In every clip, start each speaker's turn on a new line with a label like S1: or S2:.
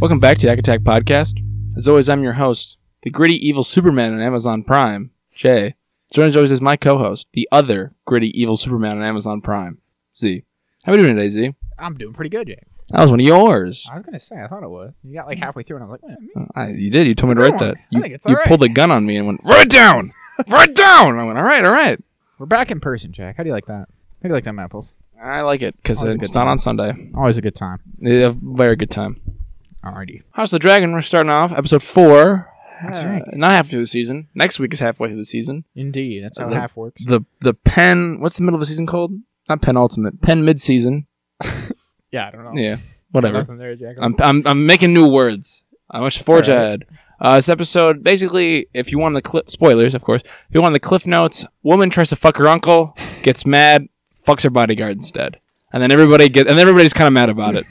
S1: Welcome back to the Hack Attack Podcast. As always, I'm your host, the gritty evil Superman on Amazon Prime, Jay. Joining as always is my co-host, the other gritty evil Superman on Amazon Prime, Z. How are we doing today, Z?
S2: I'm doing pretty good, Hmm. Jay.
S1: That was one of yours.
S2: I was gonna say I thought it was. You got like halfway through, and I was like, wait a minute.
S1: Uh, I, you did. You told
S2: It's
S1: me
S2: a
S1: to
S2: good
S1: write
S2: one.
S1: that.
S2: I
S1: You,
S2: think it's
S1: you
S2: alright.
S1: pulled a gun on me and went, "Write it down, write it down." And I went, "All right, all right."
S2: we're back in person, Jack. How do you like that? How do you like them apples?
S1: I like it because
S2: Always a
S1: it's
S2: good
S1: not
S2: time.
S1: on Sunday.
S2: Always a good time.
S1: Yeah, very good time.
S2: Alrighty.
S1: House of the Dragon. We're starting off episode four.
S2: That's
S1: Uh,
S2: right.
S1: Not half through the season. Next week is halfway through the season.
S2: Indeed, that's how
S1: Uh,
S2: half works.
S1: The the pen. What's the middle of the season called? Not pen ultimate. Pen mid season.
S2: Yeah, I don't know.
S1: Yeah. Whatever.
S2: Nothing there, Jack.
S1: I'm, I'm I'm making new words. I much forge
S2: all right.
S1: ahead. Uh, this episode, basically, if you want the clip spoilers, of course. If you want the cliff notes, woman tries to fuck her uncle, gets mad, fucks her bodyguard instead, and then everybody get and everybody's kind of mad about it.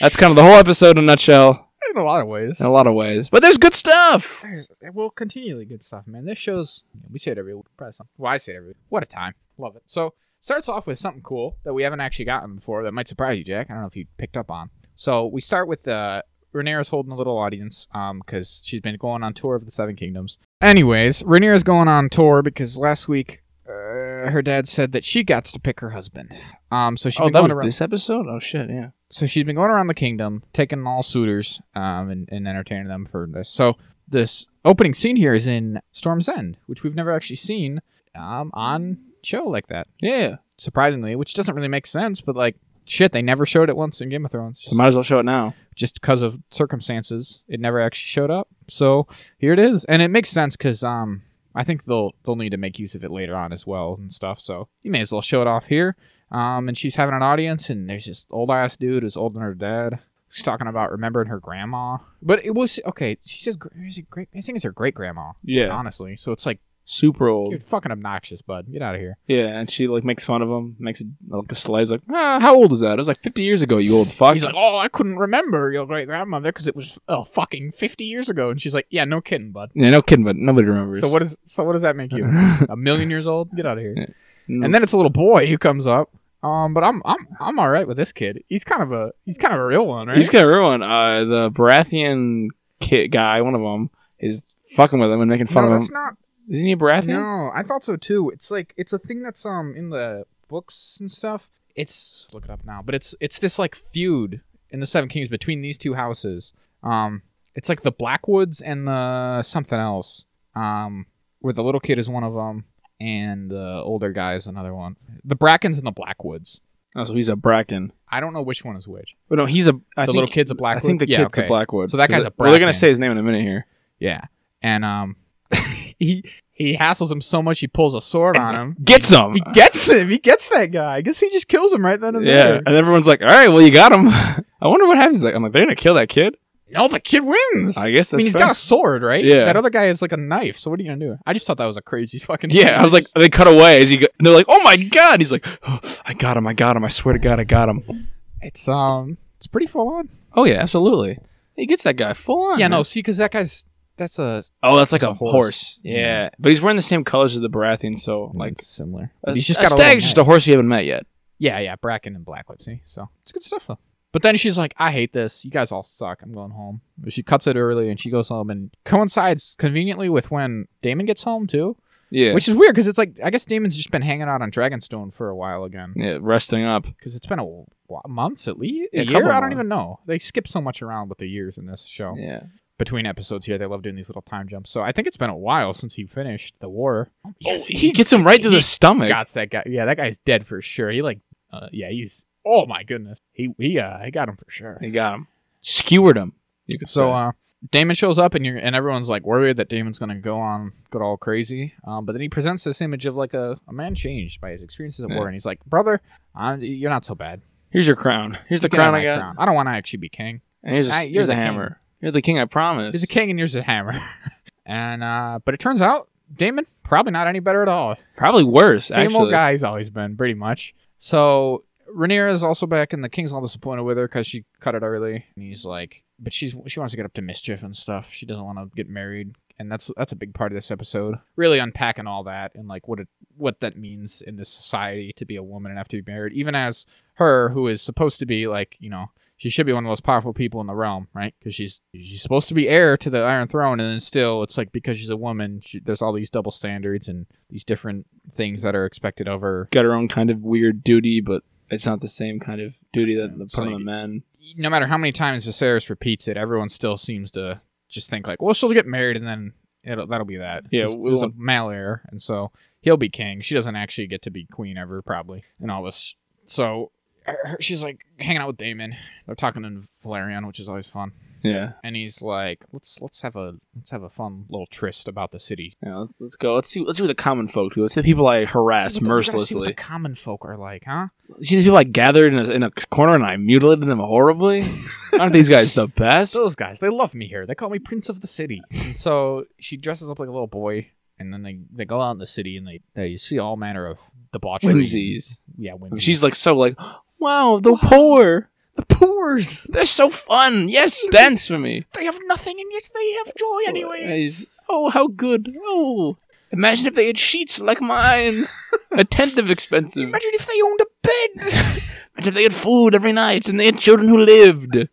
S1: That's kind of the whole episode in a nutshell,
S2: in a lot of ways.
S1: in a lot of ways. But there's good stuff.
S2: There's- Well, continually good stuff, man. This shows we say it every week. probably some- Well, I say it every week. What a time. Love it. So starts off with something cool that we haven't actually gotten before that might surprise you, Jack. I don't know if you picked up on. So we start with uh Rhaenyra's holding a little audience because she's been going on tour of the Seven Kingdoms. Anyways, Rhaenyra's going on tour because last week uh, her dad said that she got to pick her husband. Um, so she
S1: Oh,
S2: been
S1: that
S2: going
S1: was
S2: around-
S1: this episode. Oh shit, yeah.
S2: so she's been going around the kingdom, taking all suitors um, and, and entertaining them for this. So this opening scene here is in Storm's End, which we've never actually seen um, on show like that,
S1: Yeah.
S2: surprisingly, which doesn't really make sense, but like, shit, they never showed it once in Game of Thrones.
S1: So might as well show it now.
S2: just because of circumstances, it never actually showed up. So here it is. And it makes sense because um, I think they'll, they'll need to make use of it later on as well and stuff. So you may as well show it off here. Um, and she's having an audience, and there's this old ass dude who's older than her dad. She's talking about remembering her grandma, but it was okay. She says, gr- is it great? I think it's her great grandma,
S1: Yeah.
S2: honestly. So it's like
S1: Super
S2: you're
S1: old.
S2: fucking obnoxious, bud. Get out of here.
S1: Yeah, and she like makes fun of him, makes a- like a slice like, ah, how old is that? It was like fifty years ago, you old fuck.
S2: He's like, oh, I couldn't remember your great grandmother because it was oh, fucking fifty years ago, and she's like, yeah, no kidding, bud.
S1: Yeah, no kidding, but nobody remembers.
S2: So what is so what does that make you?
S1: and
S2: A million years old? Get out of here. And then it's a little boy who comes up. Um, but I'm I'm I'm all right with this kid. He's kind of a he's kind of a real one, right?
S1: he's gonna ruin uh, the Baratheon kid guy. One of them is fucking with him and making fun
S2: no,
S1: of
S2: that's
S1: him.
S2: not.
S1: Isn't he a Baratheon?
S2: No, I thought so too. It's like it's a thing that's um in the books and stuff. It's look it up now, but it's it's this like feud in the Seven Kings between these two houses. Um, it's like the Blackwoods and the something else. Um, where the little kid is one of them, and the older guy is another one. The Brackens and the Blackwoods.
S1: Oh, so he's a Bracken.
S2: I don't know which one is which.
S1: But no, he's a. I
S2: the
S1: think,
S2: little kid's a
S1: I
S2: Blackwood.
S1: think the
S2: yeah,
S1: kid's
S2: okay.
S1: a Blackwood.
S2: So that guy's a
S1: Well, They're gonna
S2: Bracken.
S1: say his name in a minute here.
S2: Yeah, and um, he he hassles him so much he pulls a sword on him.
S1: Get some.
S2: He gets him. He gets that guy. I guess he just kills him right then and
S1: Yeah,
S2: there.
S1: and everyone's like, "All right, well, you got him." I wonder what happens. Like, I'm like, they're gonna kill that kid.
S2: No, the kid wins. I,
S1: I guess that's.
S2: mean, he's
S1: fair.
S2: got a sword, right?
S1: Yeah.
S2: That other guy is like a knife. So what are you gonna do? I just thought that was a crazy fucking.
S1: Yeah, I was like, they cut away. As he go- and they're like, "Oh my god!" He's like, "Oh, "I got him! I got him! I swear to God, I got him!"
S2: it's um, it's pretty full on.
S1: Oh yeah, absolutely. He gets that guy full on.
S2: Yeah, no,
S1: man.
S2: see, because that guy's that's a.
S1: Oh, that's like
S2: it's
S1: a, horse. Yeah, but he's wearing the same colors as the Baratheon, so
S2: Like
S1: like,
S2: it's similar.
S1: a,
S2: He's just
S1: a
S2: got a little
S1: stag's just a
S2: neck.
S1: horse you haven't met yet.
S2: Yeah, yeah, Bracken and Blackwood, see? So it's good stuff though. But then she's like, I hate this. You guys all suck. I'm going home. She cuts it early and she goes home and coincides conveniently with when Damon gets home too.
S1: Yeah,
S2: Which is weird because it's like, I guess Damon's just been hanging out on Dragonstone for a while again.
S1: yeah, resting up.
S2: Because it's been a wh- months at least.
S1: Yeah,
S2: A
S1: a
S2: year?
S1: couple
S2: I don't
S1: months.
S2: even know. They skip so much around with the years in this show.
S1: Yeah,
S2: Between episodes here, they love doing these little time jumps. So I think it's been a while since he finished the war. Oh,
S1: yes, he gets him right to the
S2: he
S1: stomach.
S2: Gots that guy. Yeah, that guy's dead for sure. He like, uh, yeah, he's. Oh my goodness, he he uh, he got him for sure.
S1: He got him, skewered him. You could
S2: So
S1: say.
S2: uh, Damon shows up, and you're and everyone's like worried that Damon's gonna go on go all crazy. Um, but then he presents this image of like a, a man changed by his experiences at
S1: Yeah.
S2: war, and he's like, brother, i you're not so bad.
S1: here's your crown. Here's the
S2: Get
S1: crown I
S2: out of my
S1: got,
S2: crown. I don't want to actually be king.
S1: and here's a,
S2: Hey, you're
S1: here's a
S2: the king.
S1: hammer. You're the king, I promise.
S2: He's a king, and yours is a hammer. and uh, but it turns out Damon probably not any better at all.
S1: Probably worse.
S2: Same
S1: actually.
S2: old guy he's always been, pretty much. So Rhaenyra is also back, and the king's all disappointed with her because she cut it early. And he's like, but she's she wants to get up to mischief and stuff. She doesn't want to get married, and that's that's a big part of this episode. Really unpacking all that and like what it what that means in this society to be a woman and have to be married, even as her who is supposed to be like you know she should be one of the most powerful people in the realm, right? Because she's she's supposed to be heir to the Iron Throne, and then still, it's like because she's a woman, she, there's all these double standards and these different things that are expected of her.
S1: Got her own kind of weird duty, but it's not the same kind of duty that the
S2: It's
S1: put on
S2: like-
S1: the men.
S2: No matter how many times Viserys repeats it, everyone still seems to just think like, well, she'll get married, and then it'll that'll be that.
S1: Yeah,
S2: There's-
S1: we
S2: there's a
S1: won't-
S2: male heir, and so he'll be king. She doesn't actually get to be queen ever, probably, and all this. So her- her- she's like hanging out with Damon. They're talking in Valerian, which is always fun.
S1: Yeah.
S2: and he's like, "Let's let's have a let's have a fun little tryst about the city."
S1: Yeah, let's, let's go. Let's see. Let's see what the common folk do. Let's see the people I harass
S2: See what the- we're gonna see what
S1: mercilessly.
S2: the common folk are like, huh?
S1: See these people I gathered in a, in a corner and I mutilated them horribly. Aren't these guys the best?
S2: Those guys, they love me here. They call me prince of the city. And so she dresses up like a little boy, and then they, they go out in the city and they they see all manner of debauchery.
S1: Whimsies.
S2: Yeah, whimsies.
S1: She's like so like, wow, the poor.
S2: the poors.
S1: They're so fun. Yes, dance for me.
S2: They have nothing, and yet they have joy, anyways.
S1: Guys, Oh, how good. Oh, imagine if they had sheets like mine. a tenth of expensive.
S2: Imagine if they owned a bed.
S1: Imagine if they had food every night and they had children who lived.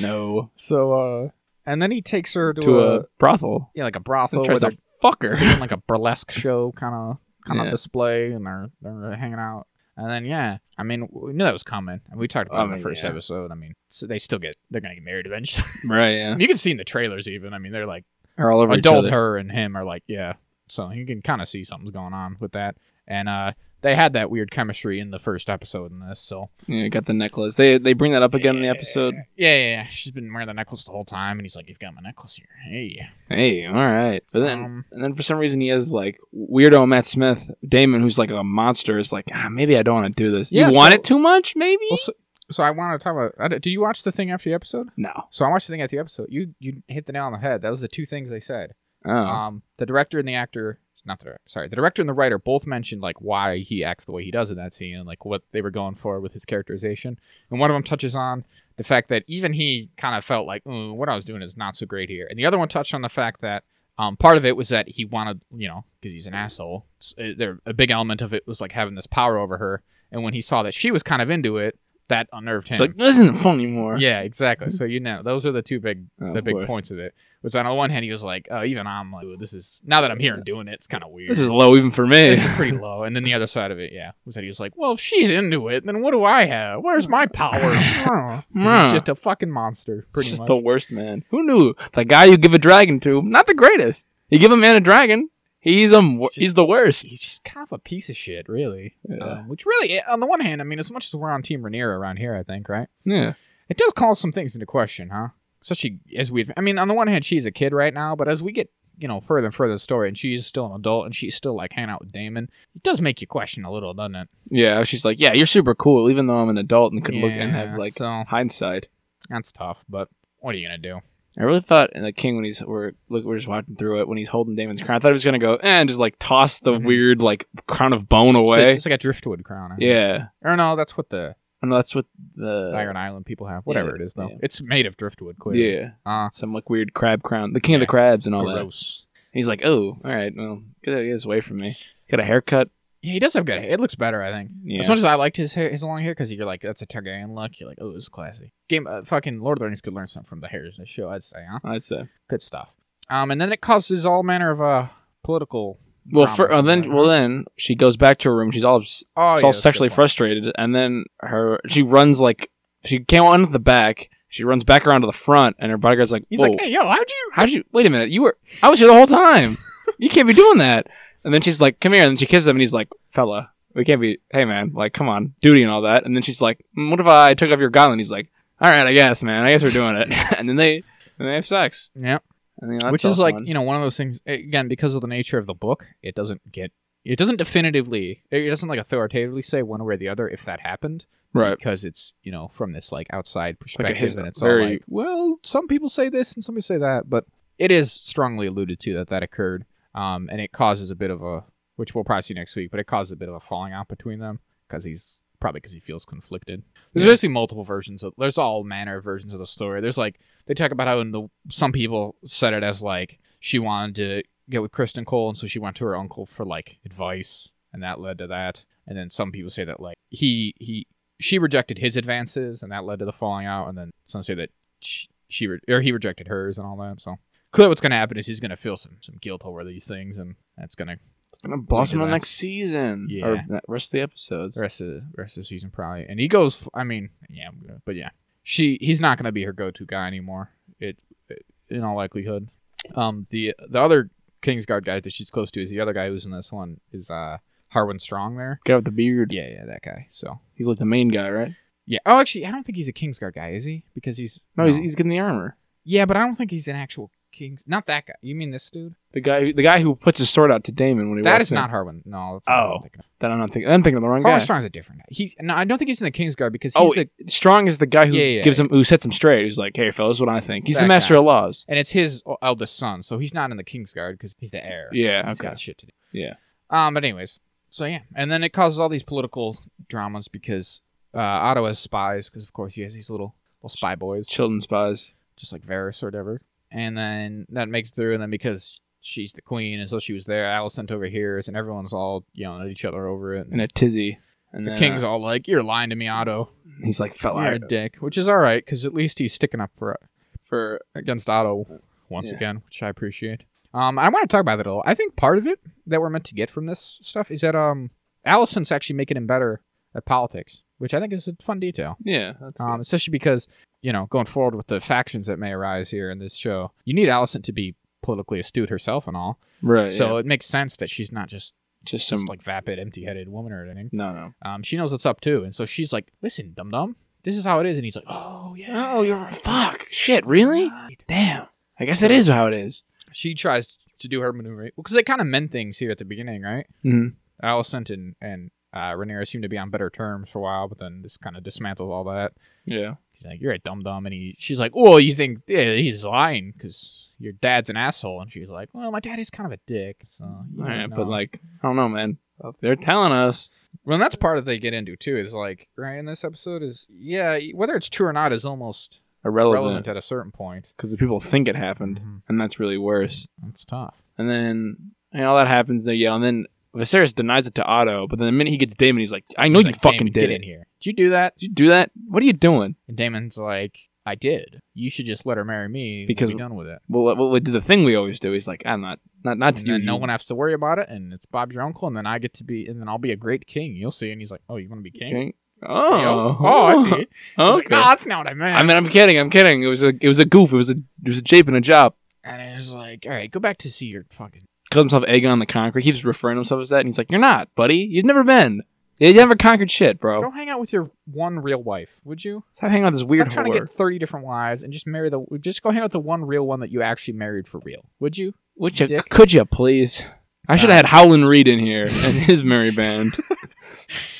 S1: No.
S2: so, uh, and then he takes her to,
S1: To
S2: a,
S1: a brothel.
S2: yeah, like a
S1: So
S2: brothel.
S1: tries
S2: where
S1: to fuck her.
S2: doing like a burlesque show kind of kind of
S1: Yeah.
S2: display, and they're they're hanging out. And then yeah, I mean we knew that was coming, and we talked about
S1: I
S2: it in
S1: mean,
S2: the first
S1: yeah.
S2: episode. I mean, so they still get they're gonna get married eventually.
S1: Right, yeah.
S2: you can see in the trailers even. I mean, they're like
S1: Or all over
S2: adult
S1: each other.
S2: her and him are like yeah. So you can kind of see something's going on with that, and uh, they had that weird chemistry in the first episode in this. So
S1: Yeah, got the necklace. They they bring that up again in the episode.
S2: yeah, yeah, yeah, she's been wearing the necklace the whole time, and he's like, "You've got my necklace here." Hey,
S1: Hey, all right. But then
S2: Um,
S1: and then for some reason he has like weirdo Matt Smith, Damon, who's like a monster, is like, ah, maybe I don't want to do this.
S2: Yeah,
S1: you want
S2: so-
S1: it too much, maybe?
S2: Well, so, so I want to talk about. I d- Did you watch the thing after the episode?
S1: no.
S2: So I watched the thing at the episode. You you hit the nail on the head. That was the two things they said.
S1: Oh.
S2: Um, the director and the actor, not the director, sorry, the director and the writer both mentioned like why he acts the way he does in that scene and like what they were going for with his characterization. And one of them touches on the fact that even he kind of felt like "Mm, what I was doing is not so great here, and the other one touched on the fact that. Um, part of it was that he wanted, you know, because he's an asshole. s- uh, There, a big element of it was like having this power over her, and when he saw that she was kind of into it, that unnerved him.
S1: It's like, this isn't fun anymore.
S2: Yeah, exactly. So you know, those are the two big
S1: Oh,
S2: the
S1: of
S2: big
S1: course.
S2: points of it. Was on the one hand he was like, oh, even I'm like, "Ooh, this is now that I'm here and doing it, it's kind of weird.
S1: This is low even for me.
S2: This is pretty low. And then the other side of it, yeah, was that he was like, well, if she's into it, then what do I have? Where's my power? Oh, 'cause he's just a fucking monster,
S1: It's
S2: pretty
S1: just
S2: much.
S1: the worst man. Who knew? The guy you give a dragon to, not the greatest. You give a man a dragon, he's um
S2: It's just-
S1: he's the worst.
S2: He's just kind of a piece of shit, really.
S1: Yeah.
S2: Um, which really, on the one hand, I mean, as much as we're on Team Rhaenyra around here, I think, right?
S1: Yeah.
S2: It does call some things into question, huh? Especially as we, I mean, on the one hand, she's a kid right now, but as we get, you know, further and further in the story, and she's still an adult, and she's still like hanging out with Damon, it does make you question a little, doesn't it?
S1: Yeah. She's like, Yeah, you're super cool, even though I'm an adult and could look and
S2: Yeah,
S1: have like
S2: so
S1: hindsight.
S2: that's tough. But what are you gonna do?
S1: I really thought in the king when he's we're look we're just watching through it when he's holding Damon's crown. I thought he was gonna go eh, and just like toss the
S2: Mhm.
S1: weird like crown of bone
S2: It's
S1: away.
S2: like- it's like a driftwood crown. I think.
S1: yeah,
S2: Or no, that's what the
S1: I know that's what the
S2: Iron Island people have. Whatever it is, though,
S1: yeah.
S2: it's made of driftwood. Clearly.
S1: yeah
S2: Uh,
S1: some like weird crab crown, the king of
S2: Yeah.
S1: the crabs and all that.
S2: gross.
S1: And he's like, oh, all right, well, get this away from me. Got a haircut.
S2: Yeah, he does have good. It looks better, I think.
S1: Yeah,
S2: As much as I liked his hair, his long hair, because you're like, that's a Targaryen look. You're like, oh, this is classy. Game, uh, fucking Lord of the Rings could learn something from the hairs in the show. I'd say, huh?
S1: I'd say.
S2: Good stuff. Um, and then it causes all manner of uh political.
S1: Well,
S2: dramas
S1: fir- oh,
S2: and
S1: then
S2: whatnot.
S1: well then she goes back to her room. She's all it's
S2: oh, yeah,
S1: all
S2: that's a good
S1: sexually
S2: point.
S1: frustrated, and then her she runs like she came on to the back. She runs back around to the front, and her bodyguard's like,
S2: He's
S1: Whoa,
S2: like, hey, yo, how'd you?
S1: How'd you? Wait a minute. You were. I was here the whole time. You can't be doing that. And then she's like, "Come here." And then she kisses him, and he's like, "Fella, we can't be. Hey, man. Like, come on, duty and all that." And then she's like, "Mm, "What if I took off your gauntlet?" And he's like, "All right, I guess, man. I guess we're doing it." and then they, and they have sex.
S2: Yeah,
S1: And, you know, that's
S2: which is
S1: all
S2: like
S1: fun.
S2: you know one of those things again because of the nature of the book, it doesn't get it doesn't definitively it doesn't like authoritatively say one way or the other if that happened
S1: right.
S2: because it's you know from this like outside
S1: like a
S2: perspective
S1: his-
S2: and it's all
S1: very-
S2: like well some people say this and some people say that but it is strongly alluded to that that occurred um and it causes a bit of a which we'll probably see next week but it causes a bit of a falling out between them because he's probably because he feels conflicted there's
S1: Yeah.
S2: basically multiple versions of there's all manner of versions of the story there's like they talk about how in the some people said it as like she wanted to get with Kristen Cole, and so she went to her uncle for like advice, and that led to that. And then some people say that like he he she rejected his advances, and that led to the falling out. And then it's gonna say that she, she re- or he rejected hers and all that. So clearly, what's gonna happen is he's gonna feel some some guilt over these things, and that's gonna
S1: It's gonna blossom
S2: do
S1: the
S2: that.
S1: next season
S2: Yeah.
S1: or the rest of the episodes.
S2: rest of the rest of the season probably. And he goes. f- I mean, yeah, I'm gonna- but yeah, she he's not gonna be her go-to guy anymore. It, it- in all likelihood, um, the the other Kingsguard guy that she's close to is the other guy who's in this one is uh Harwin Strong there.
S1: Guy with the beard.
S2: Yeah, yeah, that guy. So
S1: He's like the main guy, right?
S2: yeah. Oh, actually, I don't think he's a Kingsguard guy, is he? Because he's
S1: No, He's, he's getting the armor.
S2: yeah, but I don't think he's an actual Kings. Not that guy. You mean this dude?
S1: The guy, the guy who puts his sword out to Damon when he
S2: That
S1: walks
S2: is
S1: in.
S2: not Harwin. No, that's not what
S1: Oh,
S2: I'm thinking of.
S1: That I'm not thinking. I'm thinking of the wrong
S2: Harwin
S1: guy.
S2: Strong's a different guy. He no, I don't think he's in the Kingsguard because he's
S1: Oh,
S2: the
S1: Strong is the guy who
S2: Yeah, yeah,
S1: gives him, who sets him straight. Who's like, "Hey, fellas, what I think." He's
S2: That
S1: the master
S2: guy.
S1: of laws.
S2: and it's his eldest son, so he's not in the Kingsguard because he's the heir.
S1: Yeah.
S2: He's
S1: Okay.
S2: got shit to do.
S1: Yeah.
S2: Um, but anyways, so yeah, and then it causes all these political dramas because uh, Otto has spies because of course he has these little little spy boys,
S1: Children spies.
S2: just like Varys or whatever. And then that makes it through, and then because she's the queen, and so she was there, Alicent overhears, and everyone's all yelling at each other over it.
S1: in a tizzy. And
S2: the
S1: then,
S2: king's
S1: uh,
S2: all like, "You're lying to me, Otto.
S1: he's like, "Fella,
S2: You're a dick," which is all right because at least he's sticking up for uh,
S1: for
S2: against Otto once
S1: Yeah.
S2: again, which I appreciate. Um, I want to talk about that a little. I think part of it that we're meant to get from this stuff is that um, Allison's actually making him better at politics, which I think is a fun detail.
S1: yeah." That's
S2: Um, especially because you know, going forward with the factions that may arise here in this show, you need Allison to be politically astute herself and all.
S1: good. right.
S2: So
S1: Uh, yeah.
S2: it makes sense that she's not just
S1: just some
S2: just like vapid, empty-headed woman or anything.
S1: no, no.
S2: Um, she knows what's up too, and so she's like, "Listen, dum dum, this is how it is," and he's like, "Oh yeah,
S1: Oh, you're fuck. Shit, really? Damn. I guess it is how it is.
S2: she tries to do her maneuver because they kind of mend things here at the beginning, right?
S1: Mhm.
S2: Alicent and and uh, Rhaenyra seem to be on better terms for a while, but then this kind of dismantles all that.
S1: Yeah.
S2: He's like, "You're a dum dum," and he she's like, "Well, you think yeah, he's lying because your dad's an asshole," and she's like, "Well, my dad is kind of a dick." So you
S1: All right,
S2: know."
S1: but like, I don't know, man. They're telling us.
S2: well, and that's part of they get into too is like right in this episode is yeah whether it's true or not is almost relevant
S1: Irrelevant.
S2: at a certain point.
S1: Because the people think it happened,
S2: Mhm.
S1: and that's really worse.
S2: That's tough.
S1: And then, and all that happens, they yell, and then Viserys denies it to Otto, but then the minute he gets Damon, he's like, I know
S2: He's
S1: you
S2: like,
S1: fucking
S2: "Damon,
S1: did
S2: get
S1: it.
S2: in here. Did you do that?
S1: Did you do that? What are you doing?
S2: And Damon's like, I did. You should just let her marry me because
S1: Because-
S2: we're done with it.
S1: Well, we'll, we'll do the thing we always do. He's like, I'm not, not, not
S2: And
S1: to you.
S2: then no
S1: you-
S2: one has to worry about it, and it's Bob's your uncle, and then I get to be, and then I'll be a great king. You'll see. And he's like, Oh, you want to be king?
S1: Okay.
S2: You
S1: Oh,
S2: know? oh, I see. He's like,
S1: Okay.
S2: no, that's not what I meant.
S1: I mean, I'm kidding. I'm kidding. It was a, it was a goof. It was a, it was a jape and a job.
S2: and it was like, All right, go back to see your fucking.
S1: Calls himself Aegon on the Conqueror. He keeps referring to himself as that, and he's like, "You're not, buddy. You've never been. You never conquered shit,
S2: Go
S1: bro.
S2: hang out with your one real wife, would you?
S1: Stop hanging out with this weird
S2: Stop trying
S1: whore.
S2: to get thirty different wives and just marry the. Just go hang out with the one real one that you actually married for real, would you?
S1: Would you,
S2: dick.
S1: could you please? I should
S2: Uh,
S1: have had Howlin' Reed in here and his merry band.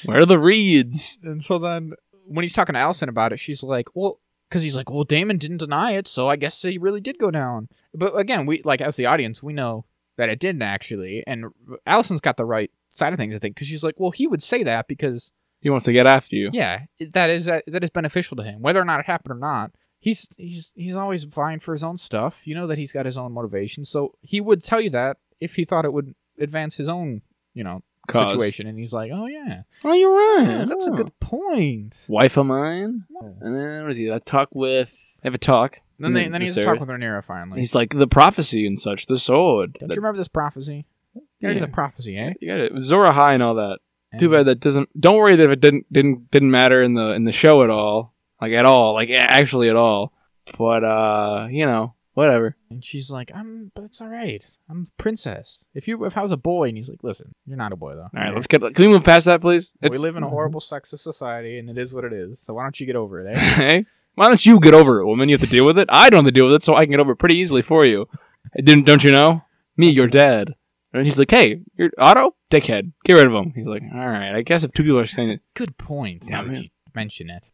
S1: Where are the reeds?
S2: And so then when he's talking to Allison about it, she's like, well, because he's like, well, Damon didn't deny it, so I guess he really did go down. But again, we like as the audience, we know that it didn't actually. And Allison's got the right side of things, I think, because she's like, well, he would say that because
S1: He wants to get after you.
S2: yeah, it- that is that, that is beneficial to him, whether or not it happened or not. He's he's he's always vying for his own stuff. You know that he's got his own motivation, so he would tell you that if he thought it would advance his own, you know,
S1: Cause.
S2: situation. And he's like, oh yeah,
S1: Oh, you're right.
S2: yeah that's a
S1: Oh.
S2: good point.
S1: wife of mine. And then what is he? I talk with. I have a talk.
S2: Then, they, then he has to
S1: Viserys.
S2: talk with Rhaenyra finally.
S1: He's like the prophecy and such, the sword.
S2: Don't
S1: that-
S2: you remember this prophecy? You gotta do
S1: Yeah.
S2: the prophecy, eh?
S1: You got it. Zora High and all that. Too
S2: And-
S1: bad that doesn't. Don't worry that it didn't didn't didn't matter in the in the show at all. Like at all. Like a- actually at all. But uh, you know, whatever.
S2: And she's like, "I'm, but it's all right. I'm a princess. If you, if I was a boy, and he's like, listen, you're not a boy though.
S1: All right, let's get. Can we move past that, please?
S2: We live in a horrible sexist society, and it is what it is. So why don't you get over it, eh?
S1: hey, why don't you get over it, woman? You have to deal with it. I don't have to deal with it, so I can get over it pretty easily for you. I Didn't don't you know? Me, your dad. And he's like, hey, you're Otto, dickhead. Get rid of him. He's like, all right, I guess if two people are saying it,
S2: Good point. now
S1: Damn
S2: that
S1: it.
S2: you mention it.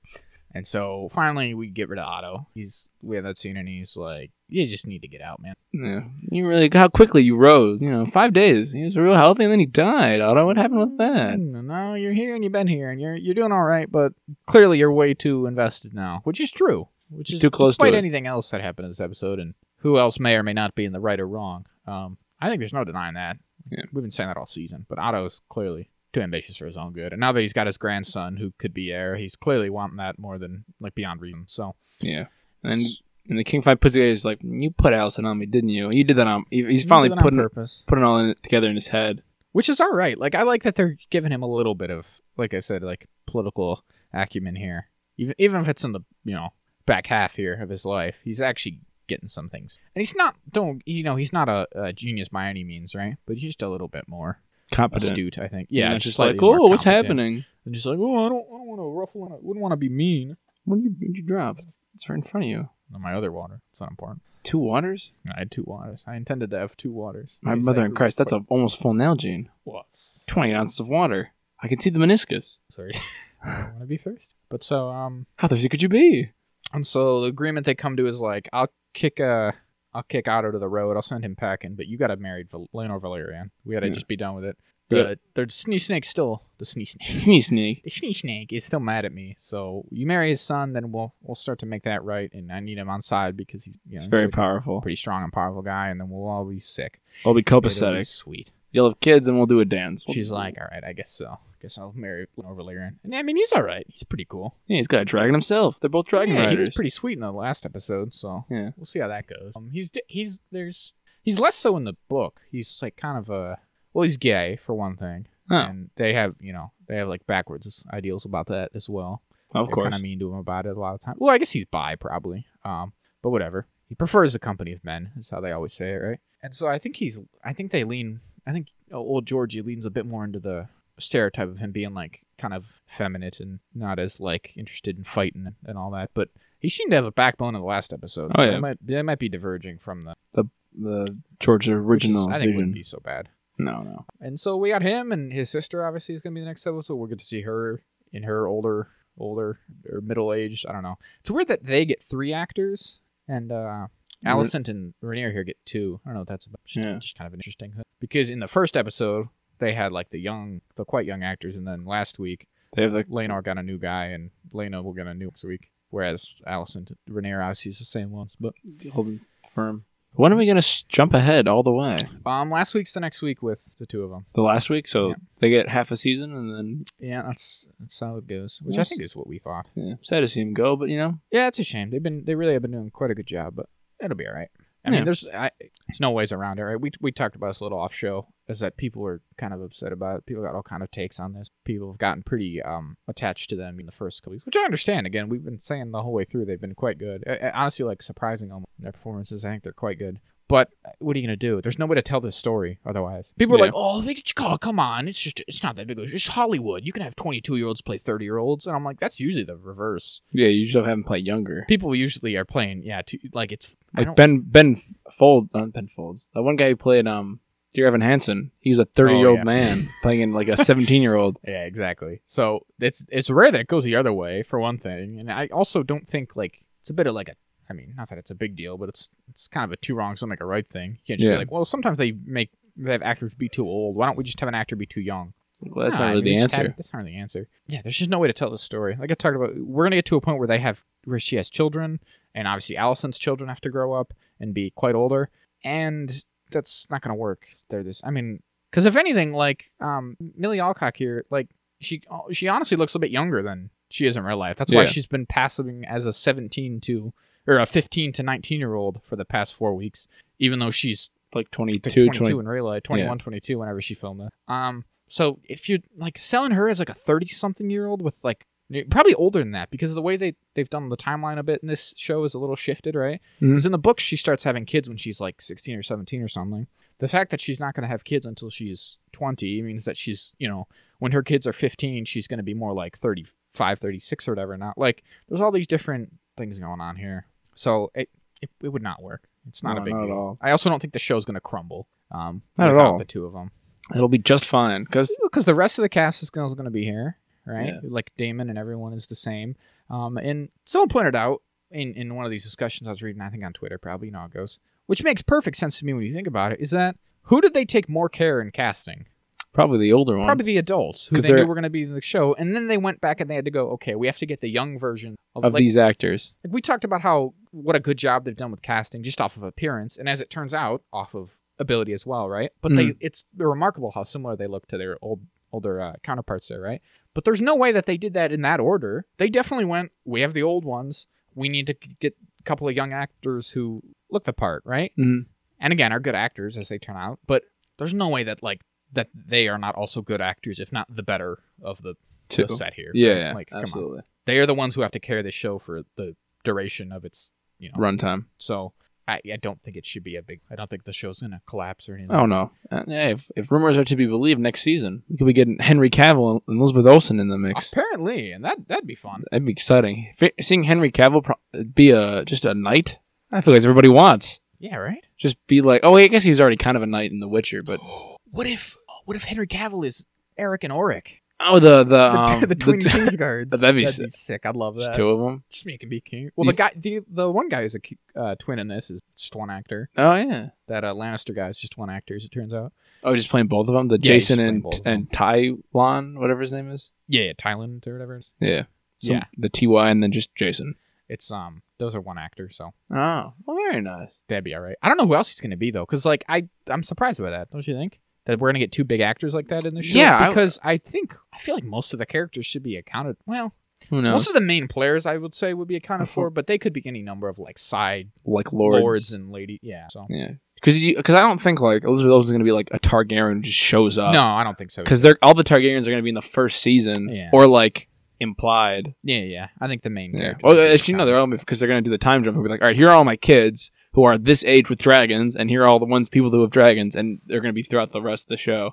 S2: And so finally, we get rid of Otto. He's we have that scene, and he's like, you just need to get out, man.
S1: Yeah. You really how quickly you rose. You know, five days. He was real healthy, and then he died. Otto, what happened with that?
S2: No, Mm, no, you're here and you've been here and you're you're doing all right, but clearly you're way too invested now, which is true. Which
S1: Just
S2: is
S1: too close to
S2: Despite
S1: it.
S2: anything else that happened in this episode, and who else may or may not be in the right or wrong. Um, I think there's no denying that.
S1: Yeah.
S2: We've been saying that all season, but Otto's clearly too ambitious for his own good. And now that he's got his grandson who could be heir, he's clearly wanting that more than like beyond reason. So
S1: Yeah. And and the King Five puts together. He's like, you put Allison on me, didn't you? You did that on. he- He's finally
S2: doing it on
S1: putting
S2: purpose,
S1: putting all in, together in his head.
S2: which is all right. Like I like that they're giving him a little bit of, like I said, like political acumen here. Even even if it's in the you know back half here of his life, he's actually getting some things. And he's not don't you know he's not a, a genius by any means, right? But he's just a little bit more
S1: Competent.
S2: astute, I think.
S1: And
S2: Yeah,
S1: it's just
S2: slightly
S1: like,
S2: more
S1: oh, what's
S2: competent."
S1: happening?
S2: And just like, oh, I don't, I don't want to ruffle, and I wouldn't want to be mean.
S1: What did you, what did you drop? It's right in front of you.
S2: On my other water, it's not important.
S1: Two waters.
S2: I had two waters. I intended to have two waters.
S1: My mother in Christ. That's a almost full Nalgene.
S2: what?
S1: Twenty ounces of water. I can see the meniscus.
S2: Sorry, I want to be thirsty. But so, um,
S1: How thirsty could you be?
S2: and so the agreement they come to is like, I'll kick uh, I'll kick Otto to the road. I'll send him packing, but you got to marry Val- Leonor Valerian. We got to
S1: Yeah.
S2: just be done with it.
S1: Yeah.
S2: The the sneeze snake still the sneeze snake.
S1: Sneak, sneak.
S2: The sneeze snake is still mad at me. So you marry his son, then we'll we'll start to make that right. And I need him on side because he's you know
S1: It's
S2: he's
S1: very
S2: like-
S1: powerful.
S2: pretty strong and powerful guy, and then we'll all be sick.
S1: I'll be
S2: It'll be
S1: copacetic.
S2: Sweet.
S1: You'll have kids, and we'll do a dance. We'll-
S2: She's like, all right, I guess so. Guess I'll marry over Lyran. And I mean, he's all right. He's pretty cool.
S1: yeah, he's got a dragon himself. They're both dragon
S2: yeah, he
S1: riders.
S2: was pretty sweet in the last episode, so
S1: Yeah.
S2: we'll see how that goes. Um, he's di- he's there's he's less so in the book. He's like kind of a well, he's gay for one thing,
S1: Oh,
S2: and they have you know they have like backwards ideals about that as well.
S1: of course.
S2: kind of mean to him about it a lot of time. Well, I guess he's bi probably. Um, but whatever. He prefers the company of men, is how they always say it, right? And so I think he's. I think they lean. I think old Georgie leans a bit more into the stereotype of him being like kind of feminine and not as like interested in fighting and all that. But he seemed to have a backbone in the last episode. So
S1: Oh,
S2: they
S1: yeah.
S2: might they might be diverging from the
S1: the Georgia
S2: which is-
S1: original
S2: I think
S1: vision.
S2: wouldn't be so bad.
S1: No, no.
S2: And so we got him and his sister. Obviously, is gonna be the next episode. We'll get to see her in her older, older or middle aged. I don't know. It's weird that they get three actors and uh Allison and Rainier here get two. I don't know what that's about. Just,
S1: Yeah.
S2: just kind of an interesting thing. Because in the first episode they had like the young, the quite young actors, and then last week
S1: They have the
S2: Lenor got a new guy and Lena will get a new next week. Whereas Allison and Rainier obviously is the same ones, but
S1: holding firm. When are we gonna s- jump ahead all the way?
S2: um, last week's the next week with the two of them.
S1: The last week, so
S2: Yeah.
S1: they get half a season, and then
S2: Yeah, that's that's how it goes, which I
S1: Yes.
S2: think is what we thought.
S1: yeah, sad to see him go. But you know,
S2: Yeah, it's a shame. They've been they really have been doing quite a good job, but it'll be all right. I mean,
S1: Yeah.
S2: there's I, there's no ways around it, right? We we talked about this a little off show, is that people were kind of upset about it. People got all kind of takes on this. People have gotten pretty um attached to them in the first couple weeks, which I understand. Again, we've been saying the whole way through they've been quite good. Uh, honestly, like surprising almost their performances. I think they're quite good. But uh, what are you gonna do? There's no way to tell this story otherwise. People are
S1: Yeah.
S2: like, "Oh, they just oh, come on, it's just it's not that big. of a- It's Hollywood. You can have 22 year olds play 30 year olds," and I'm like, that's usually the reverse
S1: yeah, you just have him play younger.
S2: people usually are playing yeah to, like it's I
S1: Like
S2: don't-
S1: Ben Ben F- Fold, not Ben Folds. That one guy who played um Dear Evan Hansen. He's a thirty year old
S2: Oh, yeah.
S1: man playing like a seventeen year old.
S2: yeah exactly so it's it's rare that it goes the other way for one thing and i also don't think like it's a bit of like a i mean not that it's a big deal but it's it's kind of a two wrongs don't make a right thing you can't just
S1: Yeah.
S2: be like well sometimes they make they have actors be too old why don't we just have an actor be too young
S1: Well, that's
S2: Nah,
S1: not
S2: I
S1: really
S2: mean,
S1: the
S2: just have-
S1: answer.
S2: that's not really the answer yeah there's just no way to tell the story like i talked about we're gonna get to a point where they have where she has children and obviously allison's children have to grow up and be quite older and that's not gonna work they're this i mean because if anything like um millie alcock here like she she honestly looks a bit younger than she is in real life that's why
S1: Yeah.
S2: she's been passing as a 17 to or a 15 to 19 year old for the past four weeks even though she's
S1: Like
S2: like
S1: 22,
S2: 22
S1: 20
S2: in real life 21 22 whenever she filmed it um so if you're like selling her as like a 30 something year old with like probably older than that because the way they they've done the timeline a bit in this show is a little shifted right
S1: Mhm.
S2: because in the book she starts having kids when she's like 16 or 17 or something the fact that she's not going to have kids until she's 20 means that she's you know when her kids are 15 she's going to be more like 35 36 or whatever not like there's all these different things going on here so it it, it would not work it's not
S1: No,
S2: a big
S1: not at
S2: deal.
S1: all.
S2: i also don't think the show's going to crumble um
S1: Not at
S2: without
S1: all.
S2: the two of them
S1: It'll be just fine because
S2: because the rest of the cast is going to be here, right?
S1: Yeah.
S2: Like Damon and everyone is the same. Um, and someone pointed out in, in one of these discussions I was reading, I think on Twitter, probably you know how it goes, which makes perfect sense to me when you think about it. Is that who did they take more care in casting?
S1: probably the older one.
S2: Probably the adults who
S1: 'Cause
S2: they knew
S1: they're-
S2: were going to be in the show, and then they went back and they had to go, okay, we have to get the young version of,
S1: of
S2: like,
S1: these actors.
S2: like, we talked about how what a good job they've done with casting just off of appearance and as it
S1: Mm.
S2: turns out off of ability as well right but they it's remarkable how similar they look to their old older uh, counterparts there, right? But there's no way that they did that in that order. They definitely went. We have the old ones. We need to c- get a couple of young actors who look the part, right?
S1: Mhm.
S2: And again, are good actors as they turn out. But there's no way that like that they are not also good actors, if not the better of the,
S1: Two.
S2: the set here.
S1: Yeah,
S2: right?
S1: yeah,
S2: like come on
S1: absolutely.
S2: they are the ones who have to carry the show for the duration of its you know
S1: Runtime.
S2: so I, I don't think it should be a big i don't think the show's gonna collapse or anything
S1: Oh no! Uh, yeah, if, if rumors are to be believed, next season we could be getting Henry Cavill and Elizabeth Olsen in the mix.
S2: apparently and that that'd be fun
S1: That'd be exciting. F- seeing Henry Cavill pro- be a just a knight, I feel like that's everybody wants.
S2: yeah right
S1: Just be like, oh, I guess he's already kind of a knight in The Witcher, but
S2: what if what if henry cavill is eric and oric
S1: oh, the the
S2: the,
S1: um,
S2: the twin
S1: t-
S2: kings guards
S1: That'd be sick.
S2: i'd love
S1: just
S2: that
S1: two of them.
S2: just make him be king well the guy the the one guy who's a ki- uh, twin in this is just one actor
S1: Oh yeah.
S2: that uh, lannister guy is just one actor as it turns out
S1: Oh, just playing both of them. The
S2: Yeah, he's
S1: Jason
S2: playing
S1: and
S2: both of
S1: and Taiwan, whatever his name is.
S2: yeah, yeah thailand or whatever it is.
S1: Yeah.
S2: Yeah.
S1: The Ty and then just Jason.
S2: it's um those are one actor so
S1: Oh, well, very nice.
S2: that'd be all right. I don't know who else he's gonna be though, because like I I'm surprised by that. Don't you think that we're gonna get two big actors like that in the show?
S1: Yeah, I-
S2: because I, think I feel like most of the characters should be accounted. Well,
S1: Who knows?
S2: most of the main players I would say would be accounted for, but they could be any number of like side
S1: like
S2: lords,
S1: lords.
S2: and lady. Yeah. So
S1: Yeah. Because because I don't think like Elizabeth Olsen's gonna be like a Targaryen who just shows up.
S2: no, I don't think so.
S1: Because they're all the Targaryens are gonna be in the first season
S2: Yeah.
S1: or like implied.
S2: yeah, yeah. I think the main.
S1: Yeah.
S2: characters
S1: Well,
S2: would be
S1: actually, no,
S2: accounted-
S1: they're all because they're gonna do the time jump and be like, all right, here are all my kids who are this age with dragons, and here are all the ones people who have dragons, and they're gonna be throughout the rest of the show.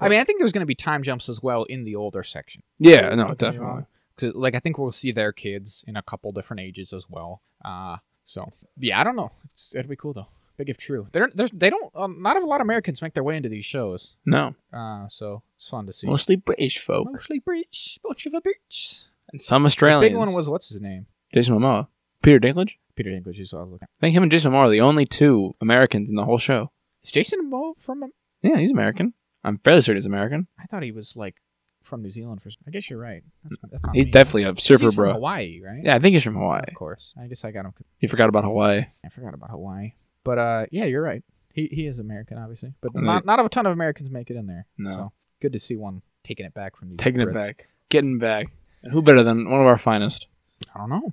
S2: I mean, I think there's gonna be time jumps as well in the older section.
S1: Yeah. No,
S2: Okay,
S1: definitely.
S2: 'Cause, like I think we'll see their kids in a couple different ages as well. Uh so yeah, I don't know. It's, it'll be cool though. Big if true. They're, there's they don't um, not a lot of Americans make their way into these shows.
S1: No.
S2: Uh so it's fun to see.
S1: Mostly British folk.
S2: Mostly British, bunch of a British.
S1: And some
S2: The
S1: Australians.
S2: big one was what's his name?
S1: Jason Momoa. Peter Dinklage.
S2: Peter Dinklage. Is what I was looking. at.
S1: I think him and Jason Momoa are the only two Americans in the whole show.
S2: Is Jason Momoa from? Am-
S1: Yeah, he's American. I'm fairly certain he's American.
S2: I thought he was like from New Zealand. For some- I guess you're right. That's, that's not
S1: He's
S2: me.
S1: definitely a
S2: 'Cause
S1: surfer
S2: he's
S1: bro.
S2: From Hawaii, right?
S1: Yeah, I think he's from Hawaii.
S2: Of course. I guess I got him.
S1: You forgot about Hawaii.
S2: I forgot about Hawaii. But uh, yeah, you're right. He he is American, obviously, but
S1: And
S2: not not a ton of Americans make it in there.
S1: No.
S2: So good to see one taking it back from these.
S1: Taking it
S2: Brits.
S1: back. Getting back. And who better than one of our finest?
S2: I don't know.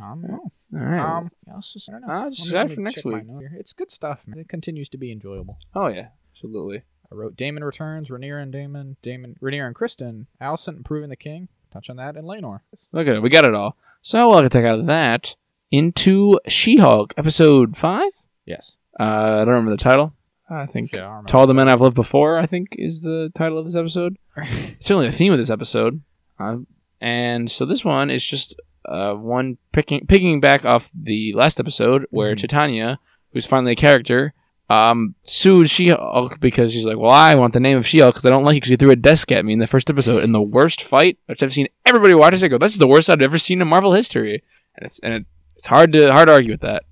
S2: I don't know.
S1: All right.
S2: Um, yeah, let's just, I don't know.
S1: I'll just
S2: Let
S1: decide
S2: me- let
S1: for
S2: me
S1: next
S2: check my
S1: week.
S2: note here. It's good stuff, man. It continues to be enjoyable.
S1: oh, yeah. Absolutely.
S2: I wrote Damon returns, Rainier and Damon, Damon, Rainier and Kristen, Allison improving the king. Touch on that, and Lenore.
S1: Look at it. We got it all. So we'll take out of that into She Hulk, episode 5.
S2: Yes.
S1: Uh, I don't remember the title. I think
S2: Shit, I don't remember.
S1: To All the Men I've Loved Before, I think, is the title of this episode. it's certainly the theme of this episode. Um, and so this one is just uh, one picking picking back off the last episode where
S2: Mhm.
S1: Titania, who's finally a character, um, sues She Hulk because she's like, Well, I want the name of She Hulk because I don't like you because you threw a desk at me in the first episode. And the worst fight, which I've seen everybody watch this, I go, This is the worst I've ever seen in Marvel history. And it's and it, it's hard to hard to argue with that.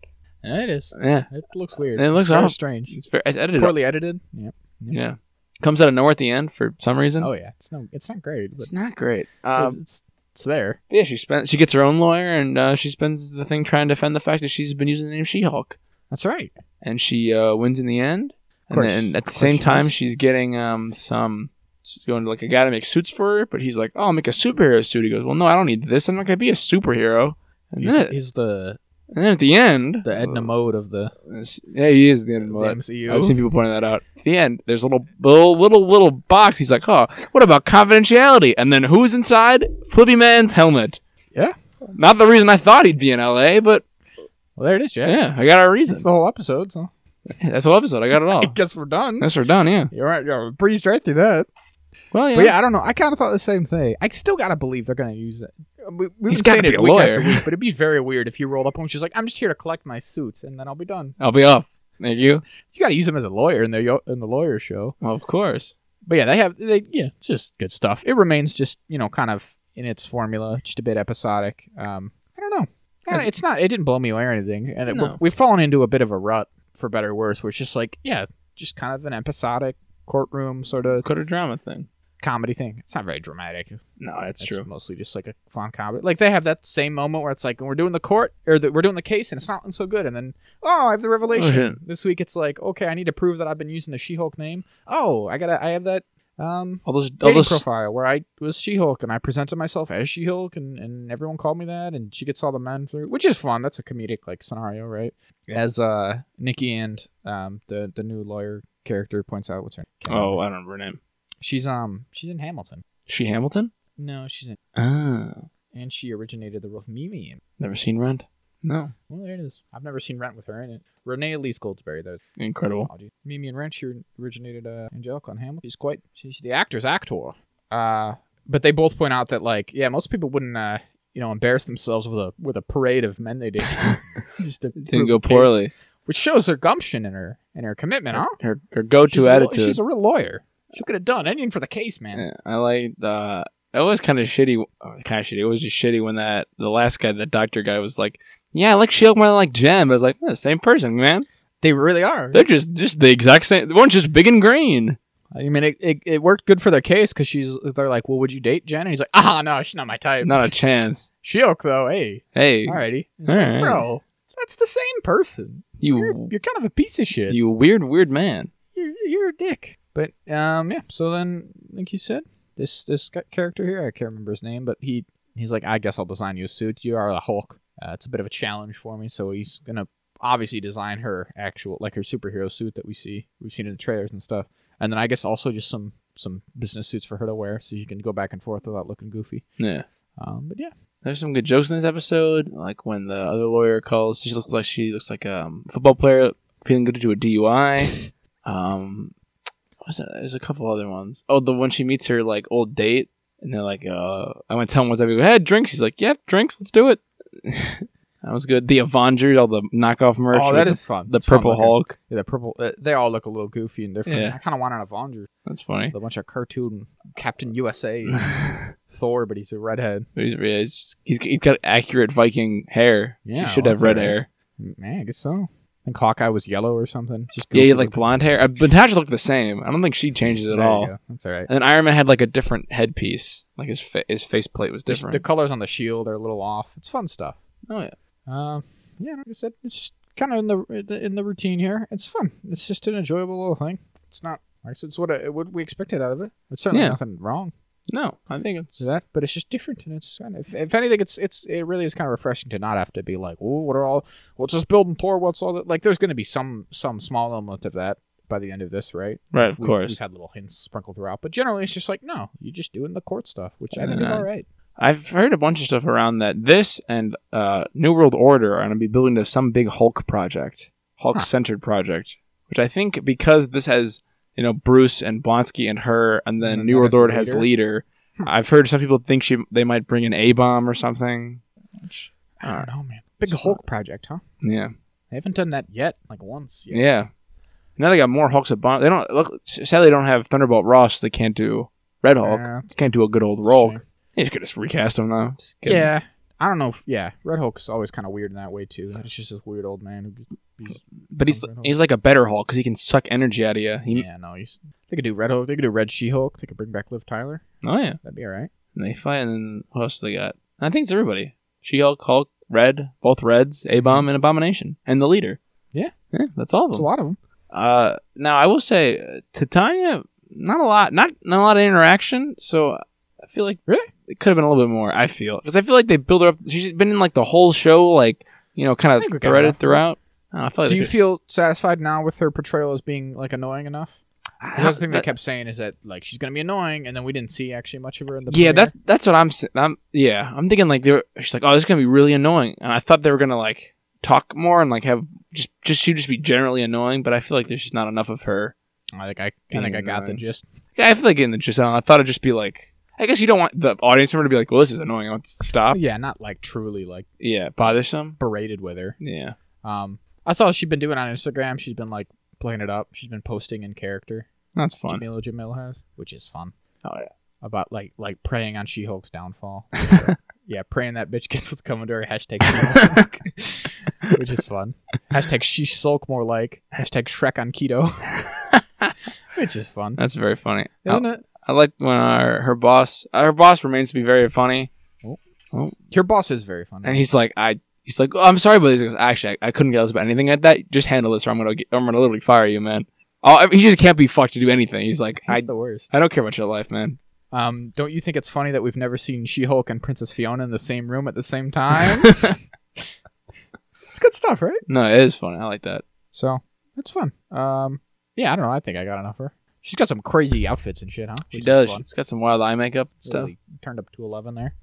S2: Yeah, it is.
S1: Yeah.
S2: It looks weird.
S1: It looks
S2: It's very
S1: off.
S2: strange.
S1: It's very it's edited.
S2: Poorly edited. Yep.
S1: Yeah. Comes out of nowhere at the end for some reason.
S2: Oh yeah. It's no. It's not great.
S1: It's
S2: But
S1: not great. Um,
S2: it's it's there.
S1: yeah, she spends. She gets her own lawyer, and uh, she spends the thing trying to defend the fact that she's been using the name She-Hulk,
S2: That's right.
S1: and she uh, wins in the end.
S2: Of
S1: And
S2: course.
S1: then at the
S2: Of course
S1: same
S2: she
S1: time,
S2: does.
S1: she's getting um some. She's going to like a guy to make suits for her, but he's like, "Oh, I'll make a superhero suit." He goes, "Well, no, I don't need this. I'm not going to be a superhero." And
S2: He's,
S1: then,
S2: he's the
S1: and then at the end, uh,
S2: the Edna Mode of the,
S1: yeah, he is the
S2: the
S1: Oh. Edna Mode.
S2: MCU.
S1: I've seen people pointing that out. At the end, there's a little, little, little, little box. He's like, "Oh, what about confidentiality?" And then who's inside? Flippy Man's helmet.
S2: Yeah.
S1: Not the reason I thought he'd be in LA, but
S2: well, there it is, Jack.
S1: yeah, I got our reason.
S2: That's the whole episode. So
S1: That's the whole episode. I got it all.
S2: I guess we're done.
S1: That's we're done. Yeah.
S2: You're right. You breezed right through that.
S1: Well, yeah.
S2: But yeah, I don't know. I kind of thought the same thing. I still gotta believe they're gonna use it. Uh, We, we've
S1: He's gotta
S2: been saying
S1: be
S2: it
S1: a
S2: week after
S1: lawyer.
S2: week, but it'd be very weird if you rolled up and she's like, "I'm just here to collect my suits, and then I'll be done."
S1: I'll be up. Thank you.
S2: You gotta use him as a lawyer in the yo- in the lawyer show.
S1: Well, of course.
S2: But yeah, they have they yeah, it's just good stuff. It remains just you know kind of in its formula, just a bit episodic. Um, I don't know. I don't-
S1: As-
S2: it's not. It didn't blow me away or anything, and it,
S1: No.
S2: we've, we've fallen into a bit of a rut for better or worse. Where it's just like yeah, just kind of an episodic courtroom sort of
S1: Quit a drama thing.
S2: comedy thing. It's not very dramatic. It's
S1: No, that's true.
S2: Mostly just like a fun comedy. Like they have that same moment where it's like we're doing the court or the, we're doing the case and it's not looking so good, and then oh, I have the revelation.
S1: shit.
S2: this week it's like okay, I need to prove that I've been using the She-Hulk name. Oh, I gotta, I have that Um,
S1: All those, all
S2: dating
S1: those,
S2: profile where I was She Hulk and I presented myself as She Hulk and, and everyone called me that and she gets all the men through, which is fun. That's a comedic like scenario, right? As uh Nikki and um the the new lawyer character points out, what's her name? Can't remember.
S1: oh, I don't remember her name.
S2: she's um she's in Hamilton.
S1: She Hamilton?
S2: No, she's in,
S1: Oh,
S2: and she originated the role of Mimi. In,
S1: never seen Rent. No,
S2: well, there it is. I've never seen Rent with her in it. Renee Elise Goldsberry, that was
S1: incredible.
S2: apology. Mimi and Rent, she originated uh, Angelica and Hamilton. She's quite she's the actor's actor. Uh, but they both point out that like yeah, most people wouldn't uh you know embarrass themselves with a with a parade of men they did. Just to
S1: Didn't
S2: prove
S1: go
S2: a case.
S1: poorly.
S2: which shows her gumption and her and her commitment, huh?
S1: Her, her go-to
S2: She's a, law-
S1: attitude.
S2: she's a real lawyer. She could have done anything for the case, man.
S1: Yeah, I like the. It was kind of shitty. Kind of shitty. It was just shitty when that the last guy, the doctor guy, was like, "Yeah, I like Shield more than I like Jen," but I was like, "Yeah, "Same person, man.
S2: They really are.
S1: They're just just the exact same. One's just big and green."
S2: I mean, it, it, it worked good for their case because she's they're like, well, would you date Jen? And he's like, ah, no, she's not my type.
S1: Not a chance.
S2: Sheok though, hey,
S1: Hey,
S2: alrighty, It's
S1: All
S2: like,
S1: right.
S2: bro, that's the same person. You're,
S1: you
S2: you're kind of a piece of shit.
S1: you weird weird man.
S2: you're, you're a dick. But um, yeah. So then, like you said, this this guy- character here, I can't remember his name, but he he's like, I guess I'll design you a suit. You are a Hulk. Uh, it's a bit of a challenge for me, so he's gonna obviously design her actual like her superhero suit that we see we've seen in the trailers and stuff. And then I guess also just some some business suits for her to wear, so you can go back and forth without looking goofy.
S1: Yeah.
S2: Um, but yeah,
S1: There's some good jokes in this episode, like when the other lawyer calls. She looks like she looks like a um, football player feeling good to do a DUI. Um, what's that? There's a couple other ones. Oh, the when she meets her like old date, and they're like, uh, "I went to tell him what's up." We go, "Hey, drinks." He's like, "Yep, drinks. Let's do it." that was good. The Avengers, all the knockoff merch.
S2: oh,
S1: with
S2: that
S1: the-
S2: is fun.
S1: the,
S2: That's fun
S1: Purple
S2: looking.
S1: Hulk.
S2: Yeah, the purple. Uh, they all look a little goofy and different.
S1: Yeah.
S2: I kind of want an Avenger,
S1: That's funny.
S2: a bunch of cartoon Captain USA. Thor, but he's a redhead.
S1: he's, yeah, he's, he's, he's got accurate Viking hair.
S2: Yeah,
S1: he should
S2: well,
S1: have
S2: that's
S1: red
S2: all right.
S1: hair.
S2: Yeah, I guess so. I think Hawkeye was yellow or something. Just
S1: Yeah,
S2: goofy
S1: he had like
S2: looking.
S1: blonde hair. Uh, but Natasha looked the same. I don't think she changes at
S2: There you
S1: all.
S2: go. That's all right.
S1: And then Iron Man had like a different headpiece. Like his fa- his faceplate was
S2: The, the
S1: different.
S2: colors on the shield are a little off. It's fun stuff.
S1: Oh yeah.
S2: Um, yeah, like I said, it's just kind of in the in the routine here. It's fun. It's just an enjoyable little thing. It's not. Like I said, it's what I, what we expected out of it. It's certainly
S1: Yeah.
S2: nothing wrong
S1: No, I think it's
S2: with that, but it's just different, and it's kind of, if, if anything, it's it's it really is kind of refreshing to not have to be like, oh, what are all what's this building Thor? What's all that? Like, there's going to be some some small element of that by the end of this, right?
S1: right. Of
S2: We've-
S1: course,
S2: We've had little hints sprinkled throughout, but generally it's just like, no, you're just doing the court stuff, which I think is
S1: Nice.
S2: all right.
S1: I've heard a bunch of stuff around that. This and uh, New World Order are going to be building to some big Hulk project, Hulk centered project, which I think because this has you know Bruce and Blonsky and her, and then
S2: And then
S1: New
S2: that
S1: World
S2: is the
S1: Order has
S2: leader.
S1: leader.
S2: Hmm.
S1: I've heard some people think she they might bring an A bomb or something. Which,
S2: I don't know, man. Big
S1: It's
S2: Hulk project, huh?
S1: yeah.
S2: They haven't done that yet, like once. Yet.
S1: Yeah. Now they got more Hulks at Bond. They don't look. Sadly, they don't have Thunderbolt Ross. They can't do Red Hulk.
S2: Yeah, it's
S1: They can't do a good old
S2: a
S1: Hulk.
S2: shame.
S1: They just could just recast him though. Just get-
S2: Yeah, I don't know. If, yeah, Red Hulk's always kind of weird in that way too. It's just this weird old man. Who just, he's-
S1: but he's
S2: Red Hulk.
S1: he's like a better Hulk because he can suck energy out of you. He,
S2: yeah, no, he's. They could do Red Hulk. They could do Red She Hulk. They could bring back Liv Tyler.
S1: Oh yeah.
S2: That'd be all right.
S1: And they fight, and then what else do they got? I think it's everybody. She Hulk, Hulk, Red, both Reds, A Bomb, and Abomination, and the leader.
S2: Mm-hmm. Yeah.
S1: Yeah, that's all of
S2: It's
S1: them.
S2: a lot of them.
S1: Uh, now I will say, uh, Titania, not a lot, not not a lot of interaction. So I feel like
S2: Really?
S1: it could have been a little bit more. I feel because I feel like they build her up. She's been in like the whole show, like you know, kind
S2: think we
S1: of
S2: got
S1: threaded
S2: enough.
S1: throughout. I, don't know, I feel like
S2: Do
S1: they
S2: you
S1: could-
S2: feel satisfied now with her portrayal as being like annoying enough?
S1: I-
S2: That's the thing they
S1: that-
S2: kept saying is that like she's gonna be annoying, and then we didn't see actually much of her in the.
S1: yeah,
S2: premiere.
S1: that's that's what I'm. s- I'm yeah, I'm thinking like they were. She's like, oh, this is gonna be really annoying, and I thought they were gonna like talk more and like have just just she just be generally annoying, but I feel like there's just not enough of her.
S2: I think I, I
S1: Being
S2: think I got the
S1: annoying.
S2: gist.
S1: Yeah, I feel like in the just I thought it'd just be like. I guess you don't want the audience member to be like, "Well, this is annoying. I want to stop."
S2: Oh, yeah, not like truly like
S1: Yeah, bothersome.
S2: berated with her.
S1: Yeah.
S2: Um, that's all she's been doing on Instagram. She's been like playing it up. She's been posting in character.
S1: That's fun.
S2: Jamila Jamil has, which is fun.
S1: Oh, yeah.
S2: About like like preying on She Hulk's downfall. So, yeah, praying that bitch gets what's coming to her. Hashtag She Hulk, which is fun. Hashtag She Sulk more like hashtag Shrek on keto, which is fun.
S1: That's very funny. I,
S2: Isn't it?
S1: I like when our, her boss, our boss remains to be very funny.
S2: Your boss is very fun.
S1: And he's like, I, he's like, oh, I'm sorry, but he's like, actually, I, I couldn't get us about anything like that. Just handle this or I'm going to, I'm going to literally fire you, man. Oh, he just can't be fucked to do anything. He's like,
S2: He's
S1: I,
S2: the worst.
S1: I don't care about your life, man.
S2: Um, don't you think it's funny that we've never seen She-Hulk and Princess Fiona in the same room at the same time? it's good stuff, right?
S1: No, it is funny. I like that.
S2: So that's fun. Um, yeah, I don't know. I think I got enough of her. She's got some crazy outfits and shit, huh?
S1: She
S2: Which is
S1: does.
S2: fun.
S1: She's got some wild eye makeup and stuff.
S2: Really turned up to eleven there.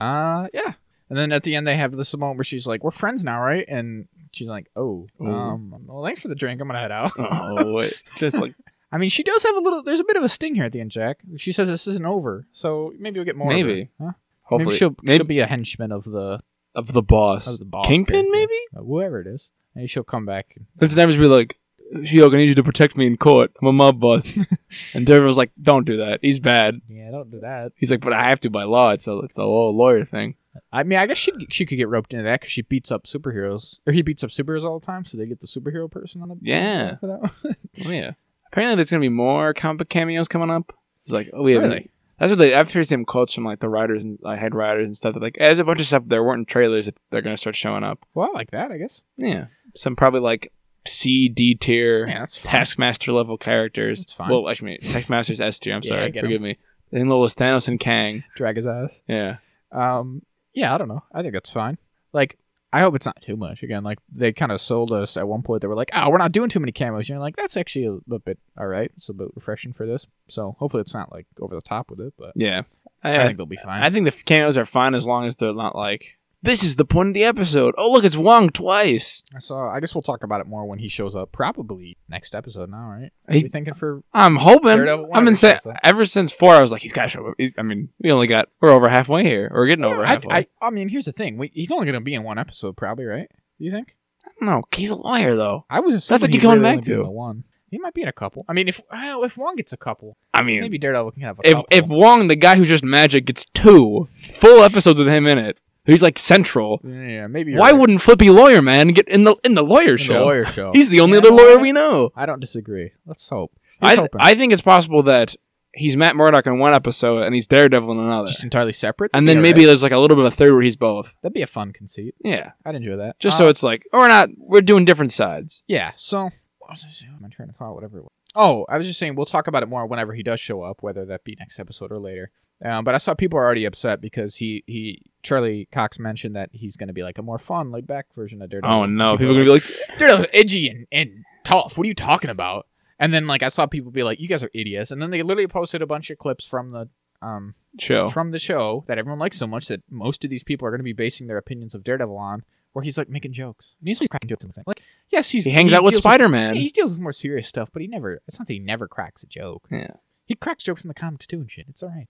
S2: Uh, yeah. And then at the end, they have this moment where she's like, "We're friends now, right?" And she's like, "Oh,
S1: Ooh.
S2: um, well, thanks for the drink. I'm gonna head out."
S1: oh, wait. just like
S2: I mean, she does have a little. There's a bit of a sting here at the end, Jack. She says this isn't over, so maybe we'll get more. of her,
S1: Maybe.
S2: huh?
S1: hopefully
S2: maybe she'll
S1: maybe-
S2: she'll be a henchman of the
S1: of the boss,
S2: of the boss
S1: kingpin,
S2: character.
S1: maybe.
S2: Uh, whoever it is. Maybe she'll come back.
S1: That's the time to be like, She-Hulk, I need you to protect me in court. I'm a mob boss. and Daredevil was like, Don't do that. He's bad.
S2: Yeah, don't do that.
S1: He's like, But I have to by law. It's a it's a whole lawyer thing.
S2: I mean, I guess she she could get roped into that because she beats up superheroes, or he beats up superheroes all the time, so they get the superhero person on the
S1: Yeah.
S2: for that one.
S1: Oh yeah. Apparently, there's gonna be more comic book cameos coming up. It's like, oh, we have
S2: Really?
S1: That's what they. I've heard some quotes from like the writers and like head writers and stuff. That like, there's a bunch of stuff there weren't in trailers that they're gonna start showing up.
S2: Well, I like that, I guess.
S1: Yeah, some probably like C D tier
S2: Yeah, that's fine.
S1: Taskmaster level characters.
S2: That's fine.
S1: Well, actually, Taskmaster's S tier. I'm
S2: Yeah, I
S1: sorry,
S2: get 'em.
S1: forgive me. Then Lola's Thanos and Kang.
S2: Drag his ass.
S1: Yeah,
S2: Um, yeah, I don't know. I think that's fine. Like, I hope it's not too much. Again, like they kind of sold us at one point. They were like, "Oh, we're not doing too many cameos." You're like, "That's actually a little bit all right. It's a bit refreshing for this." So hopefully, it's not like over the top with it. But
S1: yeah.
S2: I
S1: I,
S2: think they'll be fine.
S1: I think the cameos are fine as long as they're not like this is the point of the episode. Oh look, it's Wong twice.
S2: so I guess we'll talk about it more when he shows up. Probably next episode now, right? Are
S1: He-
S2: you thinking for
S1: I'm hoping.
S2: Daredevil,
S1: I've
S2: whatever
S1: been
S2: he
S1: saying
S2: calls it.
S1: ever since four. I was like, he's got to show up. He's, I mean, we only got we're over halfway here. We're getting over
S2: I,
S1: halfway.
S2: I, I mean, here's the thing. We, he's only going to be in one episode, probably, right? Do you think?
S1: No, he's a lawyer though.
S2: I was. Assuming
S1: what you're
S2: he'd
S1: going
S2: really
S1: back
S2: only be in
S1: to.
S2: The one. He might be in a couple. I mean, if well, if Wong gets a couple,
S1: I mean,
S2: maybe Daredevil can have a
S1: if
S2: couple.
S1: if Wong, the guy who just magic, gets two full episodes with him in it, he's like central.
S2: yeah, maybe. you're
S1: Why
S2: right.
S1: wouldn't Flippy Lawyer Man get in the in the lawyer
S2: In the
S1: show?
S2: lawyer show?
S1: He's the only
S2: Yeah,
S1: other
S2: well,
S1: lawyer
S2: I-
S1: we know.
S2: I don't disagree. Let's hope. Here's
S1: I
S2: hoping.
S1: I think it's possible that he's Matt Murdock in one episode and he's Daredevil in another,
S2: just entirely separate.
S1: and
S2: That'd
S1: then
S2: be
S1: maybe
S2: alright.
S1: there's like a little bit of third where he's both.
S2: that'd be a fun conceit.
S1: Yeah,
S2: I'd enjoy that.
S1: just so it's like we're not we're doing different sides.
S2: yeah. So what was I saying? I'm trying to thought whatever it was. Oh, I was just saying we'll talk about it more whenever he does show up, whether that be next episode or later. Um, but I saw people are already upset because he he Charlie Cox mentioned that he's going to be like a more fun, laid back version of Daredevil.
S1: Oh no, people are gonna be like,
S2: dude, that was edgy and, and tough. What are you talking about? And then like I saw people be like, "You guys are idiots," and then they literally posted a bunch of clips from the um
S1: show.
S2: from the show that everyone likes so much that most of these people are going to be basing their opinions of Daredevil on, where he's like making jokes and he's like cracking jokes. and everything. Like, yes, he's
S1: He hangs out with
S2: deals
S1: Spider
S2: yeah,
S1: Man.
S2: he deals with more serious stuff, but he never. It's not that he never cracks a joke.
S1: Yeah.
S2: he cracks jokes in the comics too and shit. It's all right.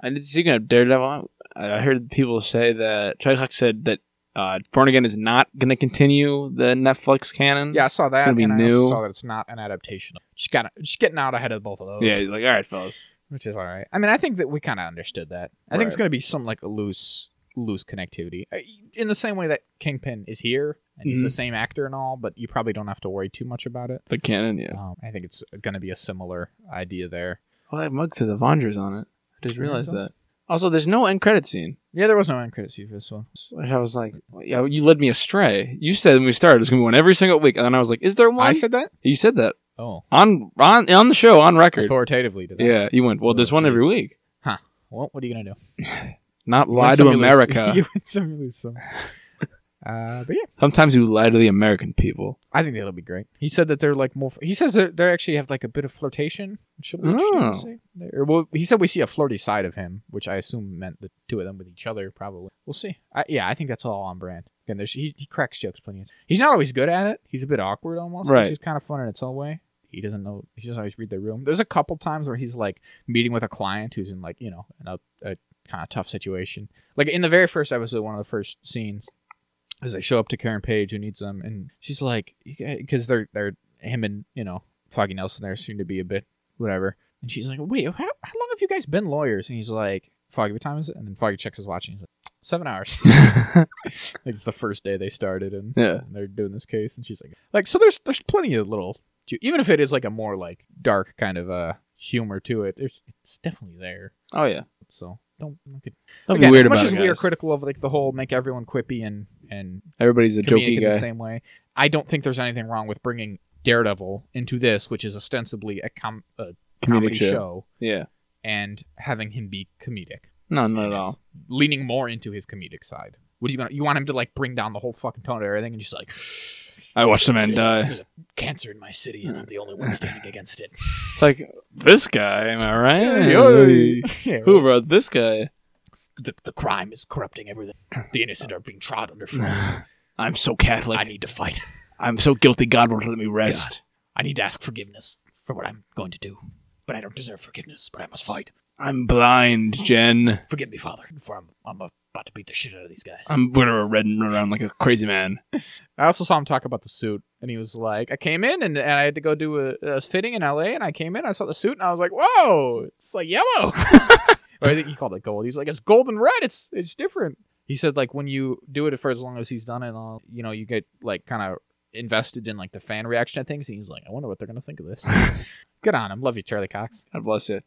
S1: And speaking of Daredevil, I heard people say that Charlie Cox said that uh, Born Again is not going to continue the Netflix canon.
S2: Yeah, I saw that.
S1: gonna be
S2: and I also
S1: new.
S2: saw that it's not an adaptation. Just got just getting out ahead of both of those.
S1: Yeah, he's like, all right, fellas.
S2: which is all right. I mean, I think that we kind of understood that. I think it's
S1: Right.
S2: going to be some like a loose, loose connectivity, Uh, in the same way that Kingpin is here and he's the same actor and all, but you probably don't have to worry too much about it.
S1: The canon, yeah.
S2: Um, I think it's going to be a similar idea there.
S1: Well, that mug says Avengers on it. I just
S2: Yeah, it
S1: realized
S2: does.
S1: that. Also, there's no end credit scene.
S2: Yeah, there was no end credit scene for this one.
S1: Which I was like, yeah, you led me astray. You said when we started, it's going to be one every single week. And then I was like, is there one?
S2: I said that.
S1: you said that
S2: Oh,
S1: on on, on the show, on record.
S2: authoritatively did I?
S1: Yeah, you went, well, there's one every
S2: jeez.
S1: week.
S2: Well, what are you going to do?
S1: Not
S2: You
S1: lie
S2: win
S1: to
S2: some, you lose-
S1: America.
S2: you win some, you lose some. Uh, but yeah,
S1: Sometimes you lie to the American people.
S2: I think that'll be great. He said that they're like more. He says that they actually have like a bit of flirtation. Which should be interesting to
S1: Oh.
S2: see. They're- Well, he said we see a flirty side of him, which I assume meant the two of them with each other. Probably. We'll see. I, yeah, I think that's all on brand. Again, there's he, he cracks jokes plenty. Of He's not always good at it. He's a bit awkward almost,
S1: Right.
S2: which is kind of fun in its own way. He doesn't know. He doesn't always read the room. There's a couple times where he's like meeting with a client who's in like you know in a, a kind of tough situation. Like in the very first episode, one of the first scenes, as they show up to Karen Page who needs them, and she's like, because they're they're him and you know Foggy Nelson there seem to be a bit whatever, and she's like, wait, how, how long have you guys been lawyers? And he's like, Foggy, what time is it? And then Foggy checks his watch and he's like, seven hours. it's the first day they started and,
S1: Yeah.
S2: and they're doing this case, and she's like, like so there's there's plenty of little ju- even if it is like a more like dark kind of uh humor to it, there's it's definitely there.
S1: Oh, yeah.
S2: So don't don't get
S1: Don't
S2: Again,
S1: be weird
S2: as much
S1: about
S2: as
S1: it,
S2: we are
S1: guys.
S2: critical of like the whole make everyone quippy and and
S1: Everybody's a
S2: comedic
S1: jokey
S2: in the
S1: guy.
S2: same way. I don't think there's anything wrong with bringing Daredevil into this, which is ostensibly a, com- a
S1: Comedic
S2: comedy show.
S1: show. Yeah.
S2: and having him be comedic,
S1: No, not at all.
S2: leaning more into his comedic side. What do you want? You want him to like bring down the whole fucking tone of everything, and just like
S1: I watched the man
S2: there's,
S1: die.
S2: A, there's a cancer in my city, and I'm the only one standing against it.
S1: It's like this guy. Am I right?
S2: Yeah,
S1: Who wrote this guy?
S2: the, the crime is corrupting everything. The innocent are being trod underfoot.
S1: I'm so Catholic.
S2: I need to fight.
S1: I'm so guilty. God won't let me rest.
S2: I need to ask forgiveness for what I'm going to do. But I don't deserve forgiveness, but I must fight.
S1: I'm blind, Jen.
S2: Forgive me, Father, for I'm, I'm about to beat the shit out of these guys.
S1: I'm gonna run around like a crazy man.
S2: Um, I also saw him talk about the suit, and he was like, I came in and, and I had to go do a, a fitting in LA, and I came in, I saw the suit, and I was like, whoa, it's like yellow. or I think he called it gold. He's like, it's gold and red. It's it's different. He said like when you do it for as long as he's done it, and all, you know, you get like kind of invested in like the fan reaction of things, and he's like, I wonder what they're gonna think of this. Good on him. Love you, Charlie Cox.
S1: God bless you.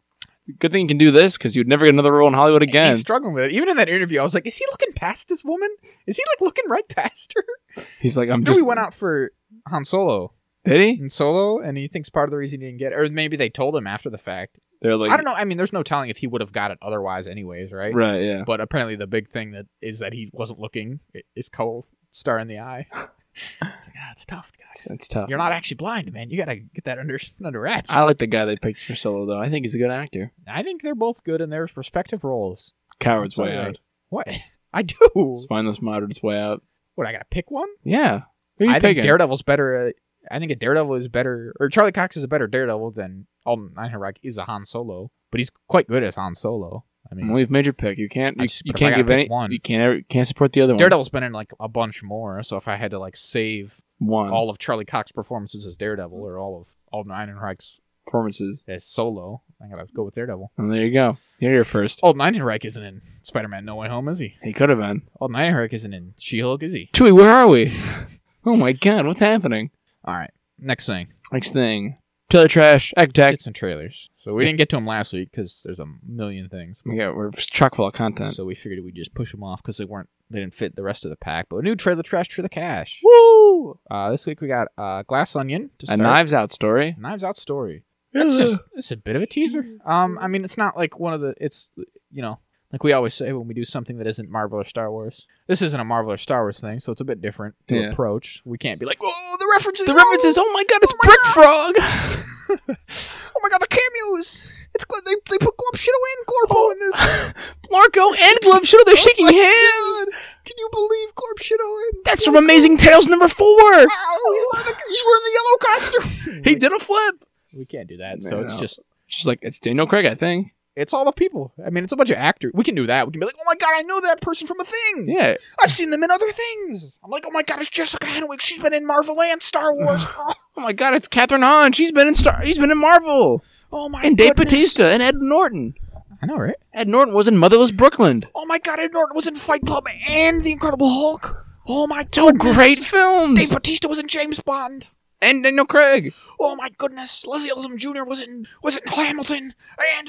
S1: Good thing you can do this because you'd never get another role in Hollywood again.
S2: He's struggling with it. Even in that interview, I was like, is he looking past this woman? Is he like looking right past her?
S1: He's like, I'm
S2: No,
S1: just.
S2: we went out for Han Solo
S1: Did he?
S2: in Solo, and he thinks part of the reason he didn't get, or maybe they told him after the fact.
S1: They're like,
S2: I don't know. I mean, there's no telling if he would have got it otherwise, anyways, right?
S1: Right? Yeah.
S2: But apparently, the big thing that is that he wasn't looking. i- Is Cole star in the eye? it's like ah, it's tough,
S1: It's,
S2: guys.
S1: it's tough.
S2: You're not actually blind, man. You gotta get that under under wraps.
S1: I like the guy they picked for Solo though. I think he's a good actor.
S2: I think they're both good in their respective roles.
S1: Coward's
S2: That's
S1: way
S2: all right.
S1: out.
S2: What? I do.
S1: Spineless Moderat's way out.
S2: What? I gotta pick one.
S1: Yeah. Who you
S2: I
S1: picking?
S2: think Daredevil's better. Uh, I think a Daredevil is better, or Charlie Cox is a better Daredevil than Alden Ehrenreich is a Han Solo, but he's quite good as Han Solo. I mean,
S1: Well, We've made your pick. You can't.
S2: I
S1: You,
S2: just-
S1: you
S2: but if I
S1: can't
S2: gotta
S1: give any.
S2: pick one.
S1: You can't. ever- Can't support the other one.
S2: Daredevil's been in like a bunch more, so if I had to like save
S1: One
S2: all of Charlie Cox's performances as Daredevil or all of Alden Ehrenreich's
S1: performances.
S2: as Solo, I gotta go with Daredevil.
S1: And there you go. You're here first.
S2: Alden Ehrenreich isn't in Spider-Man: No Way Home, is he?
S1: He could have been.
S2: Alden Ehrenreich isn't in She-Hulk, is he?
S1: Chewie, where are we? oh my god, what's happening?
S2: All right, next thing.
S1: Next thing. Trailer trash. Act attack.
S2: It's in trailers, so we didn't get to him last week because there's a million things.
S1: Yeah, we're chock full of content.
S2: So we figured we'd just push them off because they weren't they didn't fit the rest of the pack. But a new trailer trash for the cash.
S1: Woo!
S2: Uh, this week we got uh, Glass Onion to
S1: A
S2: start.
S1: knives out story.
S2: Knives Out story. It's just it's a bit of a teaser. Um, I mean it's not like one of the it's you know like we always say when we do something that isn't Marvel or Star Wars. This isn't a Marvel or Star Wars thing, so it's a bit different to
S1: Yeah.
S2: approach. We can't be like oh the references,
S1: the references. Oh my god, it's Brick Frog.
S2: oh my god the cameos. It's gl- they they put Glorp away and Glorpo
S1: Oh.
S2: in this.
S1: Marco and Glove Shadow, they're shaking
S2: my
S1: hands.
S2: Can you believe Glorp in?
S1: That's from Amazing Tales number four.
S2: Oh, he's wearing the he's wearing the yellow costume.
S1: He did a flip.
S2: We can't do that. So it's
S1: No.
S2: just
S1: She's like, it's Daniel Craig, I think.
S2: it's all the people. I mean, it's a bunch of actors. We can do that. We can be like, oh my god, I know that person from a thing.
S1: Yeah.
S2: I've seen them in other things. I'm like, oh my god, it's Jessica Henwick. She's been in Marvel and Star Wars. oh,
S1: Oh my god, it's Catherine Hahn. She's been in Star. He's been in Marvel.
S2: oh my
S1: And Dave
S2: goodness.
S1: Batista and Ed Norton.
S2: I know, right?
S1: Ed Norton was in Motherless Brooklyn.
S2: Oh my god, Ed Norton was in Fight Club and The Incredible Hulk. Oh my
S1: Oh,
S2: goodness.
S1: great films.
S2: Dave Batista was in James Bond.
S1: and Daniel Craig.
S2: Oh my goodness, Leslie Odom Jr. was in was in Hamilton and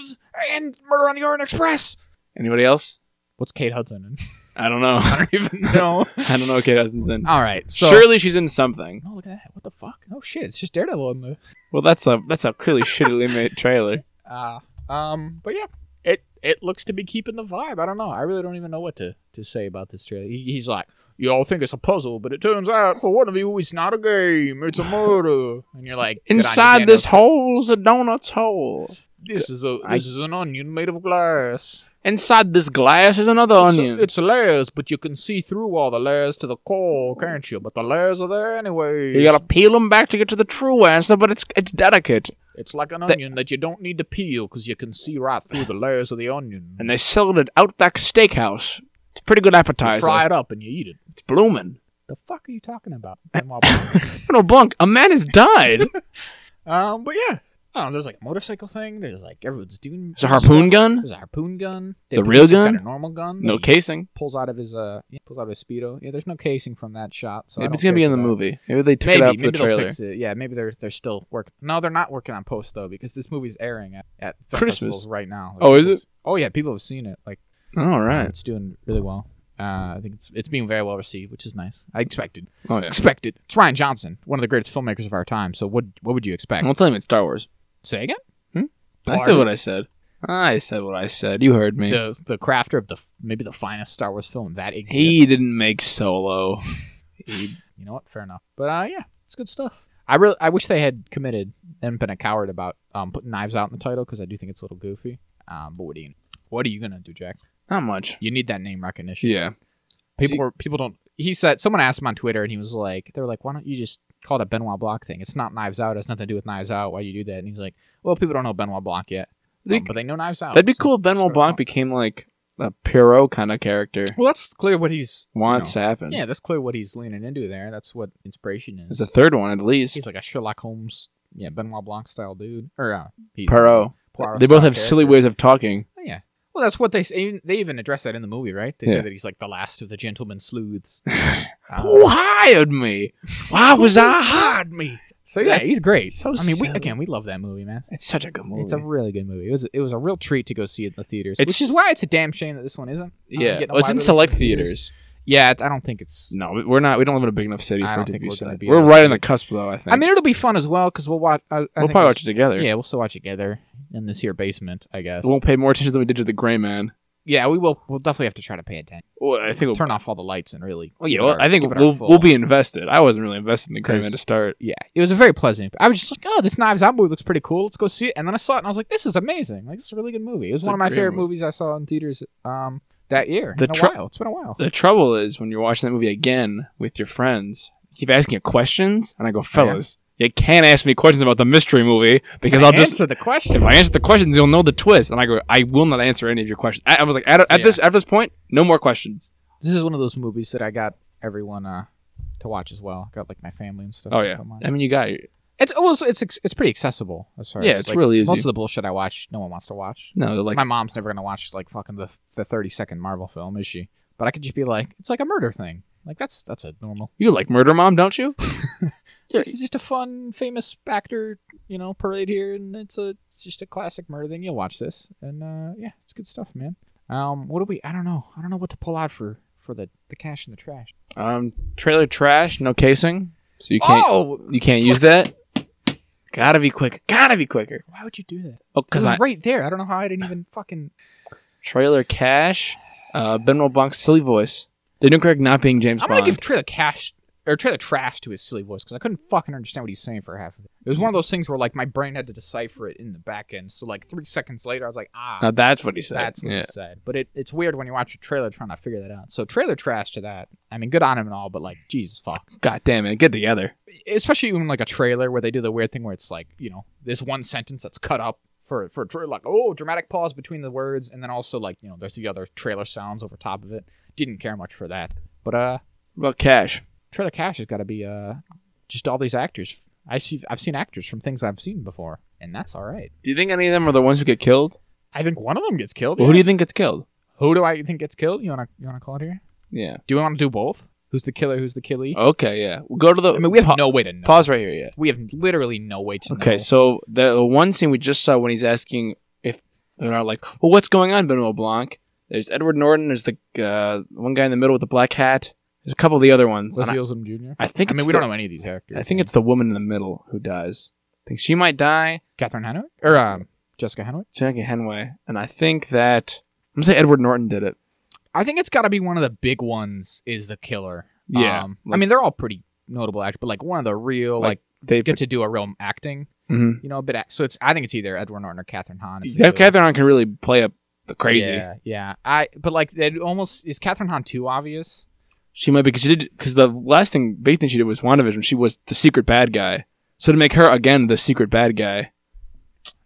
S2: and Murder on the Orient Express.
S1: Anybody else?
S2: What's Kate Hudson in?
S1: I don't know.
S2: I don't even know.
S1: I don't know what Kate Hudson's in.
S2: All right, so
S1: Surely she's in something.
S2: Oh, look at that. What the fuck? Oh, shit. It's just Daredevil in the.
S1: Well, that's a that's a clearly shittily made trailer.
S2: Uh, um, but yeah, it it looks to be keeping the vibe. I don't know. I really don't even know what to, to say about this trailer. He, he's like, you all think it's a puzzle, but it turns out for one of you, it's not a game. It's a murder. And you're like, "Good on you,
S1: Inside
S2: Daniel.
S1: this hole's a donut's hole.
S2: This is a
S1: I-
S2: this is an onion made of glass.
S1: Inside this glass is another
S2: It's a-
S1: onion.
S2: It's, layers, but you can see through all the layers to the core, can't you? But the layers are there anyway.
S1: You gotta peel them back to get to the true answer, but it's it's delicate.
S2: It's like an onion that you don't need to peel because you can see right through the layers of the onion.
S1: And they sell it at Outback Steakhouse. It's a pretty good
S2: You
S1: appetizer.
S2: fry it up and you eat it.
S1: It's blooming.
S2: The fuck are you talking about?
S1: Colonel Blanc, a man has died.
S2: um, but yeah, I don't know. There's like a motorcycle thing. There's like everyone's doing.
S1: It's a harpoon gun.
S2: There's a harpoon gun.
S1: It's a
S2: Dave
S1: real
S2: Batista's got
S1: gun?
S2: a normal gun.
S1: No
S2: that he
S1: casing.
S2: Pulls out of his uh, yeah, pulls out of his speedo. Yeah, there's no casing from that shot. So I
S1: Maybe
S2: don't
S1: it's gonna be
S2: care
S1: in the
S2: for that.
S1: movie. Maybe they took
S2: Maybe,
S1: it out for
S2: maybe
S1: the
S2: they'll
S1: trailer.
S2: fix it. Yeah, maybe they're they're still working. No, they're not working on post though because this movie's airing at, at film
S1: Christmas.
S2: festivals right now.
S1: Oh, is
S2: It's- Oh yeah, people have seen it. Like
S1: All right.
S2: it's doing really well. Uh, I think it's it's being very well received, which is nice. I expected.
S1: Oh yeah.
S2: Expected. It's Ryan Johnson, one of the greatest filmmakers of our time. So what what would you expect?
S1: I'll tell him it's Star Wars.
S2: Say again?
S1: Mm-hmm. Hmm? I said what I said. I said what I said. You heard me.
S2: The the crafter of the f- maybe the finest Star Wars film that exists.
S1: He didn't make Solo.
S2: He- you know what? Fair enough. But uh, yeah, it's good stuff. I really I wish they had committed and been a coward about um, putting knives out in the title because I do think it's a little goofy. Um, but what are you what are you gonna do, Jack?
S1: Not much.
S2: You need that name recognition.
S1: Yeah.
S2: People
S1: See-
S2: were people don't. He said someone asked him on Twitter, and he was like, "They were like, why don't you just call it a Benoit Block thing? It's not Knives Out. It has nothing to do with Knives Out. Why do you do that?" And he's like, "Well, people don't know Benoit Block yet, um,
S1: They-
S2: but they know Knives Out.
S1: That'd be
S2: so-
S1: cool if Benoit
S2: sort of
S1: Blanc
S2: not.
S1: became like a Pierrot kind of character.
S2: Well, that's clear what he's
S1: Wants to happen.
S2: yeah, that's clear what he's leaning into there. That's what inspiration
S1: It's the
S2: is.
S1: third one at least.
S2: he's like a Sherlock Holmes, yeah, Benoit Blanc style dude, or uh, he-
S1: Pierrot.
S2: Poirot
S1: They both
S2: style
S1: have silly
S2: character.
S1: ways of talking.
S2: Yeah. Well, that's what they say. They even address that in the movie, right? They say
S1: Yeah.
S2: that he's like the last of the gentleman sleuths. Ah. Um,
S1: Who hired me? Why was I hired me?
S2: So yeah,
S1: That's
S2: he's great.
S1: so
S2: I mean, we,
S1: silly.
S2: again, we love that movie, man.
S1: It's such a good movie.
S2: It's a really good movie. It was it was a real treat to go see it in the theaters,
S1: It's-
S2: which is why it's a damn shame that this one isn't. I'm
S1: yeah.
S2: getting a
S1: Well, it's
S2: wide
S1: in
S2: release
S1: select
S2: theaters.
S1: theaters.
S2: Yeah, it- I don't think it's.
S1: No, we- we're not. We don't live in a big enough city
S2: I
S1: for
S2: don't
S1: it to
S2: think
S1: be.
S2: we're gonna
S1: select.
S2: be
S1: We're
S2: able to
S1: right
S2: see
S1: on the
S2: it.
S1: cusp, though. I think.
S2: I mean, it'll be fun as well because we'll watch. I, I
S1: we'll
S2: think
S1: probably
S2: we'll
S1: watch it together.
S2: Yeah, we'll still watch it together in this here basement, I guess.
S1: We won't pay more attention than we did to the Gray Man.
S2: yeah, we will. We'll definitely have to try to pay attention.
S1: Well, I think. We'll,
S2: Turn off all the lights and really.
S1: well, yeah.
S2: give it
S1: Well,
S2: our-
S1: I think
S2: give it our
S1: we'll
S2: full-
S1: we'll be invested. I wasn't really invested in the Gray Man
S2: Because-
S1: to start.
S2: Yeah, it was a very pleasant. I was just like, oh, this Knives Out movie looks pretty cool. Let's go see it. And then I saw it and I was like, this is amazing. Like, this is a really good movie. It was
S1: It's
S2: one
S1: a
S2: of my
S1: great
S2: favorite
S1: movie.
S2: movies I saw in theaters um that year.
S1: The
S2: in a
S1: tr-
S2: while. It's been a while.
S1: The trouble is when you're watching that movie again with your friends, you keep asking you questions, and I go, fellas, you can't ask me questions about the mystery movie because I'll just
S2: answer the question.
S1: if I answer the questions, you'll know the twist. And I go, I will not answer any of your questions. I, I was like, at, at
S2: Yeah.
S1: this at this point, no more questions.
S2: This is one of those movies that I got everyone uh to watch as well. Got like my family and stuff.
S1: Oh
S2: to
S1: yeah,
S2: come on.
S1: I mean, you got it.
S2: It's also it's ex- it's pretty accessible as far
S1: Yeah,
S2: as
S1: it's
S2: like,
S1: really
S2: Most
S1: easy.
S2: of the bullshit I watch, no one wants to watch.
S1: No, they're like,
S2: my mom's never gonna watch like fucking the the thirty second Marvel film, is she? But I could just be like, it's like a murder thing. Like that's that's a normal.
S1: you like Murder Mom, don't you? Yeah.
S2: this is just a fun, famous actor, you know, parade here, and it's a it's just a classic murder thing. You'll watch this, and uh, yeah, it's good stuff, man. Um, what do we? I don't know. I don't know what to pull out for for the the cash in the trash.
S1: Um, trailer trash, no casing, so you can't
S2: oh,
S1: you can't use that. Gotta be quick. Gotta be quicker.
S2: why would you do that?
S1: Oh,
S2: Because
S1: cause I
S2: right there. I don't know how I didn't even fucking.
S1: trailer cash. Uh, Benoit Blanc's silly voice. Daniel Craig not being James
S2: I'm
S1: Bond.
S2: gonna give Trailer Cash or Trailer Trash to his silly voice because I couldn't fucking understand what he's saying for half of it. It was one of those things where like my brain had to decipher it in the back end. So like three seconds later, I was like, ah,
S1: now that's what he said.
S2: That's what
S1: yeah.
S2: he said. But it, it's weird when you watch a trailer trying to figure that out. So trailer trash to that. I mean, good on him and all, but like, Jesus fuck.
S1: God damn it, get together.
S2: Especially even like a trailer where they do the weird thing where it's like, you know, this one sentence that's cut up for for a tra- like oh dramatic pause between the words, and then also like you know there's the other trailer sounds over top of it. Didn't care much for that. But uh,
S1: What about cash?
S2: trailer cash has got to be uh, just all these actors. I see. I've seen actors from things I've seen before, and that's all right.
S1: Do you think any of them are the ones who get killed?
S2: I think one of them gets killed.
S1: Well,
S2: yeah.
S1: who do you think gets killed?
S2: who do I think gets killed? You wanna you wanna call it here?
S1: Yeah.
S2: Do we want to do both? Who's the killer? Who's the killie?
S1: Okay. Yeah. We'll go to the.
S2: I mean, we have
S1: pa-
S2: no way to know.
S1: pause right here. Yeah.
S2: We have literally no way to know.
S1: Okay, so the, the one scene we just saw when he's asking if they're not like, well, what's going on, Benoit Blanc? There's Edward Norton. There's the uh, one guy in the middle with the black hat. There's a couple of the other ones. and
S2: Leslie
S1: I,
S2: Odom Jr.
S1: I think.
S2: I mean,
S1: it's
S2: we
S1: the-
S2: don't know any of these actors.
S1: I think it's the woman in the middle who dies. I think she might die.
S2: Catherine Henwick or um, Jessica Henwick.
S1: Jackie Henway, and I think that I'm gonna say Edward Norton did it.
S2: I think it's got to be one of the big ones. Is the killer?
S1: Yeah,
S2: Um, I
S1: like-
S2: mean, they're all pretty notable actors, but like one of the real like,
S1: Like, They.
S2: get to do a real acting.
S1: Mhm.
S2: You know, a bit. Act- so it's I think it's either Edward Norton or Catherine Hahn. is the
S1: Yeah,
S2: killer.
S1: Catherine Hahn can really play up the crazy.
S2: Yeah, yeah. I but like it almost is Catherine Hahn too obvious.
S1: She might be because she did because the last thing big thing she did was WandaVision. She was the secret bad guy. So to make her again the secret bad guy.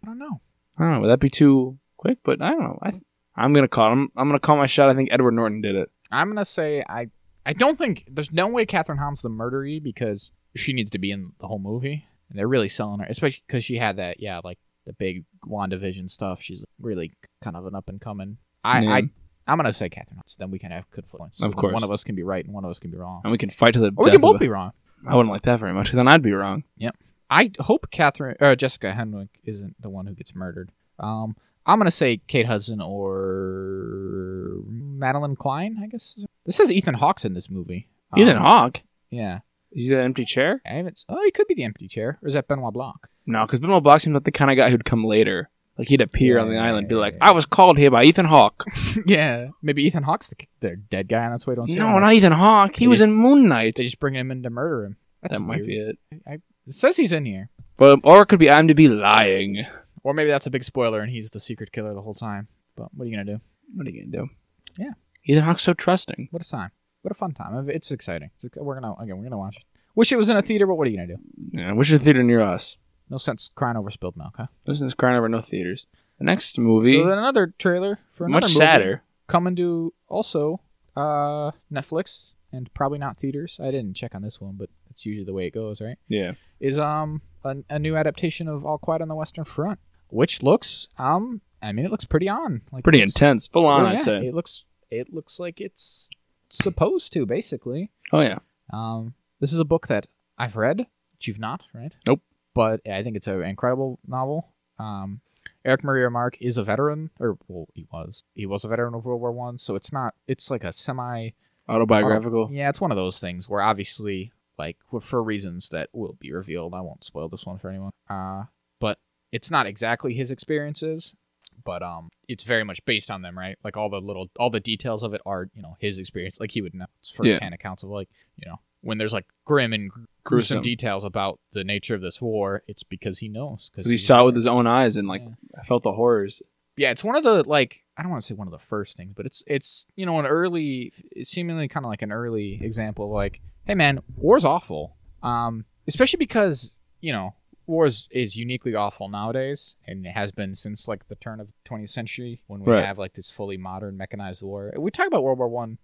S2: I don't know.
S1: I don't know. Would that be too quick? But I don't know. I th- I'm gonna call. I'm, I'm gonna call my shot. I think Edward Norton did it.
S2: I'm gonna say I I don't think there's no way Catherine Hahn's the murdery because she needs to be in the whole movie. And they're really selling her, especially because she had that yeah like the big Wandavision stuff. She's really kind of an up and coming. I I
S1: Name.
S2: I'm gonna say Catherine Hahn. So then we can have conflicts.
S1: Of course.
S2: one of us can be right and one of us can be wrong,
S1: And we can fight to the.
S2: or we
S1: death
S2: can both
S1: of-
S2: be wrong.
S1: I wouldn't like that very much because then I'd be wrong.
S2: I hope Catherine or Jessica Henwick isn't the one who gets murdered. Um, I'm gonna say Kate Hudson or Madeline Klein, I guess. This is Ethan Hawke's in this movie. Um,
S1: Ethan Hawke.
S2: Yeah.
S1: Is that empty chair?
S2: I haven't. Oh, he could be the empty chair, or is that Benoit Blanc?
S1: No, because Benoit Blanc seems like the kind of guy who'd come later. Like he'd appear on the
S2: Yeah,
S1: island, be
S2: yeah,
S1: like,
S2: yeah.
S1: "I was called here by Ethan Hawke."
S2: yeah. Maybe Ethan Hawke's the, the dead guy, and that's why I don't see
S1: no,
S2: him.
S1: not Ethan Hawke. He
S2: He
S1: was
S2: is-
S1: in Moon Knight.
S2: They just bring him in to murder him. That's
S1: that might
S2: weird.
S1: be it.
S2: It says he's in here,
S1: But or it could be IMDb lying.
S2: or maybe that's a big spoiler, and he's the secret killer the whole time. But what are you gonna do?
S1: What are you gonna do?
S2: Yeah.
S1: Ethan Hawke's so trusting.
S2: What a time! What a fun time! It's exciting. It's, we're gonna again. We're gonna watch. it. Wish it was in a theater, but what are you gonna do?
S1: Yeah, which is theater near us?
S2: No sense crying over spilled milk, huh?
S1: This is crying over no theaters. The next movie,
S2: so then another trailer for another
S1: much
S2: movie
S1: sadder.
S2: coming to also uh, Netflix and probably not theaters. I didn't check on this one, but that's usually the way it goes, right?
S1: Yeah.
S2: Is um a, a new adaptation of All Quiet on the Western Front, which looks um I mean it looks pretty on like
S1: Pretty
S2: it's-
S1: intense, full on,
S2: Well,
S1: I'd
S2: Oh, yeah,
S1: say.
S2: It looks it looks like it's supposed to basically.
S1: oh yeah.
S2: Um, this is a book that I've read, that you've not, right?
S1: Nope.
S2: But I think it's an incredible novel. Um, Eric Maria Remarque is a veteran, or well, he was. He was a veteran of World War One, so it's not. It's like a semi.
S1: Autobiographical.
S2: Yeah, it's one of those things where obviously, like w- for reasons that will be revealed, I won't spoil this one for anyone. Uh, but it's not exactly his experiences, but um, it's very much based on them, right? Like all the little, all the details of it are, you know, his experience. Like he would know it's
S1: Yeah.
S2: first hand accounts of like, you know, when there's like grim and gruesome,
S1: Gruesome.
S2: details about the nature of this war, it's because he knows because
S1: Because he saw it with his own eyes and like
S2: Yeah.
S1: I felt the horrors.
S2: yeah, it's one of the like I don't want to say one of the first things, but it's it's you know an early, it's seemingly kind of like an early example of like, hey man, war's awful, um, especially because you know war is, is uniquely awful nowadays, and it has been since like the turn of 20th century when we
S1: Right.
S2: have like this fully modern mechanized war. We talk about World War One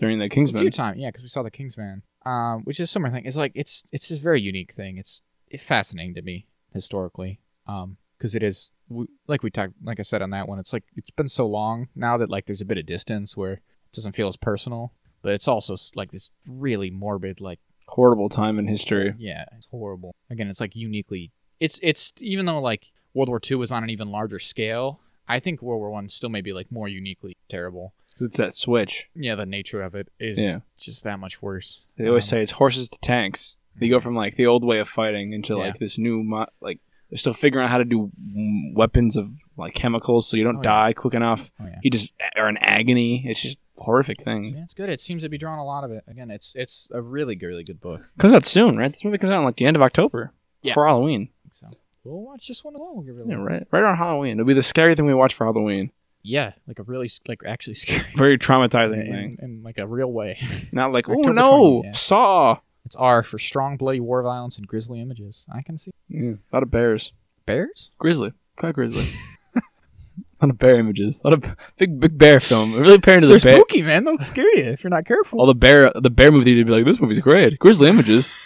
S1: during the
S2: a few
S1: Kingsman.
S2: times, yeah, because we saw the Kingsman, um, which is similar thing. It's like it's it's this very unique thing. It's it's fascinating to me historically, um, because it is we, like we talked, like I said on that one. It's like it's been so long now that like there's a bit of distance where it doesn't feel as personal, but it's also s- like this really morbid, like
S1: Horrible time in history.
S2: yeah, it's horrible. Again, it's like uniquely. It's it's even though like World War Two was on an even larger scale, I think World War One still may be like more uniquely terrible.
S1: 'Cause It's that switch.
S2: Yeah, the nature of it is
S1: Yeah.
S2: just that much worse.
S1: They always
S2: Um,
S1: say it's horses to tanks. They go from like the old way of fighting into
S2: Yeah.
S1: like this new mo- like they're still figuring out how to do mm, weapons of like chemicals so you don't
S2: Oh, yeah.
S1: die quick enough.
S2: Oh yeah.
S1: You just are in agony. It's just horrific things.
S2: Yeah, it's good. It seems to be drawing a lot of it. Again, it's it's a really really good book.
S1: Comes out soon, right? This movie comes out in, like the end of October
S2: Yeah.
S1: for Halloween.
S2: So we'll watch this one alone. We'll give it a
S1: Yeah,
S2: look.
S1: right, right around Halloween. It'll be the scary thing we watch for Halloween.
S2: yeah, like a really s- like actually scary
S1: Very traumatizing
S2: in,
S1: thing.
S2: in like a real way.
S1: Not like oh
S2: October
S1: no,
S2: 20, yeah.
S1: Saw.
S2: It's R for strong bloody war violence and grisly images. I can see
S1: Yeah, a lot of bears.
S2: bears.
S1: Grizzly. Cut grizzly. a lot of bear images. A lot of big big bear film. Really pair into
S2: They're
S1: the bear.
S2: spooky, man. They'll scare you if you're not careful.
S1: All the bear the bear movie they'd be like, this movie's great. Grizzly images.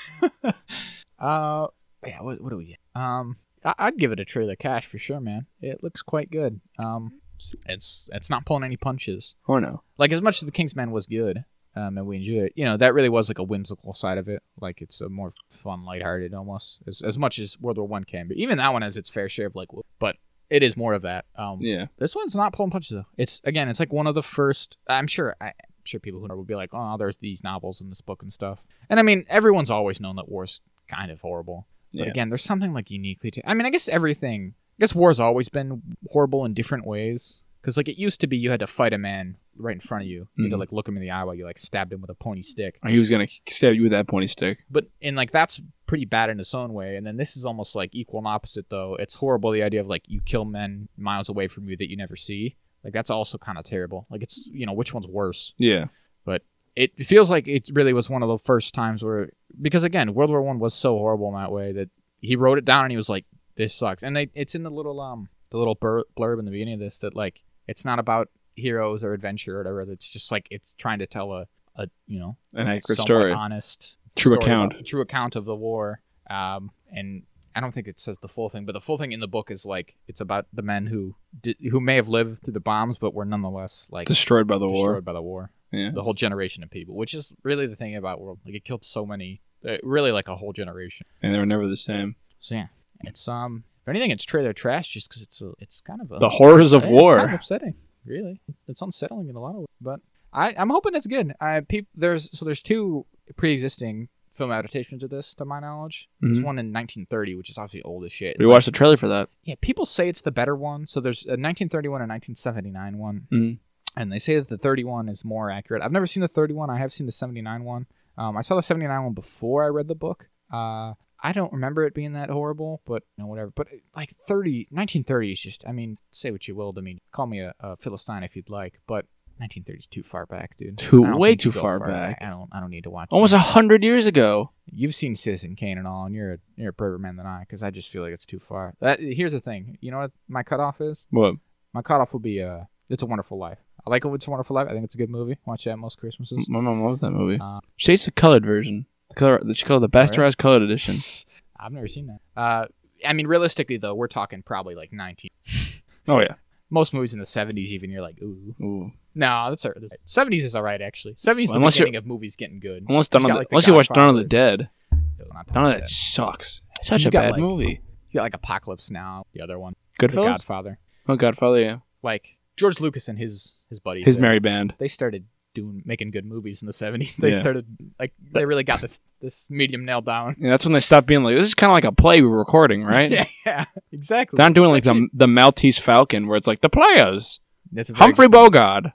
S2: Uh, yeah. What, what do we get? Um, I, I'd give it a trailer cash for sure, man. It looks quite good. Um, it's- it's it's not pulling any punches.
S1: Oh no.
S2: like as much as the Kingsman was good, um, and we enjoyed it, you know, that really was like a whimsical side of it. Like it's a more fun, lighthearted almost as as much as World War One can. But even that one has its fair share of like, wo- but it is more of that. Um,
S1: Yeah.
S2: this one's not pulling punches though. It's again, it's like one of the first. I'm sure. I, I'm sure people who know will be like, oh, there's these novels in this book and stuff. And I mean, everyone's always known that war's kind of horrible. But
S1: Yeah.
S2: again, there's something like uniquely. To, I mean, I guess everything. I guess war's always been horrible in different ways. Because like it used to be, you had to fight a man right in front of you. You had to
S1: Mhm.
S2: like look him in the eye while you like stabbed him with a pony stick.
S1: He was gonna stab you with that pointy stick.
S2: But and like that's pretty bad in its own way. And then this is almost like equal and opposite though. It's horrible the idea of like you kill men miles away from you that you never see. Like that's also kind of terrible. Like it's you know which one's worse.
S1: Yeah.
S2: It feels like it really was one of the first times where because again World War One was so horrible in that way that he wrote it down and he was like this sucks. And they, it's in the little um the little bur- blurb in the beginning of this that like it's not about heroes or adventure or whatever. It's just like it's trying to tell a a you know
S1: An accurate
S2: somewhat
S1: story.
S2: honest
S1: True
S2: story
S1: account.
S2: about- true account of the war. Um, and I don't think it says the full thing, but the full thing in the book is like it's about the men who did, who may have lived through the bombs, but were nonetheless like
S1: Destroyed by the war.
S2: destroyed by the war.
S1: Yeah.
S2: The whole generation of people, which is really the thing about world, like it killed so many, uh, really like a whole generation.
S1: and they were never the same.
S2: So yeah, it's um, if anything, it's trailer trash just because it's a, it's kind of a
S1: The horrors of
S2: yeah, It's kind of
S1: war.
S2: upsetting, really. It's unsettling in a lot of ways. But I, I'm hoping it's good. I peop, there's so there's two pre-existing film adaptations of this, to my knowledge. There's
S1: Mhm.
S2: one in 1930, which is obviously old as shit.
S1: We watched the trailer for that.
S2: Yeah, people say it's the better one. So there's a 1931 and 1979 one,
S1: Mhm.
S2: and they say that the 31 is more accurate. I've never seen the 31. I have seen the 79 one. Um, I saw the 79 one before I read the book. Uh, I don't remember it being that horrible, but you know, whatever. But like 30, 1930 is just. I mean, say what you will to me. Call me a, a philistine if you'd like, but 1930 is too far back, dude.
S1: Too-
S2: I don't
S1: way
S2: think you
S1: too
S2: go
S1: far back.
S2: I don't. I don't need to watch.
S1: Almost
S2: that.
S1: a hundred years ago.
S2: You've seen Citizen Kane and all, and you're a you're a braver man than I, because I just feel like it's too far. That, here's the thing. You know what my cutoff is?
S1: What?
S2: My cutoff will be uh, It's a Wonderful Life. I like It's a Wonderful Life. I think it's a good movie. Watch that most Christmases.
S1: My mom loves that movie.
S2: Uh,
S1: she hates the colored version. The color, the, she called it the
S2: Alright.
S1: bastardized colored edition.
S2: I've never seen that. Uh, I mean, realistically though, we're talking probably like 19.
S1: Oh yeah.
S2: Most movies in the 70s, even you're like, ooh,
S1: Ooh.
S2: no, that's all right. 70s is all right actually. 70s is the
S1: Unless you're-
S2: beginning of movies getting good.
S1: Unless
S2: She's
S1: Dawn of
S2: got,
S1: the,
S2: like, the
S1: unless you watch Dawn of the
S2: Godfather.
S1: Dead.
S2: No, not
S1: Dawn of the
S2: that.
S1: Dead sucks. Such
S2: You
S1: a
S2: got,
S1: bad
S2: like,
S1: movie.
S2: You got like Apocalypse Now, the other one, The
S1: Goodfellas.
S2: Godfather.
S1: Oh, Godfather. Yeah.
S2: Like George Lucas and his his buddies.
S1: His
S2: there.
S1: merry band.
S2: they started doing making good movies in the 70s they
S1: Yeah.
S2: started like they really got this this medium nailed down
S1: Yeah, that's when they stopped being like, this is kind of like a play we were recording, right?
S2: yeah, yeah exactly
S1: They're not doing like
S2: It's actually-
S1: the, the Maltese Falcon where it's like the players,
S2: that's a very-
S1: Humphrey Bogart,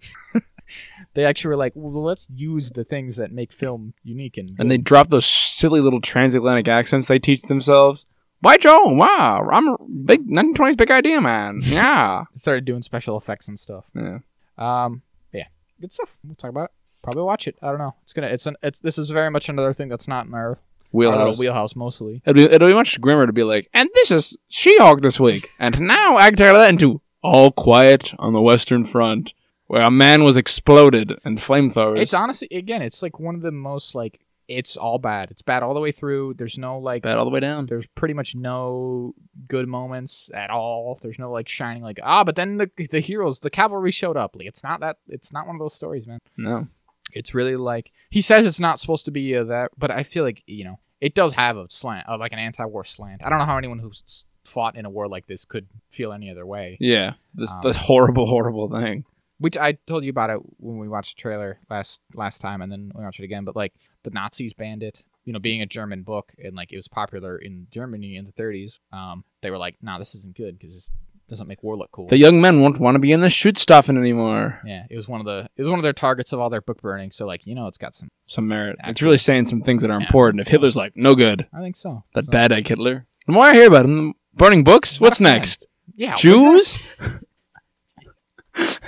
S2: they actually were like well let's use the things that make film unique and,
S1: and they drop those silly little transatlantic accents they teach themselves. Why Joe? Wow, I'm a big 1920s big idea man. Yeah.
S2: started doing special effects and stuff
S1: yeah.
S2: um yeah good stuff we'll talk about it probably watch it i don't know it's gonna it's an it's this is very much another thing that's not in our our little
S1: Wheelhouse.
S2: wheelhouse mostly
S1: It'll Uh, be, it'll be much grimmer to be like, and this is She-Hulk this week, and now I can turn that into All Quiet on the Western Front, where a man was exploded and flamethrowers.
S2: it's honestly again it's like one of the most like it's all bad it's bad all the way through there's no
S1: It's
S2: like
S1: bad all the way down.
S2: there's pretty much no good moments at all. There's no like shining like ah, but then the the heroes, the cavalry showed up. Like it's not that it's not one of those stories, man.
S1: No,
S2: It's really like he says it's not supposed to be uh, that, but I feel like you know it does have a slant, uh, like an anti-war slant. I don't know how anyone who's s- fought in a war like this could feel any other way.
S1: yeah, this
S2: Um,
S1: this horrible, horrible thing.
S2: Which I told you about it when we watched the trailer last last time, and then we watched it again. But like the Nazis banned it. You know, being a German book, and like it was popular in Germany in the 30s. Um, they were like, "Nah, this isn't good because this doesn't make war look cool."
S1: The young men won't want to be in the Schutzstaffen anymore.
S2: yeah, it was one of the it was one of their targets of all their book burning. So like, you know, it's got some.
S1: Some merit. It's
S2: Actually.
S1: really saying some things that are
S2: Yeah,
S1: important. If
S2: so-
S1: Hitler's like, no good,
S2: I think so.
S1: that
S2: So-
S1: bad egg Hitler. The more I hear about him, burning books.
S2: What
S1: What's
S2: a fan.
S1: next?
S2: Yeah, exactly.
S1: Jews?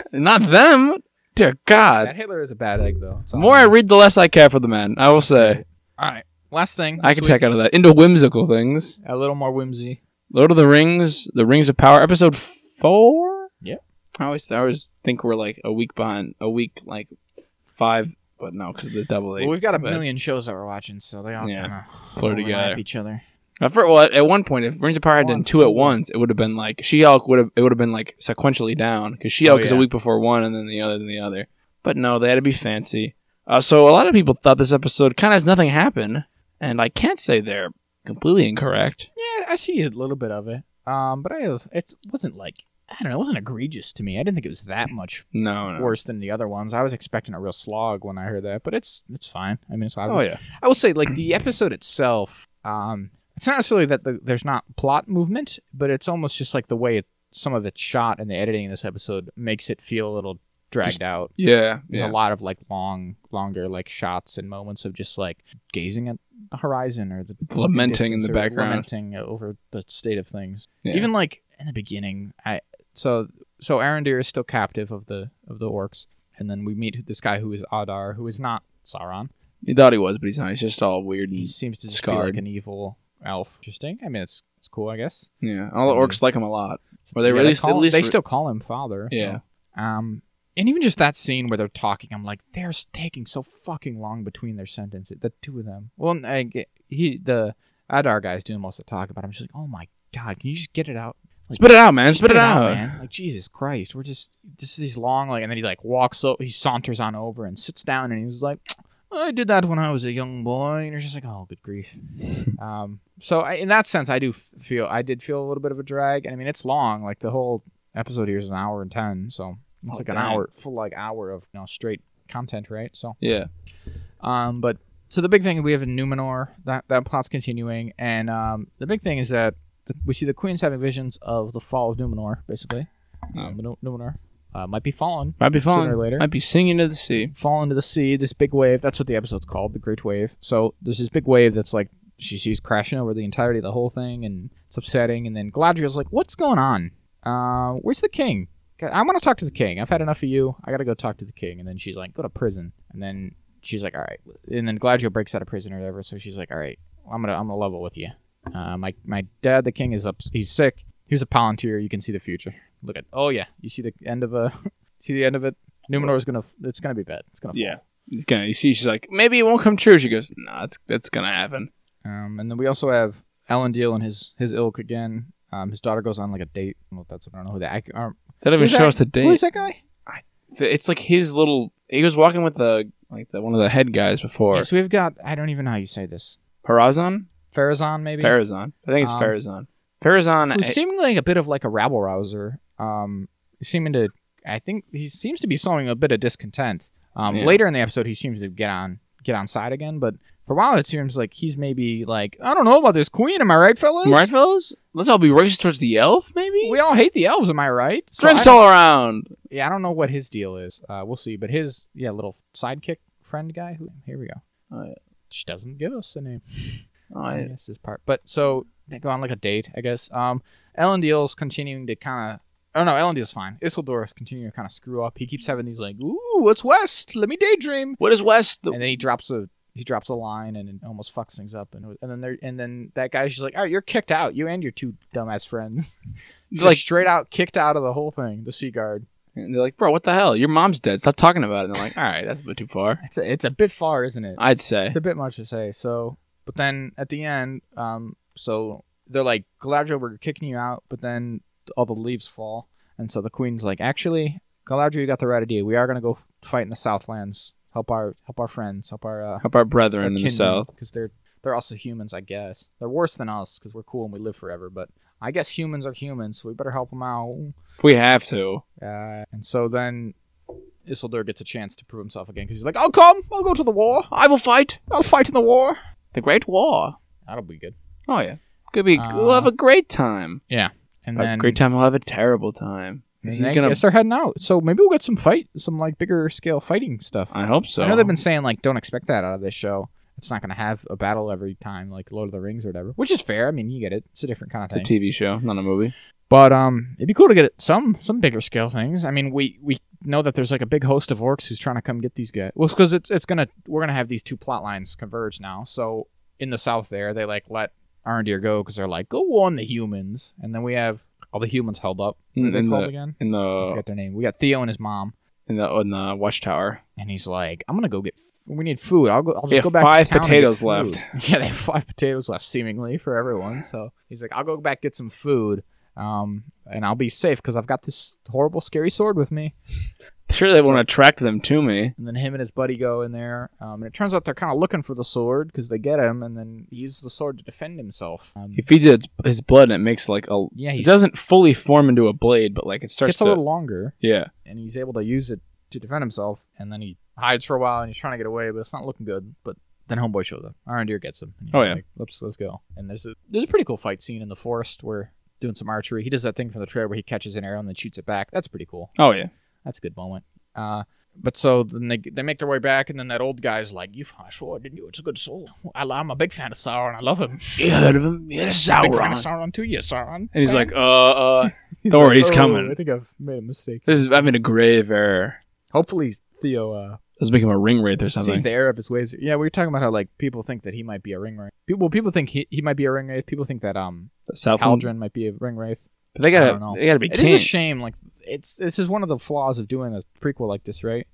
S1: Not them. Dear God.
S2: That Hitler is a bad egg though. It's
S1: The
S2: all
S1: more I
S2: I'm-
S1: read, the less I care for the man. I will say.
S2: all right, last thing.
S1: I
S2: this
S1: can
S2: week,
S1: take out of that into whimsical things.
S2: a little more whimsy.
S1: Lord of the Rings, The Rings of Power, episode four.
S2: Yeah.
S1: I always, I always think we're like a week behind, a week like five, but no, because of the double eight.
S2: well, we've got a
S1: but-
S2: million shows that we're watching, so they all
S1: Yeah.
S2: kind of
S1: Blur together.
S2: each other.
S1: Uh, for- well, at, at one point, if Rings of Power had done
S2: One,
S1: two at
S2: four.
S1: once, it would have been like She-Hulk would have, it would have been like sequentially down because She-Hulk
S2: Oh,
S1: is a
S2: yeah.
S1: week before one and then the other, then the other. But no, they had to be fancy. Uh, so a lot of people thought this episode kind of has nothing happen, and I can't say they're completely incorrect.
S2: Yeah, I see a little bit of it. Um, but I was, it wasn't like I don't know, it wasn't egregious to me. I didn't think it was that much
S1: No, no.
S2: worse than the other ones. I was expecting a real slog when I heard that, but it's it's fine. I mean, it's
S1: Oh
S2: obvious.
S1: yeah.
S2: I will say, like the episode itself, um, it's not necessarily that the, there's not plot movement, but it's almost just like the way it, some of it's shot and the editing in this episode makes it feel a little dragged
S1: Just-
S2: out.
S1: Yeah.
S2: There's a lot of like long, longer like shots and moments of just like gazing at the horizon or the
S1: Lamenting in
S2: distance
S1: the
S2: or
S1: background.
S2: lamenting over the state of things.
S1: Yeah.
S2: Even like in the beginning, I so so Arendir is still captive of the of the orcs, and then we meet this guy who is Adar, who is not Sauron.
S1: He thought he was, but he's not. He's just all weird.
S2: He
S1: And,
S2: seems to just be
S1: scarred.
S2: like an evil elf. Interesting. I mean, it's it's cool, I guess.
S1: yeah. All the orcs like him a lot. Well, they
S2: Yeah,
S1: released-
S2: call
S1: at
S2: him-
S1: least
S2: they
S1: re-
S2: still call him father. so.
S1: Yeah.
S2: Um, and even just that scene where they're talking, I'm like, they're s- taking so fucking long between their sentences. The two of them. Well, and I get, he the Adar guy's doing most of the talking, but I'm just like, oh my god, can you just get it out? Like,
S1: spit it out, man.
S2: Just
S1: Spit it out.
S2: man. Like Jesus Christ, we're just just these long like, and then he like walks up, he saunters on over and sits down, and he's like, I did that when I was a young boy, and you're just like, oh, good grief. um, so I, in that sense, I do f- feel I did feel a little bit of a drag, and I mean it's long, like the whole episode here is an hour and ten, so it's
S1: Oh,
S2: like
S1: dang.
S2: an hour, full like hour of you know straight content, right? So,
S1: Yeah.
S2: um, but so the big thing we have in Numenor that that plot's continuing, and um, the big thing is that th- we see the queens having visions of the fall of Numenor, basically. Um, Nu- Numenor uh, might be fallen,
S1: Might be
S2: Sooner
S1: falling.
S2: or later.
S1: Might be singing to the sea.
S2: fall into the sea. This big wave. That's what the episode's called, the Great Wave. So there's this big wave that's like she sees crashing over the entirety of the whole thing, and it's upsetting. And then Galadriel's like, "What's going on? Uh, where's the king? I want to talk to the king. I've had enough of you. I gotta go talk to the king." And then she's like, "Go to prison." And then she's like, "All right." And then Galadriel breaks out of prison or whatever. So she's like, "All right, I'm gonna I'm gonna level with you. Uh, my my dad, the king, is up. He's sick. Here's a palantir. You can see the future. Look at. Oh yeah, you see the end of a. see the end of it. Numenor's gonna. It's gonna be bad. It's gonna. Fall.
S1: Yeah. He's gonna. You see, she's like, maybe it won't come true. She goes, Nah, it's it's gonna happen.
S2: Um, and then we also have Elendil and his his ilk again. Um, his daughter goes on like a date. I don't know if that's. I don't know who that. I, um,
S1: They don't even
S2: Who's
S1: show
S2: that?
S1: us the date.
S2: who is that guy?
S1: Th- It's like his little. He was walking with the like the one of the head guys before.
S2: Yeah, so we've got. I don't even know how you say this.
S1: Parazon.
S2: Farazan maybe.
S1: Parazon. I think it's eh,
S2: Um,
S1: Farazon. Farazon.
S2: who's
S1: I-
S2: seemingly like a bit of like a rabble rouser. Um, seeming to, I think he seems to be sowing a bit of discontent. Um,
S1: Yeah.
S2: later in the episode, he seems to get on get on side again, but for a while it seems like he's maybe like I don't know about this queen. Am I right, fellas?
S1: Right, fellas? Let's all be racist towards the elf, maybe?
S2: We all hate the elves. Am I right? So
S1: Drinks
S2: I don't-
S1: all around.
S2: yeah, I don't know what his deal is. Uh, we'll see. But his yeah little sidekick friend guy. Who, here we go.
S1: Oh, yeah.
S2: She doesn't give us a name.
S1: Oh,
S2: I
S1: yeah.
S2: guess this part. But so they go on like a date, I guess. Um, Ellen Deal's continuing to kind of. Oh no, Ellen Deal's fine. Isildur's continuing to kind of screw up. He keeps having these like, "Ooh, what's West? Let me daydream."
S1: What is West? The-
S2: And then he drops a he drops a line and it almost fucks things up. And and then there and then that guy's just like, "All right, you're kicked out. You and your two dumbass friends, Just
S1: like,
S2: straight out kicked out of the whole thing. The Sea Guard.
S1: and they're like, bro, what the hell? Your mom's dead. Stop talking about it. And they're like, all right, that's a bit too far.
S2: It's a, it's a bit far, isn't it?
S1: I'd say.
S2: It's a bit much to say. So, but then at the end, um, so they're like, Galadriel, we're kicking you out, but then all the leaves fall, and so the queen's like, actually, Galadriel, you got the right idea. We are gonna go fight in the Southlands, help our help our friends, help our uh,
S1: Help our brethren in the south.
S2: because they're they're also humans, I guess. They're worse than us because we're cool and we live forever, but I guess humans are humans, so we better help them out.
S1: If we have to.
S2: Uh, and so then. Isildur gets a chance to prove himself again because he's like, I'll come, I'll go to the war,
S1: I will fight
S2: I'll fight in the war.
S1: the Great War.
S2: That'll be good.
S1: Oh, yeah. Could be.
S2: Uh,
S1: we'll have a great time.
S2: And
S1: A
S2: then
S1: great time. We'll have a terrible time. 'Cause
S2: And
S1: He's
S2: I
S1: gonna.
S2: guess they're heading out. So maybe we'll get some fight, some like bigger scale fighting stuff.
S1: I hope so.
S2: I know they've been saying like don't expect that out of this show. It's not going to have a battle every time, like Lord of the Rings or whatever, which is fair. I mean, you get it. It's a different kind of
S1: It's a
S2: thing.
S1: TV show, not a movie.
S2: but um, it'd be cool to get some some bigger scale things. I mean, we we know that there's like a big host of orcs who's trying to come get these guys. Well, because it's it's gonna we're gonna have these two plot lines converge now. So in the south there, they like let Arendir go because they're like go on the humans, and then we have all the humans held up. What are they
S1: In
S2: called
S1: the-
S2: again?
S1: In
S2: I
S1: the
S2: forget their name. We got Theo and his mom,
S1: in the in the watchtower.
S2: and he's like, "I'm gonna go get. We need food. I'll go. I'll just
S1: They
S2: go
S1: have
S2: back.
S1: five
S2: to town and
S1: potatoes
S2: get food."
S1: left.
S2: Yeah, they have five potatoes left, seemingly for everyone. So he's like, "I'll go back get some food, um, and I'll be safe because I've got this horrible, scary sword with me."
S1: Sure, they won't attract them to me.
S2: And then him and his buddy go in there, um, and it turns out they're kind of looking for the sword because they get him, and then he uses the sword to defend himself. Um,
S1: He feeds it his blood, and it makes like a.
S2: yeah, he
S1: It doesn't fully form into a blade, but like it starts
S2: gets a
S1: to.
S2: little longer.
S1: yeah,
S2: and he's able to use it to defend himself. And then he hides for a while, and he's trying to get away, but it's not looking good. But then Homeboy shows up. Arendir gets him. And he's
S1: Oh, yeah.
S2: like, let's let's go. And there's a there's a pretty cool fight scene in the forest where doing some archery. He does that thing from the trailer where he catches an arrow and then shoots it back. That's pretty cool.
S1: oh yeah,
S2: That's a good moment. Uh, but so then they they make their way back, and then that old guy's like, "You found a sword, didn't you? It's a good sword. I, I'm a big fan of Sauron. I love him.
S1: you heard of him? Yeah,
S2: Big fan of Sauron too. Yeah, Sauron."
S1: And he's
S2: fan."
S1: like, uh, uh,
S2: He's "Oh,
S1: don't worry, he's coming."
S2: I think I've made a mistake.
S1: this is I made a grave error.
S2: Hopefully, Theo uh,
S1: Let's make him a ring wraith or something.
S2: sees the error of his ways. Yeah, we were talking about how like people think that he might be a ring wraith. Pe- Well, people think he, he might be a ring wraith. People think that um
S1: Southland,
S2: Haldren might be a ring wraith.
S1: but they
S2: I
S1: gotta,
S2: don't know.
S1: they gotta be
S2: It is a
S1: king.
S2: shame. Like it's this is one of the flaws of doing a prequel like this, right?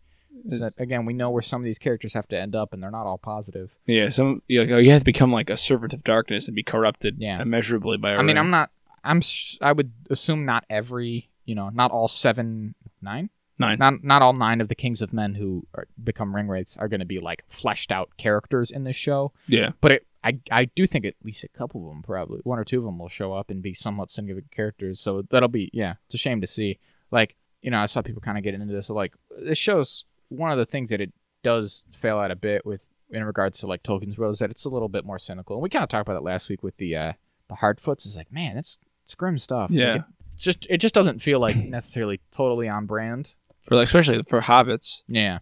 S2: Is
S1: It's-
S2: that again we know where some of these characters have to end up, and they're not all positive.
S1: yeah, some you, like, oh, you have to become like a servant of darkness and be corrupted
S2: Yeah.
S1: immeasurably by. I
S2: I mean, I'm not. I'm. s- I would assume not every. You know, not all seven, nine,
S1: Nine.
S2: Not not all nine of the kings of men who are, become ring wraiths are going to be like fleshed out characters in this show.
S1: yeah,
S2: But it, I, I do think at least a couple of them, probably one or two of them, will show up and be somewhat significant characters. So that'll be, yeah, it's a shame to see. Like, you know, I saw people kind of getting into this. Like, this show's one of the things that it does fail at a bit with in regards to like Tolkien's world is that it's a little bit more cynical. And we kind of talked about that last week with the uh the Hardfoots. It's like, man, that's it's grim stuff. Like,
S1: Yeah.
S2: it- it's just it just doesn't feel like necessarily totally on brand.
S1: for like especially for hobbits.
S2: Yeah.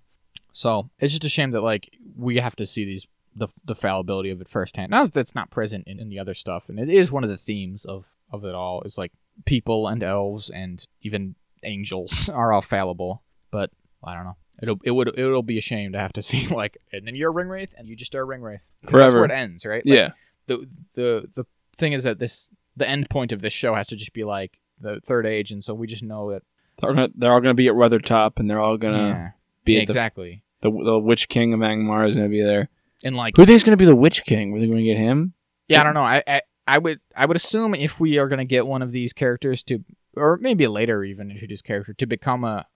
S2: So it's just a shame that like we have to see these the the fallibility of it firsthand. Not that that's not present in, in the other stuff, and it is one of the themes of of it all is like people and elves and even angels are all fallible. But I don't know. It'll it would it'll be a shame to have to see like and then you're a ring wraith and you just are a ring wraith 'Cause That's
S1: Forever.
S2: where it ends, right? Like,
S1: yeah,
S2: the the the thing is that this the end point of this show has to just be like the third age, and so we just know that
S1: they're gonna they're all gonna be at Weathertop, and they're all gonna
S2: Yeah.
S1: be
S2: Yeah,
S1: at
S2: exactly.
S1: the, the the Witch King of Angmar is gonna be there.
S2: and like
S1: Who do you think's gonna be the Witch King? Were they gonna get him?
S2: Yeah, I don't know. I, I I would I would assume if we are gonna get one of these characters to, or maybe later even introduce character to become a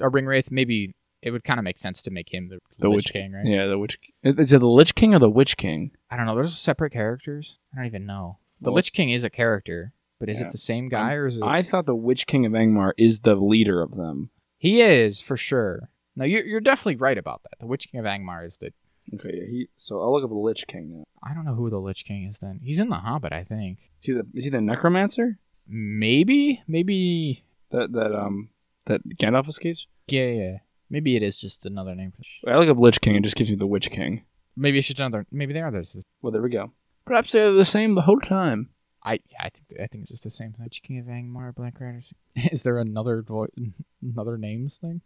S2: a ring wraith, maybe it would kind of make sense to make him the,
S1: The
S2: Lich
S1: Witch
S2: king, right?
S1: Yeah, the Witch. Is it the Lich King or the Witch King?
S2: I don't know. There's separate characters. I don't even know. The
S1: Well,
S2: Lich King is a character, but is
S1: Yeah.
S2: it the same guy or is it?
S1: I thought the Witch King of Angmar is the leader of them.
S2: he is for sure. No, you're you're definitely right about that. The Witch King of Angmar is the.
S1: Okay, yeah, he. So I'll look up the Lich King now.
S2: I don't know who the Lich King is. Then he's in the Hobbit, I think.
S1: Is he the, is he the Necromancer?
S2: Maybe, maybe,
S1: That that um that Gandalf escapes?
S2: yeah, yeah. Maybe it is just another name for.
S1: I look up Lich King and just gives me the Witch King.
S2: Maybe it's just another. Maybe there are those.
S1: Well, there we go. Perhaps they're the same the whole time.
S2: I yeah, I think I think it's just the same thing. King of Angmar, Black Riders. Is there another vo- another names thing?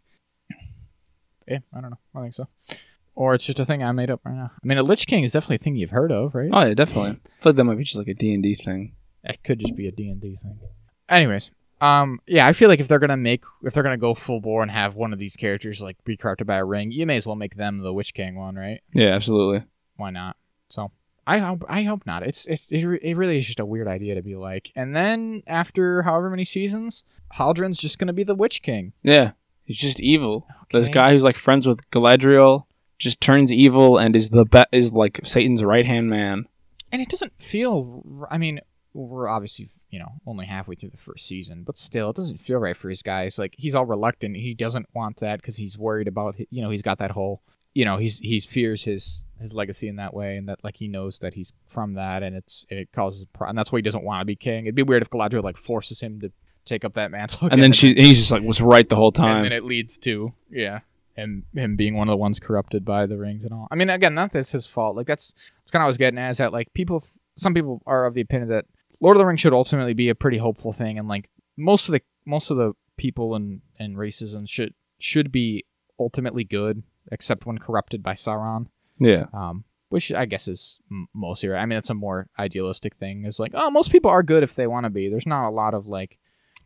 S2: Yeah, I don't know. I think so. Or it's just a thing I made up right now. I mean, a Lich King is definitely a thing you've heard of, right?
S1: Oh yeah, definitely. I feel like that might be just like a D and D thing.
S2: It could just be a D and D thing. Anyways, um, yeah, I feel like if they're gonna make, if they're gonna go full bore and have one of these characters like be corrupted by a ring, you may as well make them the Witch King one, right?
S1: Yeah, absolutely.
S2: why not? So I hope I hope not. It's it's it, re- it really is just a weird idea to be like. And then after however many seasons, Haldren's just gonna be the Witch King.
S1: Yeah, he's just evil. This
S2: Okay.
S1: guy who's like friends with Galadriel just turns evil and is the be- is like Satan's right hand man.
S2: And it doesn't feel. r- I mean, we're obviously you know only halfway through the first season, but still, it doesn't feel right for his guys. Like he's all reluctant. He doesn't want that because he's worried about hi- you know he's got that whole you know he's he's fears his his legacy in that way and that like he knows that he's from that and it's and it causes pro- and that's why he doesn't want to be king. It'd be weird if Galadriel like forces him to take up that mantle.
S1: And
S2: again.
S1: then she and he's just like was right the whole
S2: and
S1: time.
S2: then it leads to yeah him him being one of the ones corrupted by the rings and all i mean again not that it's his fault like that's that's kind of what i was getting at is that like people some people are of the opinion that lord of the rings should ultimately be a pretty hopeful thing and like most of the most of the people and and races and should should be ultimately good except when corrupted by sauron
S1: yeah.
S2: um which i guess is m- mostly right i mean that's a more idealistic thing is like oh most people are good if they want to be there's not a lot of like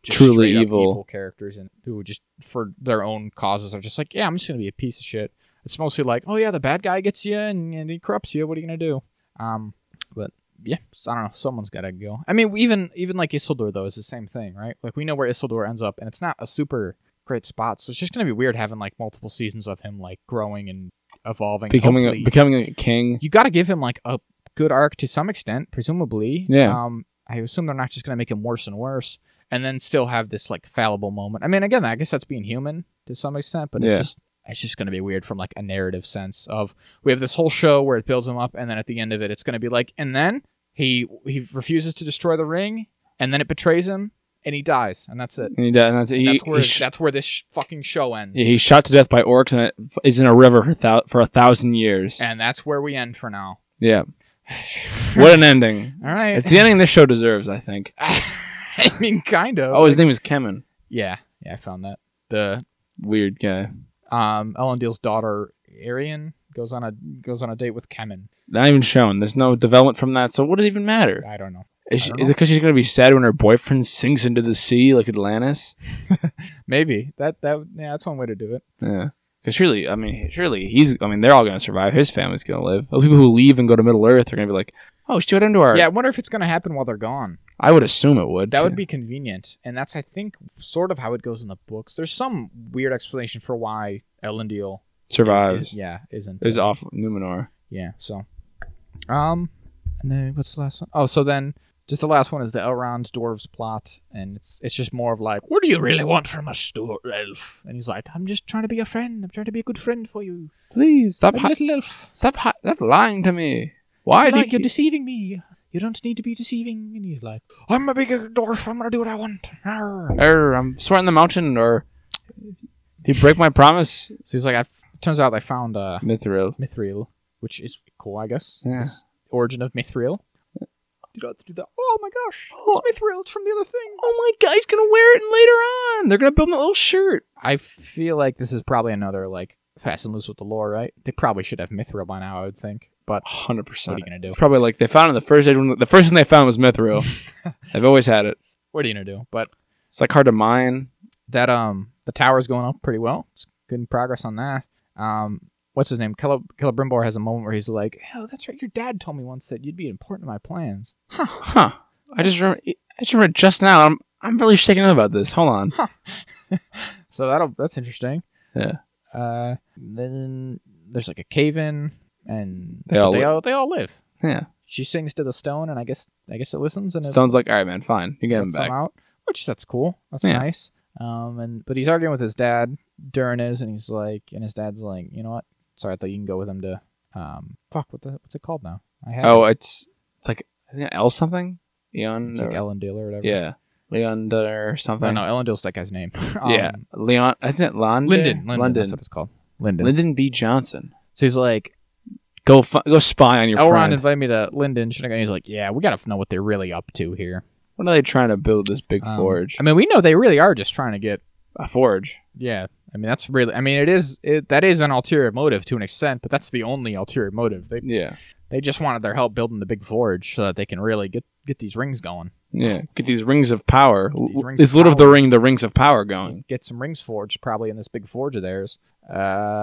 S1: Truly
S2: straight up
S1: evil.
S2: characters and who just for their own causes are just like yeah i'm just gonna be a piece of shit it's mostly like oh yeah the bad guy gets you and, and he corrupts you what are you gonna do um but yeah so i don't know someone's gotta go i mean even even like isildur though is the same thing right like we know where isildur ends up and it's not a super great spot so it's just gonna be weird having like multiple seasons of him like growing and evolving
S1: Becoming a,
S2: Hopefully-
S1: becoming a king.
S2: you got to give him like a good arc to some extent, presumably.
S1: Yeah.
S2: Um, I assume they're not just gonna make him worse and worse, and then still have this like fallible moment. I mean, again, I guess that's being human to some extent, but it's
S1: Yeah.
S2: just it's just gonna be weird from like a narrative sense of we have this whole show where it builds him up, and then at the end of it, it's gonna be like, and then he he refuses to destroy the ring, and then it betrays him, and he dies, and that's it.
S1: And he died. And that's, he,
S2: that's where
S1: he, sh-
S2: that's where this sh- fucking show ends,
S1: he's shot to death by orcs and it f- is in a river for, thou- for a thousand years.
S2: and that's where we end for now.
S1: yeah. What an ending.
S2: All right.
S1: It's the ending this show deserves, I think.
S2: I mean, kind of.
S1: Oh, his name is Kemen.
S2: Yeah, yeah, I found that. The
S1: Weird guy.
S2: um Elendil's daughter Arian goes on a goes on a date with Kemen.
S1: Not even shown. There's no development from that, so what would it even matter?
S2: I don't know.
S1: Is,
S2: I
S1: she,
S2: don't
S1: is
S2: know.
S1: it because she's gonna be sad when her boyfriend sinks into the sea like Atlantis?
S2: Maybe that that yeah, that's one way to do it.
S1: Yeah. Because surely, I mean, surely he's. I mean, they're all gonna survive. His family's gonna live. The people who leave and go to Middle Earth are gonna be like, "Oh, she went into our."
S2: Yeah, I wonder if it's gonna happen while they're gone.
S1: I would assume it would.
S2: That would be convenient, and that's I think sort of how it goes in the books. There's some weird explanation for why Elendil
S1: survives.
S2: is, yeah isn't
S1: It was
S2: uh,
S1: off Numenor.
S2: yeah so um and then what's the last one? Oh, so then Just the last one is the Elrond dwarves plot, and it's it's just more of like, what do you really want from us, dwar- elf? And he's like, I'm just trying to be a friend. I'm trying to be a good friend for you,
S1: Please stop,
S2: I'm a
S1: hi-
S2: little elf.
S1: stop, hi- stop lying to me. Why
S2: Like,
S1: do you?
S2: you're deceiving me. You don't need to be deceiving. And he's like, I'm a big dwarf. I'm gonna do what I want. Arr.
S1: Err, er, I'm sweating the mountain, or if you break my promise,
S2: So he's like, I. Turns out I found uh,
S1: Mithril.
S2: Mithril, which is cool, I guess.
S1: Yeah.
S2: It's origin of Mithril. You don't have to do that. Oh my gosh, it's Mithril. It's from the other thing.
S1: Oh my god, he's gonna wear it later on. They're gonna build him a little shirt.
S2: I feel like this is probably another like fast and loose with the lore, right? They probably should have Mithril by now, I would think. But
S1: Hundred
S2: what are
S1: percent.
S2: you gonna do?
S1: It's probably like they found it the first. everyone- The first thing they found was Mithril. They've always had it.
S2: What are you gonna do? But
S1: It's like hard to mine.
S2: that um, the tower's going up pretty well. It's good progress on that. Um, what's his name? Cele- Celebrimbor has a moment where he's like, "Oh, that's right. Your dad told me once that you'd be important to my plans."
S1: Huh. I just remember. I just remember just now. I'm I'm really shaken up about this. Hold on.
S2: So that'll that's interesting.
S1: Yeah.
S2: Uh, then there's like a cave in, and
S1: They all
S2: but they
S1: live.
S2: all they all live.
S1: Yeah.
S2: She sings to the stone, and I guess I guess it listens, and it
S1: Stone's like, all right, man, fine. You get him
S2: lets him
S1: back.
S2: out, which that's cool. That's
S1: Yeah.
S2: nice. Um, and but he's arguing with his dad. Durin is, and he's like, and his dad's like, you know what? Sorry, I thought you can go with him to, um, fuck, what the what's it called now? I have
S1: Oh, it's it's like isn't it L something? Leon.
S2: it's
S1: or-
S2: like Ellendale or whatever.
S1: uh, yeah. Leon or something.
S2: no, no, Ellendale's that guy's name. Um,
S1: yeah. Leon. Isn't it London?
S2: Linden, Linden,
S1: London.
S2: that's what it's called. Linden.
S1: Lyndon B. Johnson.
S2: So he's like,
S1: Go fi- go spy on your
S2: Elrond
S1: friend.
S2: invited me to Linden. Shinigan. He's like, yeah, we got to know what they're really up to here.
S1: What are they trying to build this big
S2: Um,
S1: forge?
S2: I mean, we know they really are just trying to get.
S1: a forge.
S2: Yeah, I mean that's really. I mean it is. It, that is an ulterior motive to an extent, but that's the only ulterior motive. They
S1: Yeah.
S2: they just wanted their help building the big forge so that they can really get get these rings going,
S1: Yeah. Get these rings of power.
S2: these rings
S1: Is
S2: of
S1: Lord of the
S2: power.
S1: Ring the rings of power going?
S2: get some rings forged probably in this big forge of theirs. Uh,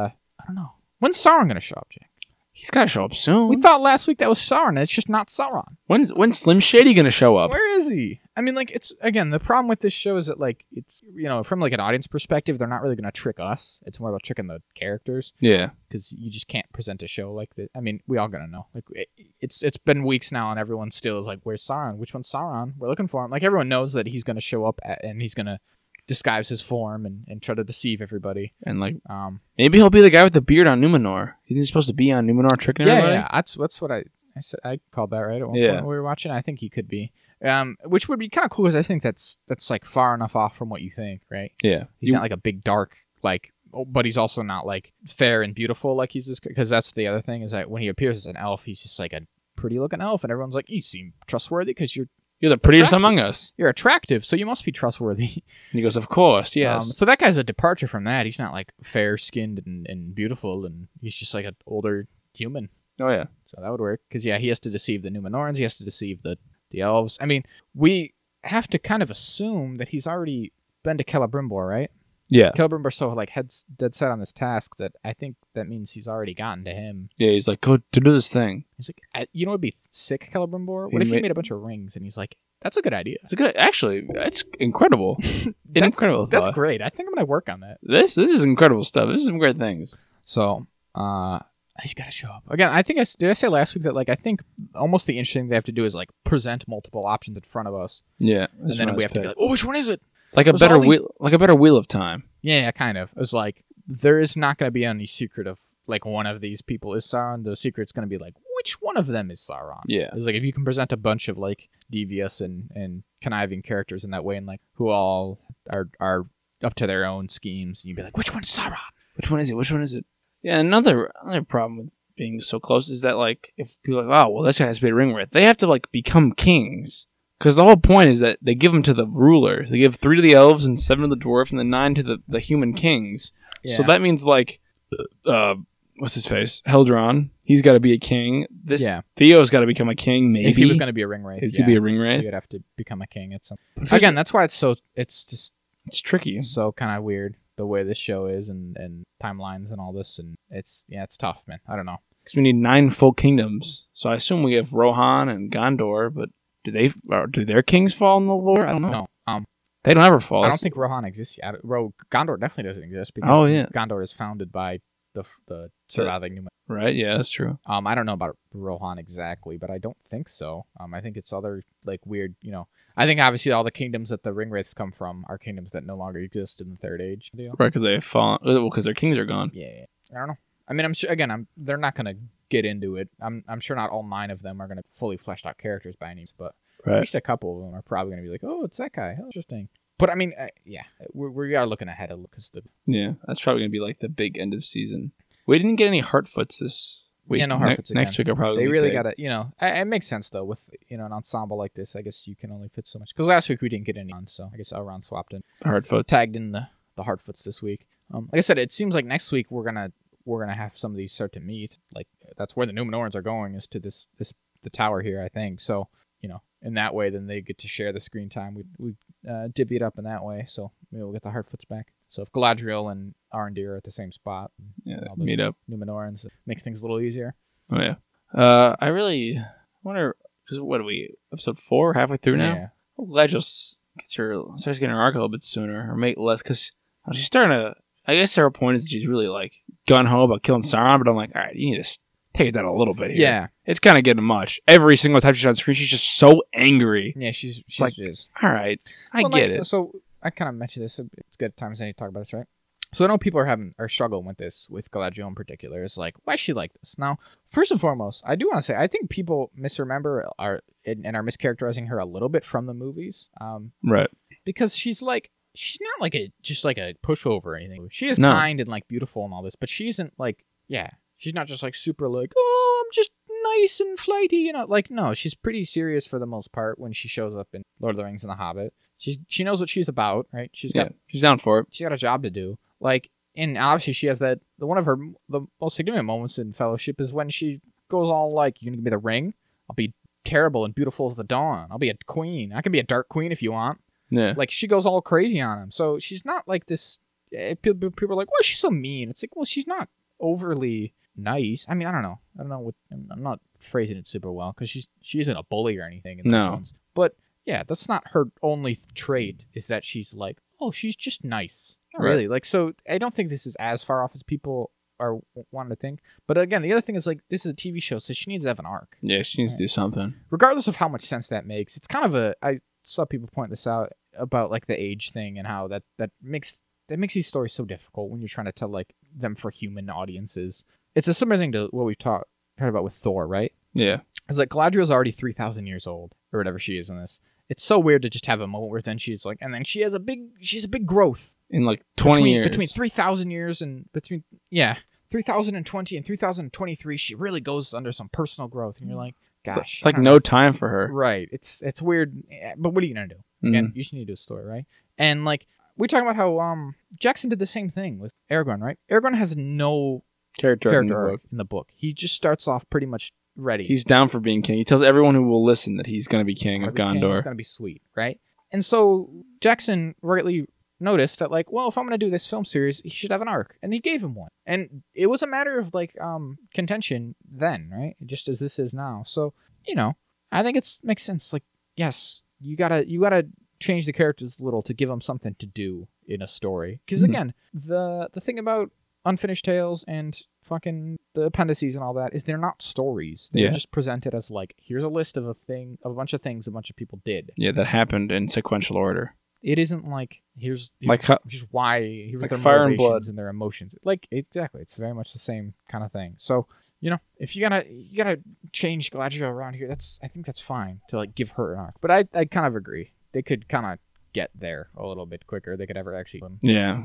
S2: I don't know. When's Sauron gonna show up, Jack?
S1: He's got to show up soon.
S2: We thought last week that was Sauron. and It's just not Sauron.
S1: When's when's Slim Shady gonna show up?
S2: Where is he? I mean, like, it's again the problem with this show is that like it's you know from like an audience perspective, they're not really going to trick us. It's more about tricking the characters
S1: Yeah.
S2: because you just can't present a show like this. I mean, we all gonna know. Like, it, it's it's been weeks now, and everyone still is like, "Where's Sauron? Which one's Sauron? We're looking for him." Like everyone knows that he's gonna show up at, and he's gonna disguise his form and, and try to deceive everybody.
S1: And like
S2: Um,
S1: maybe he'll be the guy with the beard on Numenor. Isn't he supposed to be on Numenor tricking
S2: yeah,
S1: everybody?
S2: yeah, that's that's what I. I, said, I called that right at one
S1: Yeah.
S2: point when we were watching. I think he could be, um, which would be kind of cool because I think that's that's like far enough off from what you think, right?
S1: Yeah.
S2: He's
S1: You-
S2: not like a big dark like, oh, but he's also not like fair and beautiful like he's this because that's the other thing is that when he appears as an elf, he's just like a pretty looking elf, and everyone's like, you seem trustworthy because you're
S1: you're the prettiest
S2: attractive.
S1: among us.
S2: you're attractive, so you must be trustworthy.
S1: And he goes, Of course,
S2: Um,
S1: yes.
S2: so that guy's a departure from that. He's not like fair skinned and, and beautiful, and he's just like an older human.
S1: oh yeah.
S2: So that would work because yeah, he has to deceive the Numenorans. He has to deceive the the elves. I mean, we have to kind of assume that he's already been to Celebrimbor, right?
S1: Yeah.
S2: Kilburn Barceau like heads dead set on this task that I think that means he's already gotten to him.
S1: Yeah, he's like, Go to do this thing.
S2: He's like, I, you know, what'd be sick, Celebrimbor. What
S1: He
S2: if he
S1: ma-
S2: made a bunch of rings? And he's like, that's a good idea.
S1: It's a good actually, that's incredible.
S2: That's-
S1: incredible
S2: That's
S1: thought.
S2: great. I think I'm gonna work on that.
S1: This this is incredible stuff. This is some great things.
S2: So, uh, he's gotta show up again. I think I s- did. I say last week that like I think almost the interesting thing they have to do is like present multiple options in front of us,
S1: Yeah.
S2: and then we have to be like, oh, which one is it?
S1: like a
S2: There's all
S1: better
S2: these-
S1: wheel like a better wheel of time.
S2: Yeah, kind of. It's like there is not gonna be any secret of like one of these people is Sauron. The secret's gonna be like which one of them is Sauron.
S1: Yeah.
S2: It's like if you can present a bunch of like devious and and conniving characters in that way, and like who all are are up to their own schemes, you'd be like, which one's Sauron?
S1: Which one is it? Which one is it? Yeah, another another problem with being so close is that like if people are like, oh well, this guy has to be a ring wraith, they have to like become kings because the whole point is that they give them to the ruler. They give three to the elves and seven to the dwarf and the nine to the the human kings. So that means like, uh, what's his face? Heldron. He's got to be a king. This
S2: yeah,
S1: Theo's got to become a king. Maybe
S2: if he was going to be a ring wraith,
S1: Is
S2: yeah,
S1: he be a ring wraith?
S2: you'd have to become a king at some.
S1: But if he's-
S2: Again, that's why it's so it's just
S1: it's tricky.
S2: so kind of weird the way this show is and and timelines and all this, and it's yeah, it's tough, man. I don't know.
S1: because we need nine full kingdoms. So I assume we have Rohan and Gondor, but do they or do their kings fall in the lore? I don't know.
S2: No, um,
S1: They don't ever fall.
S2: I don't think Rohan exists yet. Ro- Gondor definitely doesn't exist because
S1: Oh yeah,
S2: Gondor is founded by the f- the surviving pneumatic.
S1: Right? Yeah, that's true.
S2: Um, I don't know about Rohan exactly, but I don't think so. Um, I think it's other like weird, you know. I think obviously all the kingdoms that the ring wraiths come from are kingdoms that no longer exist in the Third Age. Deal.
S1: Right, because they fall. Well, because their kings are gone.
S2: Yeah, yeah. I don't know. I mean, I'm sure again, I'm they're not gonna get into it. I'm I'm sure not all nine of them are gonna fully fleshed out characters by any means, but at
S1: Right.
S2: least a couple of them are probably gonna be like, oh, it's that guy. How interesting. But I mean, uh, yeah, we we are looking ahead of because the
S1: Yeah, that's probably gonna be like the big end of season. We didn't get any Hartfoots this week.
S2: Yeah, no
S1: Ne-
S2: Hartfoots
S1: Next week, I'll probably
S2: they
S1: be
S2: really
S1: big.
S2: got to, you know, I, it makes sense though with you know an ensemble like this. I guess you can only fit so much because last week we didn't get any on, so I guess Elrond swapped in,
S1: Hartfoots.
S2: tagged in the the Hardfoots this week. Um, like I said, it seems like next week we're gonna we're gonna have some of these start to meet. Like that's where the Numenorans are going is to this this the tower here, I think. So you know, in that way, then they get to share the screen time. We we uh, divvy it up in that way, so maybe we'll get the Hardfoots back. So if Galadriel and Arendir are at the same spot,
S1: Yeah,
S2: all the-
S1: meet up.
S2: Numenorans it makes things a little easier.
S1: Oh yeah. Uh, I really wonder because what are we episode four halfway through now?
S2: Yeah.
S1: I'm glad Jill s- gets her starts getting her arc a little bit sooner or make less because she's starting to. I guess her point is she's really like gun ho about killing Sauron, but I'm like, all right, you need to s- take it down a little bit here.
S2: Yeah,
S1: it's kind of getting much. Every single time she's on screen, she's just so angry.
S2: Yeah, she's, she's,
S1: like,
S2: is.
S1: All right, I
S2: Well,
S1: get
S2: like,
S1: it.
S2: So I kind of mentioned this. It's good times I need to talk about this, right? So I know people are having are struggling with this with Galadriel in particular. It's like why is she like this? Now, first and foremost, I do want to say I think people misremember are and, and are mischaracterizing her a little bit from the movies, um,
S1: Right,
S2: because she's like she's not like a just like a pushover or anything. She is
S1: No.
S2: kind and like beautiful and all this, but she isn't like yeah, she's not just like super like oh I'm just nice and flighty, you know. Like no, she's pretty serious for the most part when she shows up in Lord of the Rings and The Hobbit. She's she knows what she's about, right? She's got
S1: yeah, she's down for it.
S2: she's got a job to do. Like and obviously she has that the one of her m- the most significant moments in Fellowship is when she goes all like you're gonna give me the ring, I'll be terrible and beautiful as the dawn. I'll be a queen. I can be a dark queen if you want
S1: Yeah,
S2: like she goes all crazy on him. So she's not like this. eh, pe- pe- People are like, "Well, she's so mean." It's like, well, she's not overly nice. I mean, I don't know. I don't know what. I'm I'm not phrasing it super well because she's she isn't a bully or anything. In those
S1: No.
S2: ones. but yeah, that's not her only th- trait. Is that she's like, oh, she's just nice. Not
S1: Right.
S2: really. Like, so I don't think this is as far off as people are w- wanting to think. But again, the other thing is like, this is a TV show, so she needs to have an arc
S1: yeah, she needs to do something.
S2: regardless of how much sense that makes, it's kind of a I saw people point this out about like the age thing and how that that makes that makes these stories so difficult when you're trying to tell like them for human audiences. It's a similar thing to what we've talked talked about with Thor, right?
S1: Yeah,
S2: It's like Galadriel's already three thousand years old or whatever she is in this. It's so weird to just have a moment where then she's like, and then she has a big she's a big growth
S1: in like twenty
S2: between,
S1: years.
S2: between 3000 years and between yeah 3020 and 3023 she really goes under some personal growth and you're
S1: Mm.
S2: like
S1: it's,
S2: gosh
S1: like- it's
S2: I
S1: like
S2: don't
S1: no
S2: know if-
S1: time for her.
S2: Right. It's it's weird, eh, but what are you gonna do?
S1: Mhm.
S2: And you just need to do a story, right? And like we're talking about how um Jackson did the same thing with Aragorn, right? Aragorn has no
S1: Character,
S2: character
S1: arc.
S2: arc in the book. He just starts off pretty much ready.
S1: He's down for being king. He tells everyone who will listen that he's going to be king
S2: Gonna
S1: of
S2: be king,
S1: Gondor.
S2: It's gonna be sweet, right? And so Jackson rightly noticed that like, well, if I'm gonna do this film series, he should have an arc, and he gave him one, and it was a matter of like um contention then, right? Just as this is now. So you know, I think it's makes sense. Like, yes, you gotta you gotta change the characters a little to give them something to do in a story. Because
S1: Mhm.
S2: again, the the thing about unfinished tales and fucking the appendices and all that is they're not stories. They're
S1: Yeah.
S2: just presented as like here's a list of a thing, a bunch of things a bunch of people did.
S1: yeah, that happened in sequential order.
S2: It isn't like here's, here's
S1: Like ho-
S2: here's why here's
S1: Like
S2: their
S1: Fire and
S2: motivations and,
S1: Blood.
S2: their emotions. Like exactly, it's very much the same kind of thing. So you know, if you gotta you gotta change Galadriel around here, that's I think that's fine to like give her an arc. But I I kind of agree. They could kind of get there a little bit quicker. They could ever actually
S1: Yeah,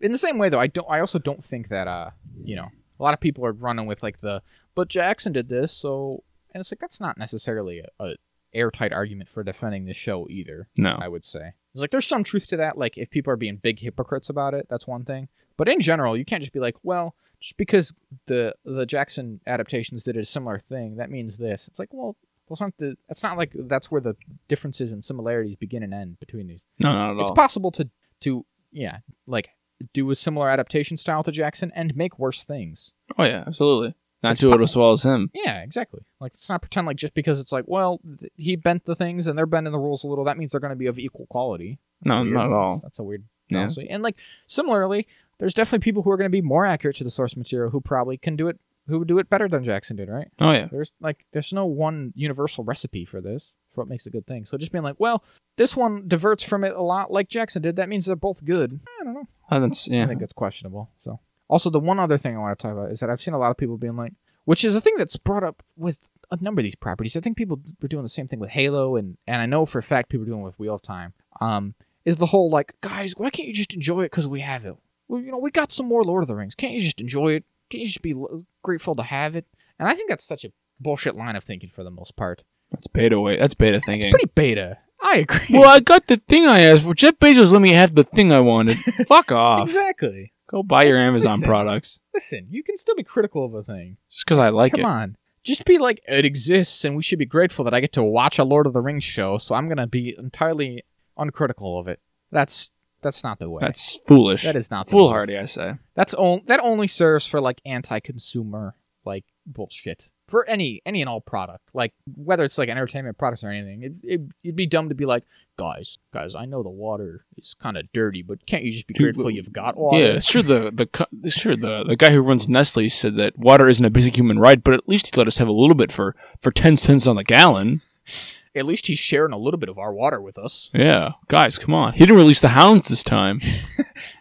S2: in the same way though i don't i also don't think that uh you know a lot of people are running with like the but jackson did this so and it's like that's not necessarily a, a airtight argument for defending this show either
S1: no,
S2: i would say Oh. it's like there's some truth to that like if people are being big hypocrites about it that's one thing but in general you can't just be like well just because the the jackson adaptations did a similar thing that means this it's like well those aren't the that's not like that's where the differences and similarities begin and end between these
S1: no, not at
S2: it's
S1: all.
S2: possible to to yeah like do a similar adaptation style to Jackson and make worse things.
S1: oh yeah, absolutely. Not
S2: It's
S1: do it
S2: po-
S1: as well as him.
S2: Yeah, exactly. Like let's not pretend like just because it's like well th- he bent the things and they're bending the rules a little that means they're going to be of equal quality. That's
S1: No,
S2: weird.
S1: not at all.
S2: That's, that's a weird
S1: Yeah.
S2: honestly. And like similarly, there's definitely people who are going to be more accurate to the source material who probably can do it, who would do it better than Jackson did, right?
S1: Oh yeah.
S2: There's like there's no one universal recipe for this for what makes a good thing. So just being like, well, this one diverts from it a lot like Jackson did. That means they're both good. I don't know.
S1: Oh, that's yeah.
S2: I think that's questionable. So also the one other thing I want to talk about is that I've seen a lot of people being like, which is a thing that's brought up with a number of these properties. I think people d- were doing the same thing with Halo, and and I know for a fact people are doing it with Wheel of Time. Um, is the whole like, guys, why can't you just enjoy it because we have it? Well, you know, we got some more Lord of the Rings. Can't you just enjoy it? Can't you just be l- grateful to have it? And I think that's such a bullshit line of thinking for the most part.
S1: That's beta way. That's beta thinking.
S2: It's pretty beta. I agree.
S1: well, I got the thing I asked for. Jeff Bezos let me have the thing I wanted. Fuck off.
S2: exactly.
S1: Go buy your Amazon
S2: Listen.
S1: products.
S2: Listen, you can still be critical of a thing.
S1: Just because I like uh,
S2: Come
S1: it.
S2: on. Just be like, it exists, and we should be grateful that I get to watch a Lord of the Rings show, so I'm gonna be entirely uncritical of it. That's that's not the way.
S1: That's foolish.
S2: that is not the
S1: foolhardy,
S2: move.
S1: I say.
S2: That's on, that only serves for like anti-consumer like bullshit for any any and all product. Like whether it's like entertainment products or anything, it, it you'd be dumb to be like, guys, guys, I know the water is kind of dirty, but can't you just be
S1: Dude,
S2: grateful
S1: well,
S2: you've got water?
S1: Yeah, sure. The the co- sure the, the guy who runs Nestle said that water isn't a basic human right, but at least he let us have a little bit for for ten cents on the gallon.
S2: At least he's sharing a little bit of our water with us.
S1: Yeah, guys, come on. He didn't release the hounds this time.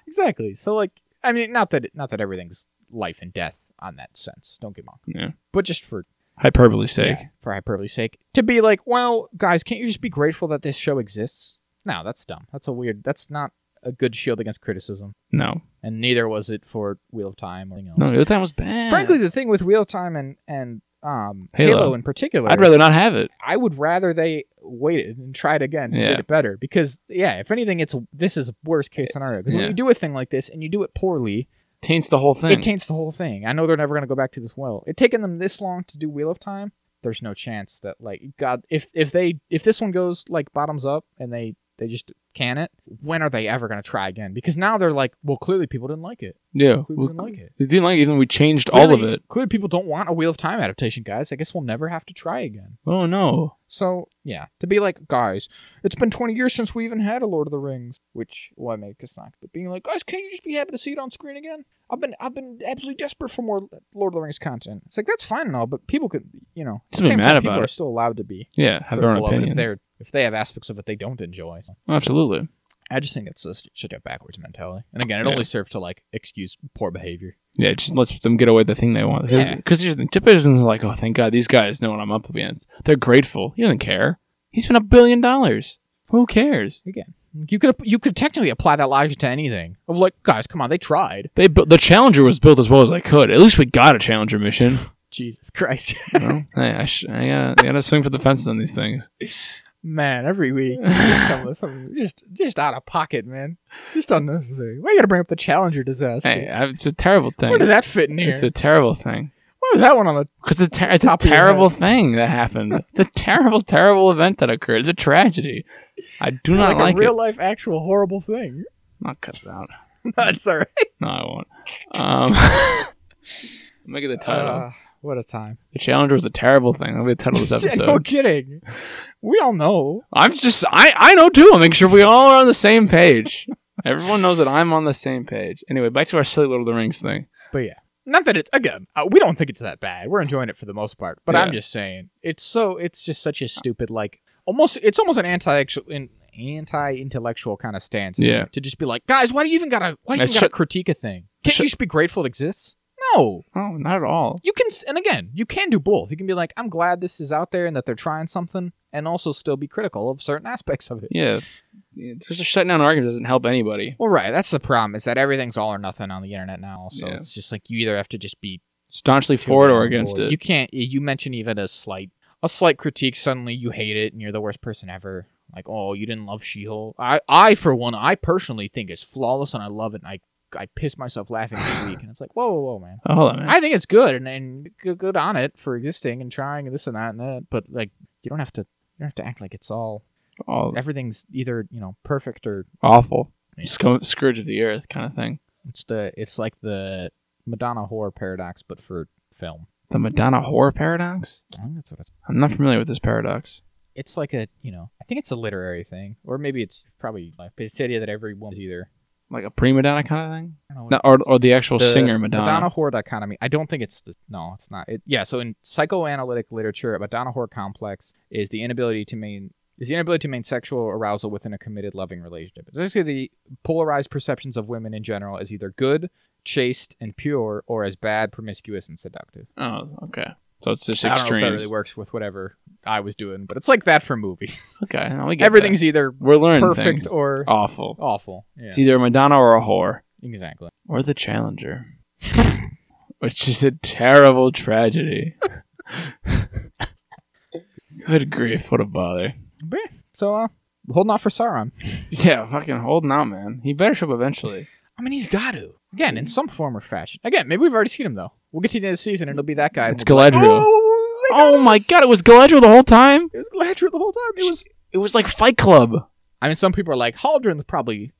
S2: Exactly. So like I mean not that not that everything's life and death on that sense. Don't get me wrong.
S1: Yeah.
S2: But just for
S1: Hyperbole sake.
S2: yeah, for hyperbole's sake. To be like, well, guys, can't you just be grateful that this show exists? No, that's dumb. That's a weird that's not a good shield against criticism.
S1: No,
S2: And neither was it for Wheel of Time or anything
S1: no,
S2: else.
S1: the other time was bad.
S2: Frankly, the thing with Wheel of Time and and um, Halo.
S1: Halo.
S2: in particular,
S1: I'd
S2: is-
S1: rather not have it.
S2: I would rather they waited and tried again and
S1: Yeah.
S2: did it better because yeah, if anything, it's this is a worst case scenario because when
S1: Yeah.
S2: you do a thing like this and you do it poorly,
S1: Taints the whole thing.
S2: it taints the whole thing. I know they're never going to go back to this well. It taken them this long to do Wheel of Time. There's no chance that like God, if if they if this one goes like bottoms up and they they just can it, when are they ever going to try again? Because now they're like, well, clearly people didn't like it.
S1: yeah,
S2: Clearly
S1: we-
S2: didn't like it.
S1: they didn't like it. Even we changed all of
S2: Clearly-
S1: it.
S2: Clearly people don't want a Wheel of Time adaptation, guys. I guess we'll never have to try again.
S1: Oh no.
S2: So yeah, to be like, guys, it's been 20 years since we even had a Lord of the Rings, which well, I make a snack, but being like, guys, can't you just be happy to see it on screen again? I've been I've been absolutely desperate for more Lord of the Rings content. It's like that's fine and all, but people could, you know, at the
S1: Shouldn't be
S2: same
S1: mad
S2: time,
S1: about
S2: people
S1: it.
S2: are still allowed to be
S1: Yeah, have their own
S2: critical of it
S1: opinions. Oh,
S2: if they're if they have aspects of it they don't enjoy.
S1: Absolutely.
S2: I just think it's just such a backwards mentality. And again, it
S1: Yeah.
S2: only serves to like excuse poor behavior.
S1: Yeah, it just lets them get away with the thing they want. Because
S2: Yeah.
S1: here's the thing. Jeff Bezos isn't like, oh, thank God, these guys know what I'm up against. They're grateful. He doesn't care. He spent a billion dollars. Who cares?
S2: You could you could technically apply that logic to anything. Of like, guys, come on, they tried.
S1: They bu- the Challenger was built as well as I could. At least we got a Challenger mission.
S2: Jesus Christ.
S1: You know? hey, I, sh- I, gotta, I gotta swing for the fences on these things.
S2: Man, every week you just come with something just just out of pocket, man. Just unnecessary. Why you gotta bring up the Challenger disaster?
S1: Hey, I, it's a terrible thing.
S2: Where did that fit in here?
S1: It's a terrible thing.
S2: Why was that one on the?
S1: Because it's, a ter- it's a
S2: Top of your
S1: terrible thing that happened. It's a terrible, terrible event that occurred. It's a tragedy. I do not like,
S2: a
S1: it.
S2: real life, actual horrible thing.
S1: I'm not cut it out.
S2: That's all right.
S1: No, I won't. Um, look at the title.
S2: Uh, what a time!
S1: The Challenger was a terrible thing. That'll be the title of this
S2: Yeah, no
S1: episode.
S2: kidding. We all know.
S1: I'm just, I, I know too. I'm making sure we all are on the same page. Everyone knows that I'm on the same page. Anyway, back to our silly Lord of the Rings thing.
S2: But yeah, not that it's again. Uh, we don't think it's that bad. We're enjoying it for the most part. But I'm
S1: Yeah.
S2: just saying, it's so it's just such a stupid like almost. It's almost an anti anti intellectual kind of stance. isn't
S1: Yeah.
S2: it? To just be like, guys, why do you even gotta why do you
S1: I
S2: even gotta
S1: shut-
S2: critique a thing? Can't
S1: shut-
S2: you just be grateful it exists? No,
S1: Oh, not at all.
S2: you can. s- And again, you can do both. You can be like, I'm glad this is out there and that they're trying something, and also still be critical of certain aspects of it.
S1: Yeah. Yeah, Just a shutting down an argument doesn't help anybody.
S2: Well, right. That's the problem. Is that everything's all or nothing on the internet now. So
S1: Yeah.
S2: it's just like you either have to just be
S1: Staunchly
S2: too
S1: for it or
S2: bad,
S1: against
S2: boy.
S1: it.
S2: You can't. You mention even a slight, a slight critique. Suddenly, you hate it, and you're the worst person ever. Like, oh, you didn't love She-Hulk. I, I for one, I personally think it's flawless, and I love it. And I, I piss myself laughing every week, and it's like, whoa, whoa, whoa, man.
S1: Oh, hold on, man.
S2: I think it's good, and and good, good on it for existing and trying and this and that and that. But like, you don't have to. You don't have to act like it's all.
S1: all
S2: Everything's either you know perfect or
S1: awful.
S2: Yeah.
S1: Scum- scourge of the earth kind of thing.
S2: it's the. It's like the Madonna horror paradox, but for film.
S1: The Madonna horror paradox?
S2: I think that's what it's.
S1: I'm not familiar with this paradox.
S2: it's like a you know I think it's a literary thing, or maybe it's probably like but it's the idea that every woman is either
S1: like a prima donna kind of thing,
S2: I don't know what
S1: No,
S2: it
S1: or
S2: is.
S1: or the actual singer Madonna.
S2: Madonna whore dichotomy. I don't think it's the no, it's not. It, yeah, so in psychoanalytic literature, a Madonna whore complex is the inability to main is the inability to maintain sexual arousal within a committed loving relationship. It's basically the polarized perceptions of women in general as either good, chaste, and pure, or as bad, promiscuous, and seductive.
S1: Oh, okay. So it's just
S2: I don't know if
S1: extremes.
S2: that really works with whatever I was doing, but it's like that for movies.
S1: Okay, no, we get
S2: Everything's either
S1: that. we're learning
S2: perfect
S1: things.
S2: or
S1: Awful.
S2: awful. Yeah,
S1: It's either Madonna or a whore
S2: exactly.
S1: or the challenger, which is a terrible tragedy. Good grief! What a bother.
S2: But yeah, so uh, holding off for Sauron.
S1: Yeah, fucking holding out, man. He better show up eventually.
S2: I mean, he's got to. Again, in some form or fashion. Again, maybe we've already seen him, though. We'll get to the end of the season, and it'll be that guy. and
S1: It's
S2: we'll be like,
S1: Galadriel.
S2: oh, they got
S1: oh my
S2: us!"
S1: god! It was Galadriel the whole time.
S2: It was Galadriel the whole time. It was.
S1: It was like Fight Club.
S2: I mean, some people are like, Haldren's probably.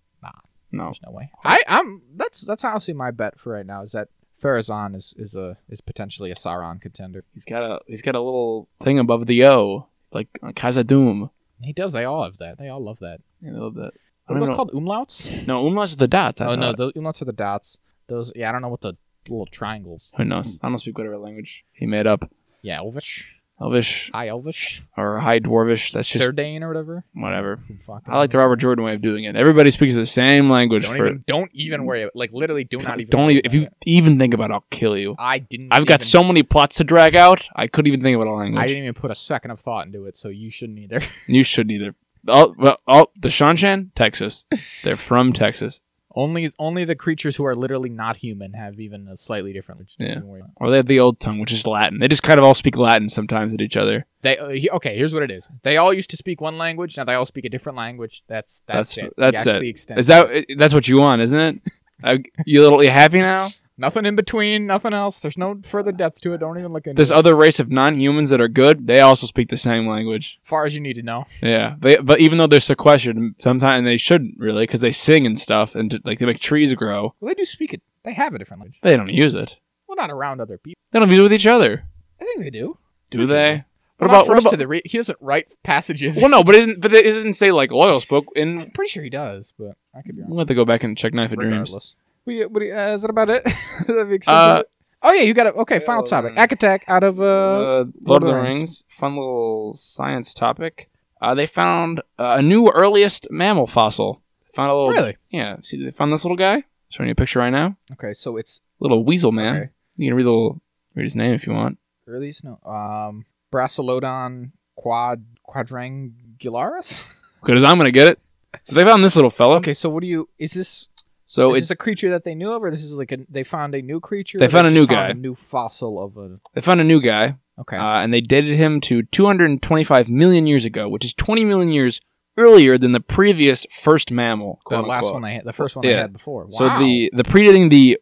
S1: No.
S2: There's no way. I, I'm. That's that's honestly my bet for right now is that Farazan is is a is potentially a Sauron contender.
S1: He's got a he's got a little thing above the O, like uh, Casa Doom.
S2: He does. They all have that. They all love that.
S1: I love that. I
S2: What
S1: don't
S2: are those
S1: even know. uh,
S2: called? Umlauts?
S1: No, umlauts are the dots. I
S2: Oh no,
S1: thought.
S2: the umlauts are the dots. Those. Yeah, I don't know what the little triangles.
S1: Who knows? I don't speak whatever language he made up.
S2: Yeah, Elvish,
S1: Elvish
S2: High Elvish,
S1: or High Dwarvish. That's just
S2: Sardane or whatever.
S1: whatever.
S2: Fuck,
S1: I like the Robert Jordan way of doing it. Everybody speaks the same language
S2: Don't
S1: for.
S2: even, don't even worry. About, like literally, do not even.
S1: don't
S2: worry
S1: even. If
S2: about
S1: you even think about, it, I'll kill you.
S2: it. I didn't.
S1: I've got
S2: even-
S1: so many plots to drag out. I couldn't even think about a language.
S2: I didn't even put a second of thought into it, so you shouldn't either.
S1: You shouldn't either. Oh, well, oh, the Shanshan, Texas. They're from Texas.
S2: only, only the creatures who are literally not human have even a slightly different. Just don't
S1: Yeah.
S2: even worry about it.
S1: Or they have the old tongue, which is Latin. They just kind of all speak Latin sometimes at each other.
S2: They uh, he- okay. Here's what it is. They all used to speak one language. Now they all speak a different language. That's that's
S1: That's-
S2: it.
S1: that's
S2: that's
S1: it.
S2: the extent.
S1: Is that i- that's what you want, isn't it? Uh, you little you happy now?
S2: nothing in between? Nothing else. There's no further depth to it. Don't even look into
S1: This
S2: it.
S1: other race of non-humans that are good, they also speak the same language.
S2: far as you need to know.
S1: Yeah, they, but even though they're sequestered, sometimes they shouldn't really because they sing and stuff, and like they make trees grow.
S2: Well, they do speak it. They have a different language.
S1: They don't use it.
S2: Well, not around other people.
S1: They don't use it with each other,
S2: I think they do.
S1: do they? What
S2: Not
S1: about
S2: for
S1: what
S2: us to
S1: about?
S2: the re- he doesn't write passages.
S1: Well, no, but isn't but it doesn't say like loyal spoke in
S2: I'm pretty sure he does, but I could be wrong.
S1: We'll have to go back and check Knife of Dreams.
S2: Regardless. We, what do you- uh, is that about it? That makes sense
S1: Uh,
S2: of it? oh yeah, you got it. Okay,
S1: yeah,
S2: final
S1: Lord of the
S2: topic.
S1: Rings.
S2: Ack Attack out of uh,
S1: Uh, Lord of the Rings, fun little science topic. Uh, they found uh, a new earliest mammal fossil. Found a little.
S2: really?
S1: Yeah. See, they found this little guy. Showing you a picture right now.
S2: Okay, so it's
S1: Little weasel man.
S2: okay.
S1: You can read the little, read his name if you want.
S2: earliest no um Bracylodon quad quadrangularis.
S1: Good as I'm gonna get it. So they found this little fella.
S2: Okay, so what do you is this?
S1: So
S2: is
S1: it's
S2: this a creature that they knew of, or this is like a, they found a new creature?
S1: They
S2: or
S1: found a
S2: just
S1: new guy.
S2: a new fossil of a.
S1: they found a new guy,
S2: Okay,
S1: uh, and they dated him to 225 million years ago, which is 20 million years earlier than the previous first mammal.
S2: the
S1: quote,
S2: last
S1: unquote.
S2: one I had, the first one I
S1: Yeah.
S2: had before. Wow.
S1: So the the predating the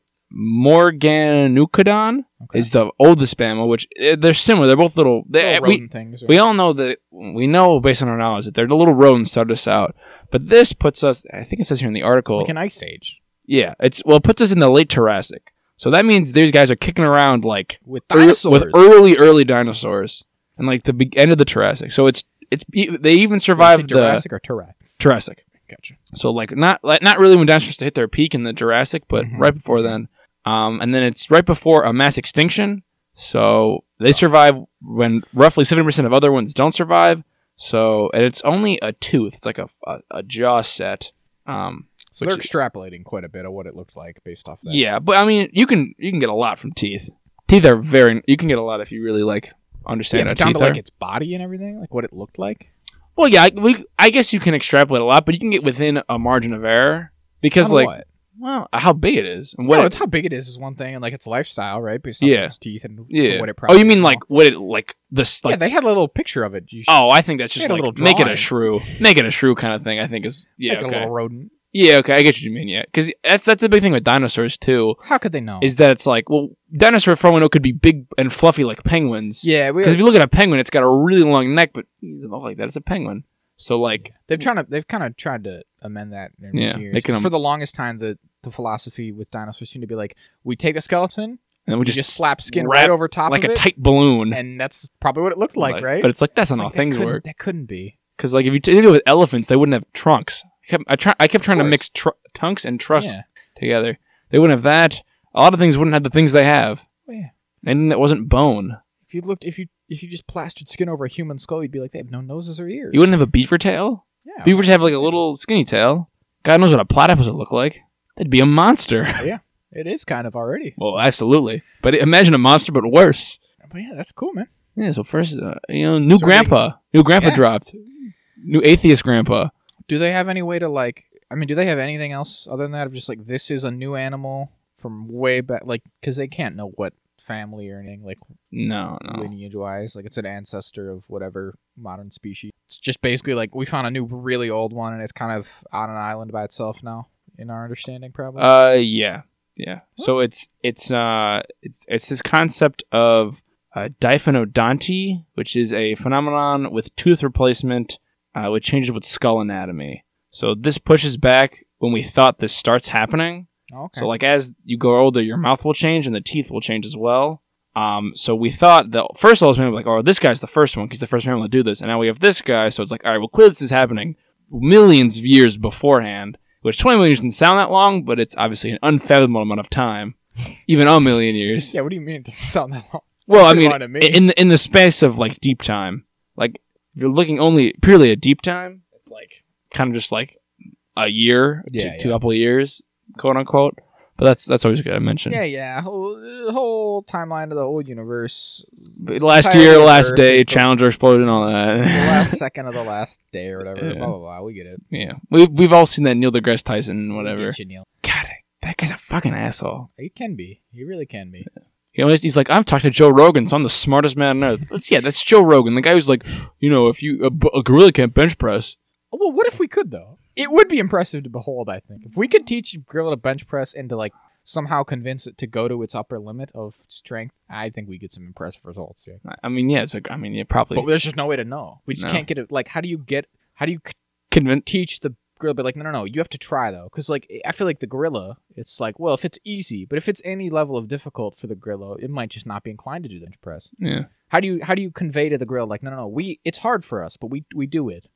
S1: Morganucodon
S2: Okay.
S1: is the oldest mammal, which eh, they're similar. They're both little. They,
S2: Little
S1: we
S2: rodent things.
S1: we all know that we know based on our knowledge that they're the little rodents started us out, but this puts us. I think it says here in the article.
S2: like an ice age
S1: yeah, it's well it puts us in the late Jurassic. So that means these guys are kicking around like
S2: with
S1: ear-
S2: dinosaurs.
S1: with early early dinosaurs and like the be- end of the Jurassic. So it's it's e- they even survived the
S2: Jurassic or Turok.
S1: Jurassic.
S2: Gotcha.
S1: So like not like not really when dinosaurs hit their peak in the Jurassic, but
S2: Mhm.
S1: right before then. Um, and then it's right before a mass extinction. So they survive when roughly seventy percent of other ones don't survive. So and it's only a tooth. It's like a a, a jaw set. Um,
S2: So
S1: Which
S2: they're extrapolating quite a bit of what it looked like based off that.
S1: yeah, but I mean you can you can get a lot from teeth. Teeth are very you can get a lot if you really like
S2: yeah
S1: understand
S2: but
S1: how
S2: down
S1: teeth
S2: to
S1: are.
S2: like its body and everything, like what it looked like.
S1: well, yeah, I- we, I guess you can extrapolate a lot, but you can get within a margin of error because
S2: On
S1: like
S2: what?
S1: well how big it is and what
S2: no,
S1: it-
S2: it's how big it is is one thing, and like its lifestyle, right? Based on
S1: Yeah.
S2: its teeth and so
S1: Yeah.
S2: what it.
S1: oh,
S2: Probably
S1: you mean like
S2: looked
S1: what it like the s-
S2: Yeah,
S1: like?
S2: they had a little picture of it. You should,
S1: oh, I think that's
S2: They
S1: just
S2: had a
S1: like
S2: little
S1: make it a
S2: drawing.
S1: shrew, make it a shrew kind of thing. I think is yeah
S2: like a
S1: okay
S2: little rodent.
S1: yeah okay. I get what you mean yeah because that's that's the big thing with dinosaurs too
S2: How could they know?
S1: is that it's like well dinosaur for all we know could be big and fluffy like penguins
S2: yeah, we,
S1: because if you look at a penguin it's got a really long neck but it doesn't look like that it's a penguin so like
S2: they've trying to they've kind of tried to amend that in
S1: Yeah,
S2: recent years.
S1: making
S2: 'Cause
S1: them-
S2: For the longest time, the the philosophy with dinosaurs seemed to be like we take a skeleton,
S1: and then we
S2: we just,
S1: just,
S2: slap skin
S1: wrap
S2: right over top
S1: like
S2: of
S1: a
S2: it,
S1: tight balloon
S2: and that's probably what it looked like, right?
S1: but it's like that's
S2: It's
S1: not
S2: like,
S1: how
S2: that
S1: things
S2: couldn't-
S1: work
S2: That couldn't be.
S1: because like if you t- think of it, elephants they wouldn't have trunks kept I try I kept trying to
S2: course.
S1: mix tr- tunks and trust
S2: Yeah.
S1: together. They wouldn't have that. A lot of things wouldn't have the things they have.
S2: Oh, yeah.
S1: Anything that wasn't bone.
S2: If you looked, if you if you just plastered skin over a human skull, you'd be like, they have no noses or ears.
S1: You wouldn't have a beaver tail.
S2: Yeah.
S1: Beavers have like a little skinny tail. God knows what a platypus would look like. That'd be a monster.
S2: it is kind of already.
S1: well, absolutely. But imagine a monster, but worse.
S2: But yeah, that's cool, man.
S1: Yeah. So first, uh, you know, new
S2: So we-
S1: grandpa, new grandpa
S2: Yeah.
S1: dropped, new atheist grandpa.
S2: Do they have any way to like? I mean, do they have anything else other than that? Of just like this is a new animal from way back, like because they can't know what family or anything like
S1: No, no.
S2: lineage wise. Like it's an ancestor of whatever modern species. It's just basically like we found a new really old one and it's kind of on an island by itself now. In our understanding, probably.
S1: Uh, yeah, yeah. So it's it's uh it's it's this concept of uh, diphenodonty, which is a phenomenon with tooth replacement, uh, which changes with skull anatomy. So this pushes back when we thought this starts happening.
S2: Oh, okay.
S1: So like as you grow older, your mouth will change and the teeth will change as well. Um, so we thought the first oldest family like, oh, this guy's the first one because the first family to do this, and now we have this guy. So it's like, all right, well, clearly this is happening millions of years beforehand. Which twenty million years doesn't sound that long, but it's obviously an unfathomable amount of time, even a million years.
S2: yeah. What do you mean it doesn't sound that long?
S1: well, I
S2: pretty
S1: mean,
S2: long to me.
S1: in in the space of like deep time, like you're looking only purely at deep time. It's like kind of just like a year,
S2: Yeah,
S1: two,
S2: yeah.
S1: two couple of years, quote unquote. But that's that's always good to mention.
S2: Yeah, yeah. Whole, the whole timeline of the whole universe,
S1: But last
S2: Entirely
S1: year,
S2: over
S1: last day,
S2: Facebook.
S1: Challenger exploded and all
S2: the last
S1: that.
S2: second of the last day or whatever.
S1: Yeah.
S2: Blah blah blah. We get it.
S1: yeah, we we've all seen that Neil deGrasse Tyson,
S2: We
S1: whatever.
S2: get you, Neil.
S1: God, that guy's a fucking asshole.
S2: He can be. He really can be.
S1: He always, he's like, I've talked to Joe Rogan, so I'm the smartest man on earth. That's, yeah, that's Joe Rogan, the guy who's like, you know, if you a, b- a gorilla can't bench press,
S2: Well, what if we could though? It would be impressive to behold. I think if we could teach a gorilla to bench press and to like somehow convince it to go to its upper limit of strength, I think we get some impressive results. Yeah.
S1: I- I mean, yeah, it's like, I mean, yeah, probably
S2: But there's just no way to know. We just
S1: No.
S2: can't get it. Like, how do you get? How do you c-
S1: convinced.
S2: teach the gorilla? But like, no, no, no. You have to try though, because like I feel like the gorilla. It's like, well, if it's easy, but if it's any level of difficult for the gorilla, it might just not be inclined to do the bench press.
S1: Yeah,
S2: How do you how do you convey to the gorilla like, no, no, no. We it's hard for us, but we we do it.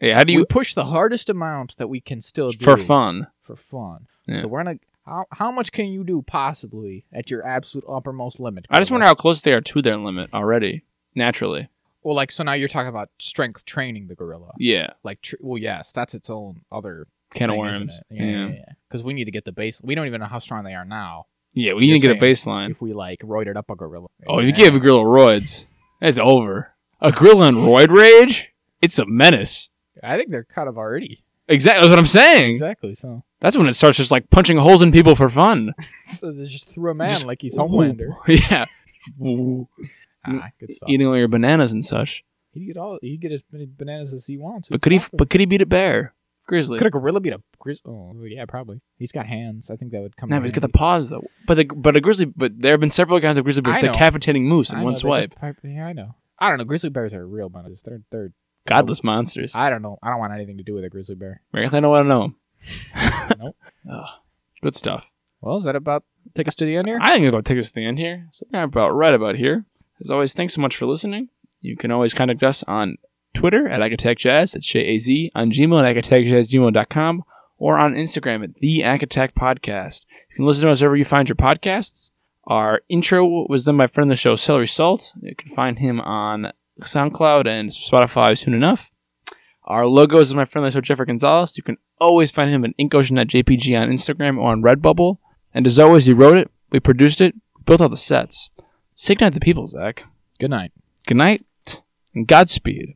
S1: yeah. How do
S2: we
S1: you
S2: push the hardest amount that we can still do
S1: for fun?
S2: for fun.
S1: Yeah.
S2: So we're gonna how, how much can you do possibly at your absolute uppermost limit?
S1: I just
S2: Gorilla?
S1: wonder how close they are to their limit already. Naturally,
S2: Well, like so now you're talking about strength training the gorilla.
S1: yeah,
S2: Like, tr- well, yes, that's its own other
S1: can of
S2: thing, isn't
S1: worms.
S2: it? Yeah, yeah, Because we need to get the base. We don't even know how strong they are now.
S1: yeah, we need to
S2: You're
S1: get a baseline.
S2: If we like roided up a gorilla.
S1: Oh, if you give a gorilla roids, it's over. A gorilla in roid rage, it's a menace.
S2: I think they're kind of already
S1: Mm-hmm. Exactly, that's what I'm saying.
S2: exactly. So,
S1: That's when it starts just like punching holes in people for fun.
S2: so they just threw a man
S1: Just-
S2: like he's Homelander.
S1: yeah. Ooh.
S2: Ah, good stuff.
S1: Eating all your bananas and such.
S2: He'd get all he'd get as many bananas as he wants.
S1: But could he?
S2: Exactly.
S1: But could he beat a bear? Grizzly.
S2: Could a gorilla beat a grizzly? Oh, yeah, probably. He's got hands. I think that would come.
S1: No,
S2: in
S1: but he's got the
S2: handy.
S1: paws though. But the, but a grizzly. But there have been several kinds of grizzly bears
S2: I know.
S1: decapitating moose in
S2: I
S1: one
S2: know, they
S1: swipe.
S2: don't pipe- Yeah, I know. I don't know. Grizzly bears are real monsters. They're they're.
S1: Godless monsters.
S2: I don't know. I don't want anything to do with a grizzly bear.
S1: Apparently, I don't want to know 'em.
S2: nope.
S1: Ugh. Good stuff.
S2: Well, is that about take us to the end here?
S1: I think I'm going to take us to the end here. So we're about right about here. As always, thanks so much for listening. You can always contact us on Twitter at AcatechJazz, that's J-A-Z, on Gmail at AcatechJazzGmail.com, or on Instagram at The Acatech Podcast. You can listen to us wherever you find your podcasts. Our intro was done by friend of the show, Celery Salt. You can find him on SoundCloud and Spotify soon enough. Our logo is my friend of the show, Jeffrey Gonzalez. You can always find him at inkocean.jpg on Instagram or on Redbubble. And as always, he wrote it, we produced it, we built all the sets. Signite the people, Zach.
S2: Good night.
S1: Good night and Godspeed.